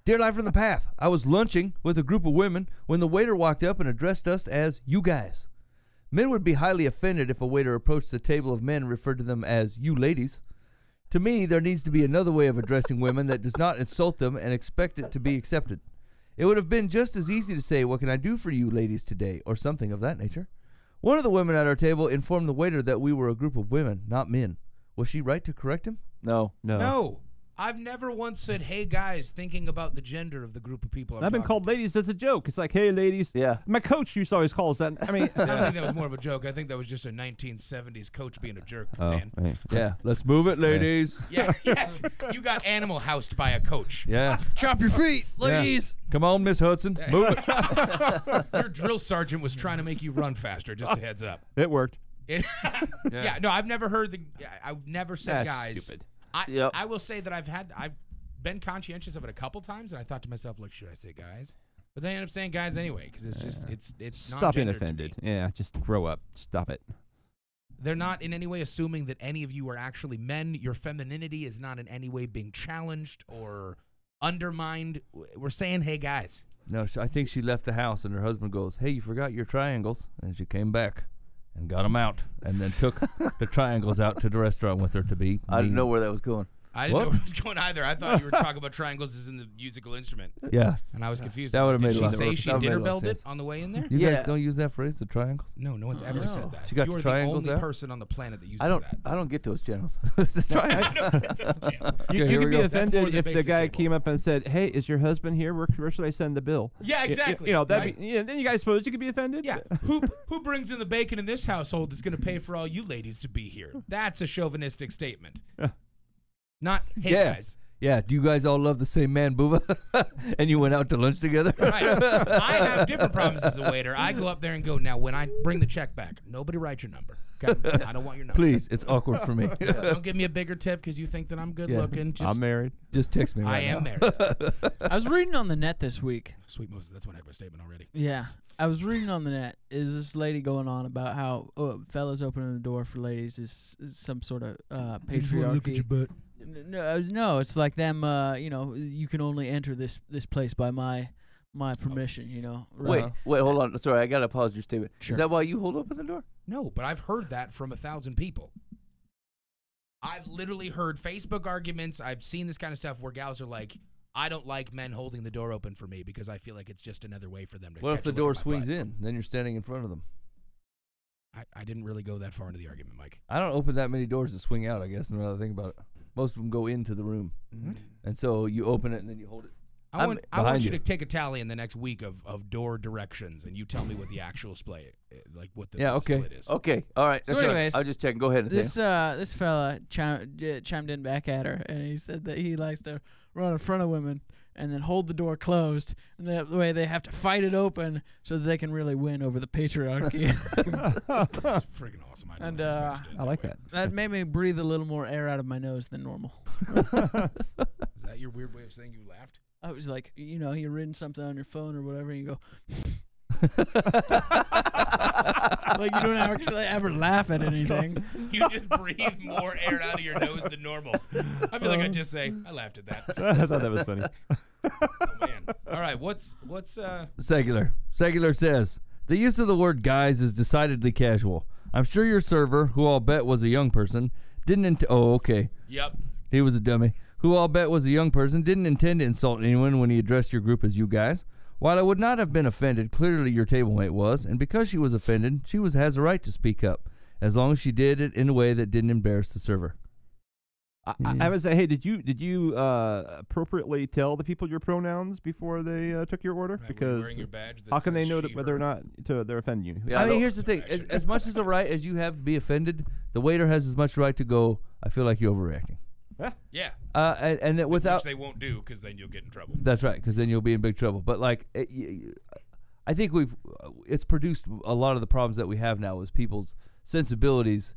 [SPEAKER 2] Dear Life from the Path, I was lunching with a group of women when the waiter walked up and addressed us as you guys. Men would be highly offended if a waiter approached the table of men and referred to them as you ladies. To me, there needs to be another way of addressing women that does not insult them and expect it to be accepted. It would have been just as easy to say, What can I do for you ladies today? or something of that nature. One of the women at our table informed the waiter that we were a group of women, not men. Was she right to correct him?
[SPEAKER 1] No.
[SPEAKER 4] Oh.
[SPEAKER 3] No. I've never once said, hey, guys, thinking about the gender of the group of people. I'm
[SPEAKER 4] I've been
[SPEAKER 3] talking
[SPEAKER 4] called ladies as a joke. It's like, hey, ladies.
[SPEAKER 1] Yeah.
[SPEAKER 4] My coach used to always call us that. I mean,
[SPEAKER 3] I don't think that was more of a joke. I think that was just a 1970s coach being a jerk,
[SPEAKER 4] Oh. (laughs)
[SPEAKER 3] man.
[SPEAKER 2] Yeah, let's move it, ladies.
[SPEAKER 3] Yeah, yes. You got animal housed by a coach.
[SPEAKER 2] Yeah.
[SPEAKER 5] Chop your feet,
[SPEAKER 2] Yeah.
[SPEAKER 5] ladies.
[SPEAKER 2] Come on, Miss Hudson. Move
[SPEAKER 3] (laughs)
[SPEAKER 2] it.
[SPEAKER 3] Your drill sergeant was trying to make you run faster. Just a heads up. (laughs)
[SPEAKER 4] it worked.
[SPEAKER 3] It- yeah. No, I've never heard the. I've never said
[SPEAKER 4] That's
[SPEAKER 3] guys.
[SPEAKER 4] stupid.
[SPEAKER 3] I
[SPEAKER 1] Yep.
[SPEAKER 3] I will say that I've had I've been conscientious of it a couple times, and I thought to myself, like, should I say guys? But then I end up saying guys anyway because it's just it's it's
[SPEAKER 4] Stop being
[SPEAKER 3] non-gendered to me.
[SPEAKER 4] offended. Yeah, just grow up. Stop it.
[SPEAKER 3] They're not in any way assuming that any of you are actually men. Your femininity is not in any way being challenged or undermined. W- We're saying, hey, guys.
[SPEAKER 2] No, sh- I think she left the house, and her husband goes, "Hey, you forgot your triangles," and she came back and got them out, and then (laughs) took the triangles out to the restaurant with her to be.
[SPEAKER 1] I didn't
[SPEAKER 2] mean.
[SPEAKER 1] know where that was going.
[SPEAKER 3] I didn't know
[SPEAKER 2] What?
[SPEAKER 3] where it was going either. I thought you were talking about triangles as in the musical instrument,
[SPEAKER 2] Yeah,
[SPEAKER 3] and I was confused.
[SPEAKER 2] That would've
[SPEAKER 3] Did
[SPEAKER 2] made a
[SPEAKER 3] she
[SPEAKER 2] lot of-
[SPEAKER 3] say
[SPEAKER 2] that
[SPEAKER 3] she
[SPEAKER 2] would've made a
[SPEAKER 3] dinner
[SPEAKER 2] lot of
[SPEAKER 3] belled it
[SPEAKER 2] sense.
[SPEAKER 3] on the way in there?
[SPEAKER 2] you
[SPEAKER 1] Yeah.
[SPEAKER 2] guys don't use that phrase, the triangles.
[SPEAKER 3] No, no one's ever said that.
[SPEAKER 2] She got
[SPEAKER 3] you are
[SPEAKER 2] triangles
[SPEAKER 3] the only
[SPEAKER 2] out?
[SPEAKER 3] person on the planet that uses
[SPEAKER 1] I don't.
[SPEAKER 3] that.
[SPEAKER 1] I don't get those channels.
[SPEAKER 2] it's (laughs) (laughs) the triangle.
[SPEAKER 4] You,
[SPEAKER 2] Okay,
[SPEAKER 4] you
[SPEAKER 2] here
[SPEAKER 4] could
[SPEAKER 2] we
[SPEAKER 4] be
[SPEAKER 2] go.
[SPEAKER 3] That's more
[SPEAKER 4] offended
[SPEAKER 3] the
[SPEAKER 4] if the
[SPEAKER 3] basic
[SPEAKER 4] guy
[SPEAKER 3] table.
[SPEAKER 4] came up and said, "Hey, is your husband here? Where, where should I send the bill?"
[SPEAKER 3] Yeah,
[SPEAKER 4] Y- y-
[SPEAKER 3] exactly,
[SPEAKER 4] You know that.
[SPEAKER 3] right?
[SPEAKER 4] Be, yeah, then you guys suppose you could be offended.
[SPEAKER 3] Yeah,
[SPEAKER 2] (laughs)
[SPEAKER 3] who who brings in the bacon in this household that's going to pay for all you ladies to be here? That's a chauvinistic statement. Not hey
[SPEAKER 2] Yeah.
[SPEAKER 3] guys.
[SPEAKER 2] yeah, do you guys all love the same man, Buva? (laughs) and you went out to lunch together?
[SPEAKER 3] (laughs) Right. I have different problems as a waiter. I go up there and go, now when I bring the check back, nobody write your number. Okay? I don't want your number.
[SPEAKER 2] Please, it's awkward for
[SPEAKER 3] (laughs)
[SPEAKER 2] me.
[SPEAKER 3] Don't give me a bigger tip because you think that I'm good
[SPEAKER 2] Yeah.
[SPEAKER 3] looking. Just
[SPEAKER 4] I'm married. (laughs)
[SPEAKER 2] Just text me. Right
[SPEAKER 3] I am
[SPEAKER 2] now. (laughs)
[SPEAKER 3] married.
[SPEAKER 5] I was reading on the net this week.
[SPEAKER 3] Sweet Moses, that's one heck of a statement already.
[SPEAKER 5] Yeah, I was reading on the net. Is this lady going on about how uh, fellas opening the door for ladies is, is some sort of uh, patriarchy?
[SPEAKER 3] butt.
[SPEAKER 5] N- No, no, it's like them. Uh, you know, you can only enter this this place by my my permission. You know.
[SPEAKER 1] Wait,
[SPEAKER 3] Uh-huh.
[SPEAKER 5] Uh,
[SPEAKER 1] wait, hold on. Sorry, I gotta pause your statement.
[SPEAKER 5] Sure.
[SPEAKER 1] Is that why you hold open the door?
[SPEAKER 3] No, but I've heard that from a thousand people. I've literally heard Facebook arguments. I've seen this kind of stuff where gals are like, I don't like men holding the door open for me because I feel like it's just another way for them to.
[SPEAKER 2] What if
[SPEAKER 3] catch
[SPEAKER 2] the
[SPEAKER 3] a look
[SPEAKER 2] door
[SPEAKER 3] at my
[SPEAKER 2] swings
[SPEAKER 3] butt."
[SPEAKER 2] in? Then you're standing in front of them.
[SPEAKER 3] I, I didn't really go that far into the argument, Mike.
[SPEAKER 2] I don't open that many doors that swing out, I guess, now that I think about it. Most of them go into the room. And so you open it and then you hold it.
[SPEAKER 3] I
[SPEAKER 1] I'm
[SPEAKER 3] want, I want
[SPEAKER 2] behind
[SPEAKER 3] you
[SPEAKER 2] you.
[SPEAKER 3] to take a tally in the next week of, of door directions, and you tell me what the actual splay, eh, like what the
[SPEAKER 2] Yeah, okay. Oh.
[SPEAKER 3] split is.
[SPEAKER 1] Okay, all right.
[SPEAKER 5] So
[SPEAKER 1] that's all right.
[SPEAKER 5] anyways,
[SPEAKER 1] I'll just check. Go ahead. Nathaniel.
[SPEAKER 5] This uh, this fella chime, j- chimed in back at her, and he said that he likes to run in front of women and then hold the door closed, and that way they have to fight it open so that they can really win over the patriarchy.
[SPEAKER 2] (laughs)
[SPEAKER 3] It's freaking awesome. I didn't
[SPEAKER 5] And,
[SPEAKER 3] expect
[SPEAKER 5] uh,
[SPEAKER 3] you to do it
[SPEAKER 4] I like
[SPEAKER 3] way.
[SPEAKER 4] that. (laughs)
[SPEAKER 5] that made me breathe a little more air out of my nose than normal.
[SPEAKER 3] Is that your weird way of saying you laughed?
[SPEAKER 5] I was like, you know, you're reading something on your phone or whatever, and you go, (laughs) like you don't actually ever laugh at anything.
[SPEAKER 3] You just breathe more air out of your nose than normal. I feel like I'd just say, I laughed at that.
[SPEAKER 4] I thought that was funny.
[SPEAKER 3] Oh, man. All right, what's, what's, uh,
[SPEAKER 2] Secular. Secular says the use of the word guys is decidedly casual. I'm sure your server, who I'll bet was a young person, didn't. Int- oh, okay.
[SPEAKER 3] yep.
[SPEAKER 2] He was a dummy. Who I'll bet was a young person, didn't intend to insult anyone when he addressed your group as you guys. While I would not have been offended, clearly your table mate was, and because she was offended, she was has a right to speak up, as long as she did it in a way that didn't embarrass the server.
[SPEAKER 4] I, I- I would say, hey, did you did you uh, appropriately tell the people your pronouns before they uh, took your order?
[SPEAKER 3] Right, were you
[SPEAKER 4] because
[SPEAKER 3] wearing your badge that
[SPEAKER 4] how can
[SPEAKER 3] says
[SPEAKER 4] they know
[SPEAKER 3] she,
[SPEAKER 4] that whether
[SPEAKER 3] her?
[SPEAKER 4] or not to they're offending you?
[SPEAKER 1] Yeah,
[SPEAKER 2] I mean,
[SPEAKER 1] don't-
[SPEAKER 2] here's the thing: as, as much as the right as you have to be offended, the waiter has as much right to go. I feel like you're overreacting.
[SPEAKER 3] Yeah.
[SPEAKER 2] Uh, and, and that without
[SPEAKER 3] Which they won't do because then you'll get in trouble.
[SPEAKER 2] That's right, because then you'll be in big trouble. But like, it, y- y- I think we've uh, it's produced a lot of the problems that we have now is people's sensibilities.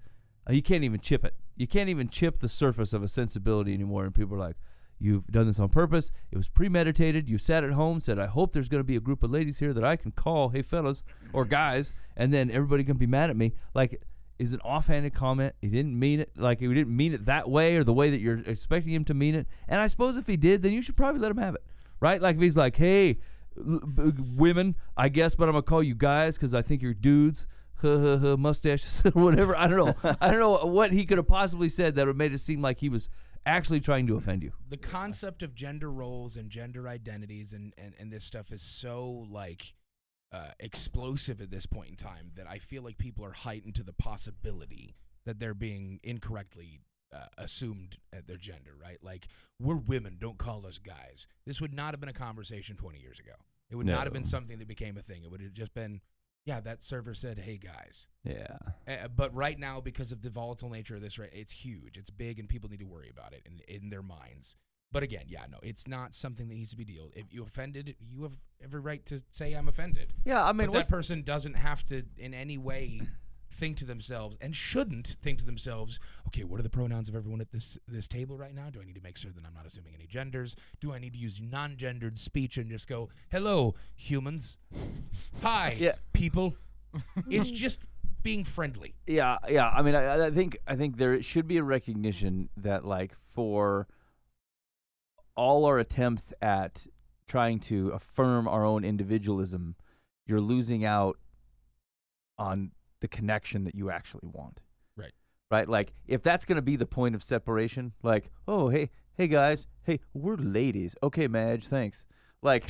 [SPEAKER 2] uh, You can't even chip it. You can't even chip the surface of a sensibility anymore. And people are like, "You've done this on purpose. It was premeditated. You sat at home, said, "I hope there's going to be a group of ladies here that I can call, hey fellas or guys," and then everybody can be mad at me. Like, is an offhanded comment. He didn't mean it. Like he didn't mean it that way or the way that you're expecting him to mean it. And I suppose if he did, then you should probably let him have it, right? Like if he's like, "Hey, l- b- women, I guess, but I'm gonna call you guys because I think you're dudes." (laughs) Huh, huh, huh, mustaches, (laughs) whatever. I
[SPEAKER 1] (laughs)
[SPEAKER 2] don't know. I don't know what he could have possibly said that would made it seem like he was actually trying to offend you.
[SPEAKER 3] the concept of gender roles and gender identities and, and, and this stuff is so like uh, explosive at this point in time that I feel like people are heightened to the possibility that they're being incorrectly uh, assumed at their gender, right? Like we're women, don't call us guys. This would not have been a conversation 20 years ago. It would not have been
[SPEAKER 4] No.
[SPEAKER 3] something that became a thing. It would have just been, yeah, that server said, "Hey guys."
[SPEAKER 4] Yeah.
[SPEAKER 3] Uh, but right now, because of the volatile nature of this, right, it's huge. It's big, and people need to worry about it in, in their minds. But again, yeah, no, it's not something that needs to be dealt. If you offended, you have every right to say I'm offended.
[SPEAKER 1] yeah, I mean,
[SPEAKER 3] but
[SPEAKER 1] what's
[SPEAKER 3] that person doesn't have to in any way think to themselves and shouldn't think to themselves, okay, what are the pronouns of everyone at this this table right now? Do I need to make sure that I'm not assuming any genders? Do I need to use non-gendered speech and just go, "Hello, humans. Hi,
[SPEAKER 1] Yeah. (laughs)
[SPEAKER 3] people." It's just being friendly.
[SPEAKER 1] yeah, yeah. I mean, I, I think I think there should be a recognition that like for all our attempts at trying to affirm our own individualism, you're losing out on the connection that you actually want.
[SPEAKER 3] Right.
[SPEAKER 1] Right. Like if that's going to be the point of separation, like oh hey hey guys hey we're ladies okay Madge thanks like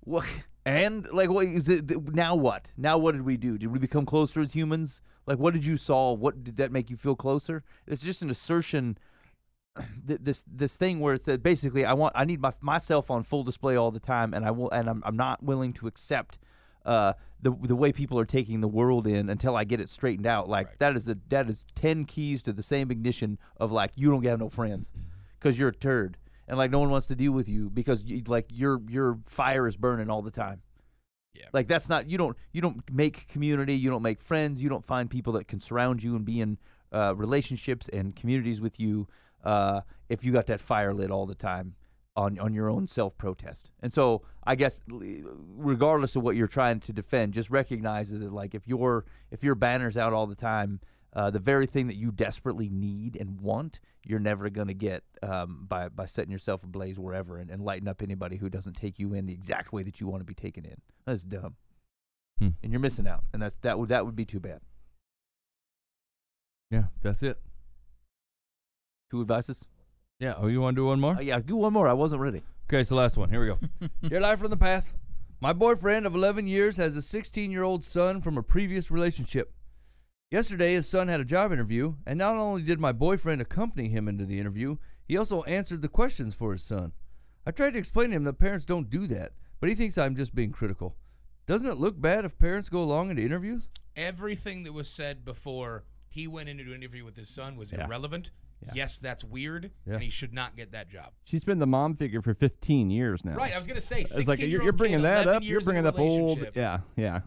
[SPEAKER 1] what and like what is it th- now what now what did we do did we become closer as humans like what did you solve what did that make you feel closer it's just an assertion (clears throat) th- this this thing where it said basically I want I need my myself on full display all the time, and I will and I'm I'm not willing to accept uh the the way people are taking the world in until I get it straightened out. Like that is the that is ten keys to the same ignition of like you don't have no friends because you're a turd. and like no one wants to deal with you because you, like your your fire is burning all the time.
[SPEAKER 3] Yeah.
[SPEAKER 1] Like that's not you don't you don't make community, you don't make friends, you don't find people that can surround you and be in uh, relationships and communities with you uh, if you got that fire lit all the time on on your own self protest. And so I guess l- regardless of what you're trying to defend, just recognize that like if your if your banner's out all the time. Uh, the very thing that you desperately need and want, you're never going to get um, by, by setting yourself ablaze wherever and, and lighting up anybody who doesn't take you in the exact way that you want to be taken in. That's dumb.
[SPEAKER 2] Hmm.
[SPEAKER 1] And you're missing out. And that's that would that would be too bad.
[SPEAKER 2] Yeah, that's it.
[SPEAKER 1] Two advices?
[SPEAKER 2] Yeah. Oh, you want to do one more?
[SPEAKER 1] Oh, yeah, do one more. I wasn't ready.
[SPEAKER 2] Okay, so last one. Here we go. Dear Life from the Path, my boyfriend of 11 years has a 16 year old son from a previous relationship. Yesterday, his son had a job interview, and not only did my boyfriend accompany him into the interview, he also answered the questions for his son. I tried to explain to him that parents don't do that, but he thinks I'm just being critical. Doesn't it look bad if parents go along into interviews?
[SPEAKER 3] Everything that was said before he went into an interview with his son was irrelevant. Yes, that's weird,
[SPEAKER 2] Yeah.
[SPEAKER 3] and he should not get that job.
[SPEAKER 4] She's been the mom figure for 15 years now.
[SPEAKER 3] Right, I was gonna say.
[SPEAKER 4] It's like you're, you're bringing that up. You're bringing up old. Yeah, yeah.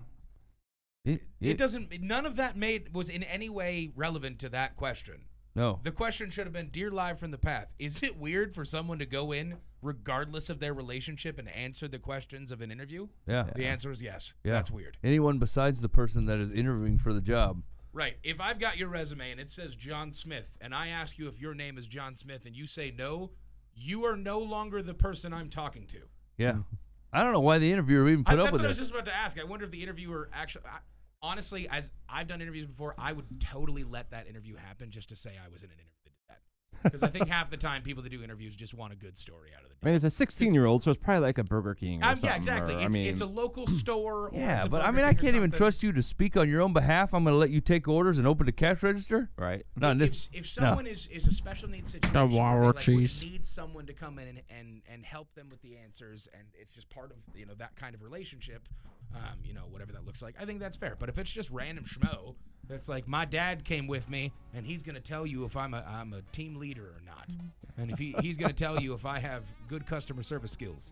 [SPEAKER 2] It,
[SPEAKER 3] It doesn't. None of that made was in any way relevant to that question.
[SPEAKER 2] No.
[SPEAKER 3] The question should have been, "Dear Live from the Path, is it weird for someone to go in, regardless of their relationship, and answer the questions of an interview?"
[SPEAKER 2] Yeah.
[SPEAKER 3] The answer is yes.
[SPEAKER 2] Yeah.
[SPEAKER 3] That's weird.
[SPEAKER 2] Anyone besides the person that is interviewing for the job.
[SPEAKER 3] Right. If I've got your resume and it says John Smith, and I ask you if your name is John Smith, and you say no, you are no longer the person I'm talking to.
[SPEAKER 2] Yeah. I don't know why the interviewer even
[SPEAKER 3] I,
[SPEAKER 2] put
[SPEAKER 3] that's what
[SPEAKER 2] up with
[SPEAKER 3] I was
[SPEAKER 2] this.
[SPEAKER 3] just about to ask. I wonder if the interviewer actually. I, honestly, as I've done interviews before, I would totally let that interview happen just to say I was in an interview that did that. Because I think half the time people that do interviews just want a good story
[SPEAKER 2] (laughs)
[SPEAKER 3] out of the
[SPEAKER 4] I
[SPEAKER 3] day.
[SPEAKER 4] mean, it's a 16 year old, so it's probably like a Burger King. Or
[SPEAKER 3] Um,
[SPEAKER 4] something,
[SPEAKER 3] yeah, exactly.
[SPEAKER 4] or,
[SPEAKER 3] it's,
[SPEAKER 4] I mean,
[SPEAKER 3] it's a
[SPEAKER 2] (clears throat)
[SPEAKER 3] local store. Or it's
[SPEAKER 2] Yeah,
[SPEAKER 3] a
[SPEAKER 2] but I
[SPEAKER 3] Burger
[SPEAKER 2] mean, I
[SPEAKER 3] King or
[SPEAKER 2] can't even
[SPEAKER 3] something.
[SPEAKER 2] trust you to speak on your own behalf. I'm going to let you take orders and open the cash register.
[SPEAKER 4] right.
[SPEAKER 2] No, and this,
[SPEAKER 3] if, if someone is, is a special needs situation,
[SPEAKER 5] The
[SPEAKER 3] where they,
[SPEAKER 5] Wawa
[SPEAKER 3] like,
[SPEAKER 5] cheese.
[SPEAKER 3] would need someone to come in and, and, and help them with the answers, and it's just part of you know that kind of relationship, um, you know whatever that looks like. I think that's fair. But if it's just random schmo, that's like my dad came with me, and he's gonna tell you if I'm a I'm a team leader or not,
[SPEAKER 1] Mm-hmm.
[SPEAKER 3] and if he, he's gonna tell you if I have good customer service skills.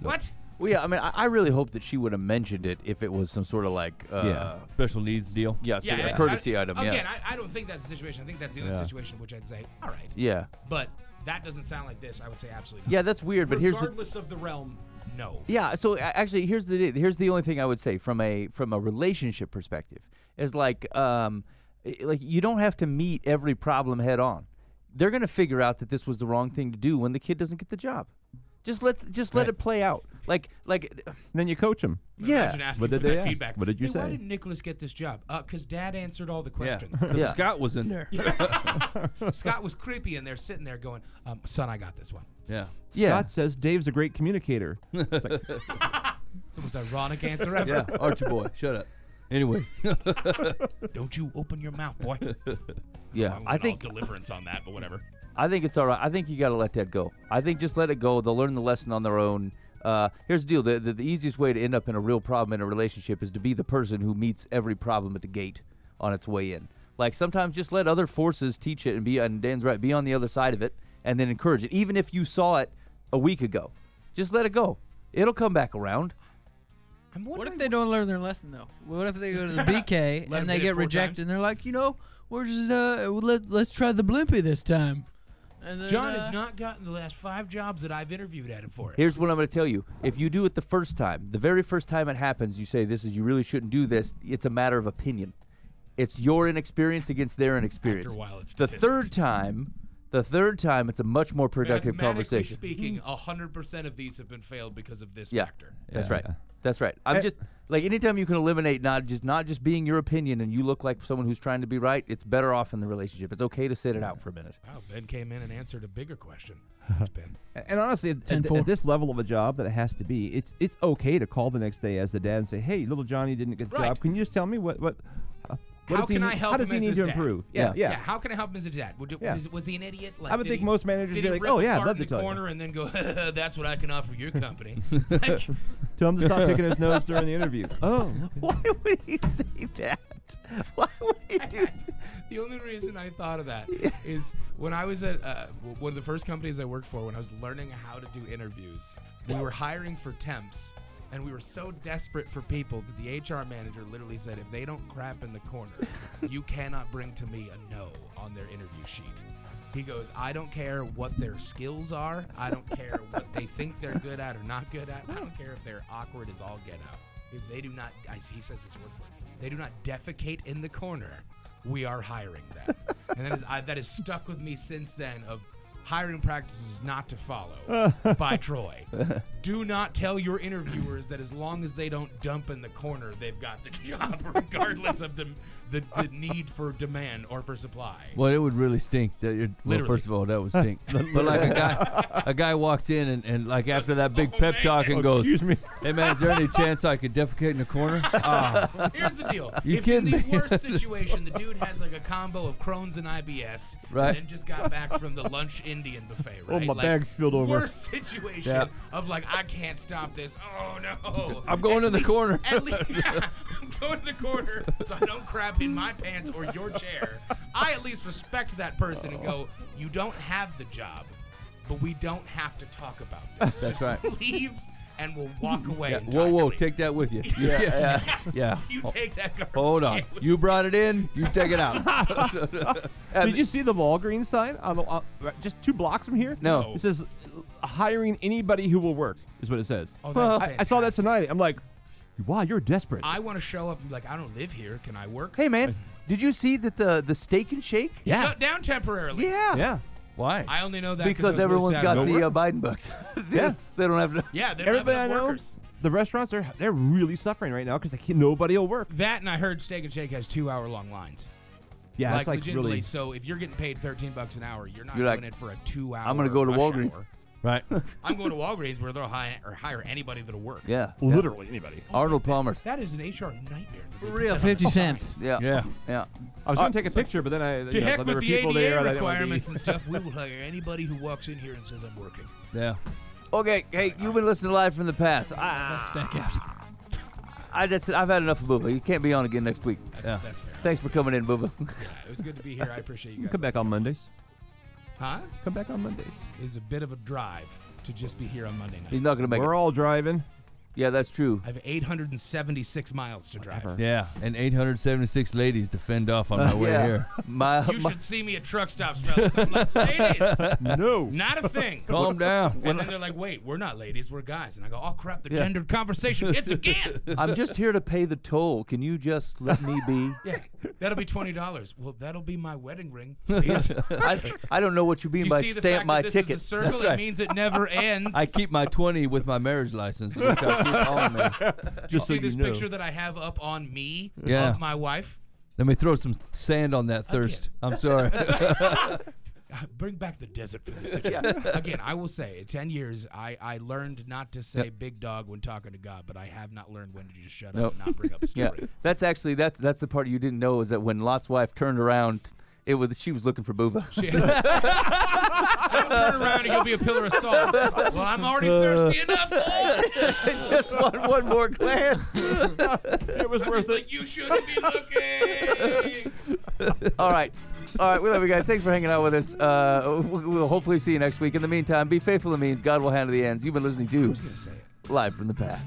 [SPEAKER 3] What?
[SPEAKER 1] Well, yeah, I mean, I, I really hope that she would have mentioned it if it was some sort of like, uh, yeah,
[SPEAKER 4] Yeah.
[SPEAKER 2] special needs deal.
[SPEAKER 1] so a
[SPEAKER 3] I-
[SPEAKER 1] courtesy
[SPEAKER 3] I-
[SPEAKER 1] item,
[SPEAKER 3] Again,
[SPEAKER 1] yeah,
[SPEAKER 3] I, I don't think that's the situation. I think that's the other situation in which I'd say, all right,
[SPEAKER 1] yeah,
[SPEAKER 3] but that doesn't sound like this. I would say absolutely. Not.
[SPEAKER 1] yeah. That's weird, but here's the,
[SPEAKER 3] regardless of the realm, no.
[SPEAKER 1] Yeah. So a- actually, here's the here's the only thing I would say from a from a relationship perspective is like um i- like you don't have to meet every problem head on. They're gonna figure out that this was the wrong thing to do when the kid doesn't get the job. Just let just let it play out. Like like
[SPEAKER 4] And then you coach him.
[SPEAKER 3] Imagine
[SPEAKER 1] yeah.
[SPEAKER 3] asking
[SPEAKER 4] What did
[SPEAKER 3] for
[SPEAKER 4] they
[SPEAKER 3] that
[SPEAKER 4] ask?
[SPEAKER 3] feedback.
[SPEAKER 4] What did you
[SPEAKER 3] hey, Why
[SPEAKER 4] say?
[SPEAKER 3] did Nicholas get this job? Uh, cause Dad answered all the
[SPEAKER 1] (laughs)
[SPEAKER 2] Yeah.
[SPEAKER 3] questions.
[SPEAKER 2] 'Cause
[SPEAKER 1] Yeah.
[SPEAKER 2] Scott was
[SPEAKER 1] (laughs)
[SPEAKER 2] in there. Yeah.
[SPEAKER 3] Scott was creepy in there, sitting there going, um, "Son, I got this one."
[SPEAKER 1] Yeah.
[SPEAKER 4] Scott says Dave's a great (laughs) communicator. It's like,
[SPEAKER 3] It's the most ironic
[SPEAKER 1] (laughs)
[SPEAKER 3] answer ever.
[SPEAKER 2] Yeah. Archie boy, shut up. Anyway.
[SPEAKER 3] Don't you open your mouth, boy.
[SPEAKER 1] Yeah. I think
[SPEAKER 3] deliverance on that, but whatever.
[SPEAKER 1] I think it's all right. I think you got to let that go. I think just let it go. They'll learn the lesson on their own. Uh, here's the deal: the, the the easiest way to end up in a real problem in a relationship is to be the person who meets every problem at the gate on its way in. Like sometimes just let other forces teach it and be. And Dan's right. Be on the other side of it and then encourage it, even if you saw it a week ago. Just let it go. It'll come back around.
[SPEAKER 3] I'm
[SPEAKER 5] What
[SPEAKER 3] wondering
[SPEAKER 5] if they don't learn (laughs) their lesson though? What if they go (laughs) to the BK
[SPEAKER 3] Let 'em
[SPEAKER 5] and they
[SPEAKER 3] hit it
[SPEAKER 5] get
[SPEAKER 3] four
[SPEAKER 5] rejected
[SPEAKER 3] times.
[SPEAKER 5] and they're like, you know, we're just uh, let let's try the Blimpie this time. And then,
[SPEAKER 3] John
[SPEAKER 5] uh,
[SPEAKER 3] has not gotten the last five jobs that I've interviewed at him for. It.
[SPEAKER 1] Here's what I'm going to tell you. If you do it the first time, the very first time it happens, you say this is you really shouldn't do this. It's a matter of opinion. It's your inexperience against their inexperience.
[SPEAKER 3] After a while, it's
[SPEAKER 1] the
[SPEAKER 3] statistics.
[SPEAKER 1] third time, the third time, it's a much more productive
[SPEAKER 3] Mathematically
[SPEAKER 1] conversation. Hmm.
[SPEAKER 3] Speaking, hundred percent of these have been failed because of this
[SPEAKER 1] Yeah.
[SPEAKER 3] factor.
[SPEAKER 1] That's
[SPEAKER 4] Yeah.
[SPEAKER 1] right. That's right. I'm
[SPEAKER 4] Eh.
[SPEAKER 1] just like anytime you can eliminate not just not just being your opinion and you look like someone who's trying to be right, it's better off in the relationship. It's okay to sit it out for a minute.
[SPEAKER 3] Wow, Ben came in and answered a bigger question.
[SPEAKER 1] (laughs)
[SPEAKER 3] Thanks, Ben.
[SPEAKER 4] and honestly, at, at,
[SPEAKER 5] 10-4.
[SPEAKER 4] at this level of a job that it has to be, it's it's okay to call the next day as the dad and say, "Hey, little Johnny didn't get the
[SPEAKER 3] Right.
[SPEAKER 4] job. uh, Can you just tell me what what uh, what
[SPEAKER 3] How
[SPEAKER 4] does he
[SPEAKER 3] can
[SPEAKER 4] need,
[SPEAKER 3] I help
[SPEAKER 4] How does
[SPEAKER 3] him
[SPEAKER 4] he
[SPEAKER 3] as
[SPEAKER 4] need
[SPEAKER 3] his
[SPEAKER 4] to
[SPEAKER 3] dad?
[SPEAKER 4] improve?
[SPEAKER 1] Yeah.
[SPEAKER 4] yeah.
[SPEAKER 3] Yeah, how can I help him as a dad? Would-
[SPEAKER 4] Yeah.
[SPEAKER 3] Was, was he an idiot? Like,
[SPEAKER 4] I would
[SPEAKER 3] did
[SPEAKER 4] think
[SPEAKER 3] he-
[SPEAKER 4] most managers
[SPEAKER 3] did
[SPEAKER 4] would be
[SPEAKER 3] he
[SPEAKER 4] like,
[SPEAKER 3] rip
[SPEAKER 4] "Oh,
[SPEAKER 3] a
[SPEAKER 4] yeah, I'd
[SPEAKER 3] fart
[SPEAKER 4] love
[SPEAKER 3] in
[SPEAKER 4] to
[SPEAKER 3] the
[SPEAKER 4] tell you."
[SPEAKER 3] corner and then go, (laughs) "That's what I can offer your company."
[SPEAKER 4] (laughs)
[SPEAKER 3] Like,
[SPEAKER 4] Tell him to stop
[SPEAKER 1] (laughs)
[SPEAKER 4] picking his nose (laughs) during the interview.
[SPEAKER 2] oh.
[SPEAKER 1] (laughs)
[SPEAKER 3] (laughs)
[SPEAKER 1] Why would he say that? Why would he do?
[SPEAKER 3] The only reason I thought of that is when I was at uh, w- one of the first companies I worked for, when I was learning how to do interviews, we were hiring for temps, and we were so desperate for people that the HR manager literally said, if they don't crap in the corner, you cannot bring to me a no on their interview sheet. He goes, I don't care what their skills are. I don't care what they think they're good at or not good at. I don't care if they're awkward as all get out. If they do not, I, he says this word for it, they do not defecate in the corner, we are hiring them. and that is, I, that has stuck with me since then of hiring practices not to follow by Troy. Do not tell your interviewers that as long as they don't dump in the corner, they've got the (laughs) job, regardless of the, the, the need for demand or for supply.
[SPEAKER 2] Well, it would really stink. That it, well,
[SPEAKER 3] Literally.
[SPEAKER 2] first of all, that
[SPEAKER 1] (laughs)
[SPEAKER 2] would stink. but like a guy, a guy walks in and, and like after that big
[SPEAKER 3] Oh,
[SPEAKER 2] pep
[SPEAKER 3] man.
[SPEAKER 2] talk and
[SPEAKER 3] Oh,
[SPEAKER 2] goes,
[SPEAKER 4] Excuse me. (laughs)
[SPEAKER 2] "Hey man, is there any chance I could defecate in
[SPEAKER 3] (laughs)
[SPEAKER 2] the corner?"
[SPEAKER 3] Oh,
[SPEAKER 2] Ah,
[SPEAKER 3] Here's the deal.
[SPEAKER 2] You
[SPEAKER 3] if
[SPEAKER 2] kidding
[SPEAKER 3] in the
[SPEAKER 2] me? (laughs)
[SPEAKER 3] worst situation, the dude has like a combo of Crohn's and IBS,
[SPEAKER 2] Right.
[SPEAKER 3] and then just got back from the lunch Indian buffet, right?
[SPEAKER 4] Oh, my
[SPEAKER 3] like,
[SPEAKER 4] bag spilled over.
[SPEAKER 3] Worst situation
[SPEAKER 2] Yeah.
[SPEAKER 3] of like, I can't stop this. Oh no!
[SPEAKER 2] I'm going to the
[SPEAKER 3] least-
[SPEAKER 2] corner.
[SPEAKER 3] At
[SPEAKER 2] (laughs)
[SPEAKER 3] least, yeah, I'm going to the corner, so I don't crap in my pants or your chair. I at least respect that person and go, you don't have the job, but we don't have to talk about this.
[SPEAKER 2] that's right.
[SPEAKER 3] Leave, and we'll walk away.
[SPEAKER 2] Yeah. Whoa, whoa,
[SPEAKER 3] entirely.
[SPEAKER 2] take that with you.
[SPEAKER 1] Yeah, yeah.
[SPEAKER 2] (laughs) yeah.
[SPEAKER 3] You take that garbage.
[SPEAKER 2] Hold on.
[SPEAKER 3] (laughs) can with
[SPEAKER 2] You brought it in. You take
[SPEAKER 1] (laughs)
[SPEAKER 2] it out. (laughs)
[SPEAKER 1] Uh,
[SPEAKER 4] Did you see the Walgreens sign on the uh, just two blocks from here?
[SPEAKER 2] No.
[SPEAKER 4] It says hiring anybody who will work is what it says.
[SPEAKER 3] Oh, that's
[SPEAKER 4] I, I saw that tonight. I'm like, wow, you're desperate.
[SPEAKER 3] I want to show up and be like, I don't live here. Can I work?
[SPEAKER 1] Hey
[SPEAKER 3] (laughs)
[SPEAKER 1] man, did you see that the the steak and shake?
[SPEAKER 4] yeah,
[SPEAKER 3] Shut down temporarily.
[SPEAKER 1] Yeah.
[SPEAKER 4] yeah.
[SPEAKER 2] Why?
[SPEAKER 3] I only know that
[SPEAKER 1] Because
[SPEAKER 3] of
[SPEAKER 1] everyone's
[SPEAKER 3] Moose
[SPEAKER 1] got
[SPEAKER 3] Adams.
[SPEAKER 1] the uh, Biden bucks. (laughs) they,
[SPEAKER 4] Yeah.
[SPEAKER 1] They don't have to.
[SPEAKER 3] yeah. They're
[SPEAKER 4] Everybody I
[SPEAKER 3] not
[SPEAKER 4] know,
[SPEAKER 3] workers.
[SPEAKER 4] the restaurants they're they're really suffering right now because nobody will work.
[SPEAKER 3] That and I heard Steak and Shake has two hour long lines.
[SPEAKER 4] Yeah, it's like
[SPEAKER 3] legitimately.
[SPEAKER 4] really.
[SPEAKER 3] So if you're getting paid thirteen bucks an hour, you're not
[SPEAKER 1] You're like,
[SPEAKER 3] doing it for a two hour.
[SPEAKER 1] I'm gonna go to
[SPEAKER 3] rush
[SPEAKER 1] Walgreens.
[SPEAKER 3] hour.
[SPEAKER 2] Right.
[SPEAKER 3] (laughs) I'm going to Walgreens where they'll hire or hire anybody that'll work.
[SPEAKER 1] Yeah.
[SPEAKER 4] Literally anybody.
[SPEAKER 1] Arnold Palmer's.
[SPEAKER 3] That is an HR nightmare. For
[SPEAKER 5] (laughs) Fifty cents.
[SPEAKER 1] Yeah.
[SPEAKER 2] Yeah.
[SPEAKER 1] Yeah.
[SPEAKER 4] I was gonna take a picture, but then I
[SPEAKER 3] Uh, To
[SPEAKER 4] you know,
[SPEAKER 3] heck
[SPEAKER 4] so
[SPEAKER 3] with
[SPEAKER 4] there were
[SPEAKER 3] the
[SPEAKER 4] people
[SPEAKER 3] ADA
[SPEAKER 4] there that I didn't wanna be-
[SPEAKER 3] requirements and stuff. We will hire anybody who walks in here and says I'm working.
[SPEAKER 1] (laughs)
[SPEAKER 2] Yeah.
[SPEAKER 1] Okay. Hey, you've been listening to Live from the Path. I,
[SPEAKER 5] Back out.
[SPEAKER 1] I just said I've had enough of Booba. You can't be on again next week.
[SPEAKER 3] That's, that's fair.
[SPEAKER 1] Thanks for coming in, Booba. (laughs)
[SPEAKER 3] Yeah, it was good to be here. I appreciate you
[SPEAKER 4] You
[SPEAKER 3] guys.
[SPEAKER 4] (laughs) Come back on Mondays.
[SPEAKER 3] Huh?
[SPEAKER 4] Come back on Mondays.
[SPEAKER 3] Is a bit of a drive to just be here on Monday night.
[SPEAKER 1] He's not gonna make
[SPEAKER 4] We're
[SPEAKER 1] it.
[SPEAKER 3] (laughs)
[SPEAKER 4] all driving.
[SPEAKER 1] Yeah, that's true.
[SPEAKER 3] I have 876 miles to drive.
[SPEAKER 4] Whatever.
[SPEAKER 2] Yeah. And 876 ladies to fend
[SPEAKER 1] (laughs)
[SPEAKER 2] off on my way
[SPEAKER 1] yeah.
[SPEAKER 2] here.
[SPEAKER 1] My,
[SPEAKER 3] You
[SPEAKER 1] my
[SPEAKER 3] should see me at truck stops, fellas. I'm like, ladies,
[SPEAKER 4] no.
[SPEAKER 3] not a thing.
[SPEAKER 2] Calm down.
[SPEAKER 3] And then they're like, wait, we're not ladies, we're guys. And I go, oh crap, the gendered conversation hits again.
[SPEAKER 1] (laughs) I'm just here to pay the toll. Can you just let me be?
[SPEAKER 3] yeah, that'll be twenty dollars. Well, that'll be my wedding ring. (laughs) Please. Do
[SPEAKER 1] I, I don't know what you mean
[SPEAKER 3] you
[SPEAKER 1] by
[SPEAKER 3] see the
[SPEAKER 1] stamp
[SPEAKER 3] fact
[SPEAKER 1] my
[SPEAKER 3] that this
[SPEAKER 1] ticket.
[SPEAKER 3] Is a circle.
[SPEAKER 2] That's
[SPEAKER 3] It
[SPEAKER 2] right.
[SPEAKER 3] means it never ends.
[SPEAKER 2] I keep my 20 with my marriage license, which I keep on me.
[SPEAKER 4] Just so
[SPEAKER 3] see
[SPEAKER 4] you
[SPEAKER 3] this
[SPEAKER 4] know.
[SPEAKER 3] picture that I have up on me
[SPEAKER 2] Yeah.
[SPEAKER 3] of my wife.
[SPEAKER 2] Let me throw some sand on that thirst. I'm sorry.
[SPEAKER 3] Uh, (laughs) bring back the desert for this situation. Again, I will say, in 10 years, I, I learned not to say big dog when talking to God, but I have not learned when to just shut up and not bring up a
[SPEAKER 1] Yeah,
[SPEAKER 3] story.
[SPEAKER 1] that's actually that. That's the part you didn't know is that when Lot's wife turned around, it was she was looking for Booba. (laughs)
[SPEAKER 3] Shit. (laughs) Don't turn around and you'll be a pillar of salt. Well, I'm already thirsty enough.
[SPEAKER 1] Just one, one more glance.
[SPEAKER 4] It was
[SPEAKER 3] It's
[SPEAKER 4] worth it.
[SPEAKER 3] like, you shouldn't be looking.
[SPEAKER 1] All right, all right. We love you guys. Thanks for hanging out with us. Uh, we'll, we'll hopefully see you next week. In the meantime, be faithful to means. God will handle the ends. You've been listening to
[SPEAKER 3] Just gonna say it.
[SPEAKER 1] Live from the Path.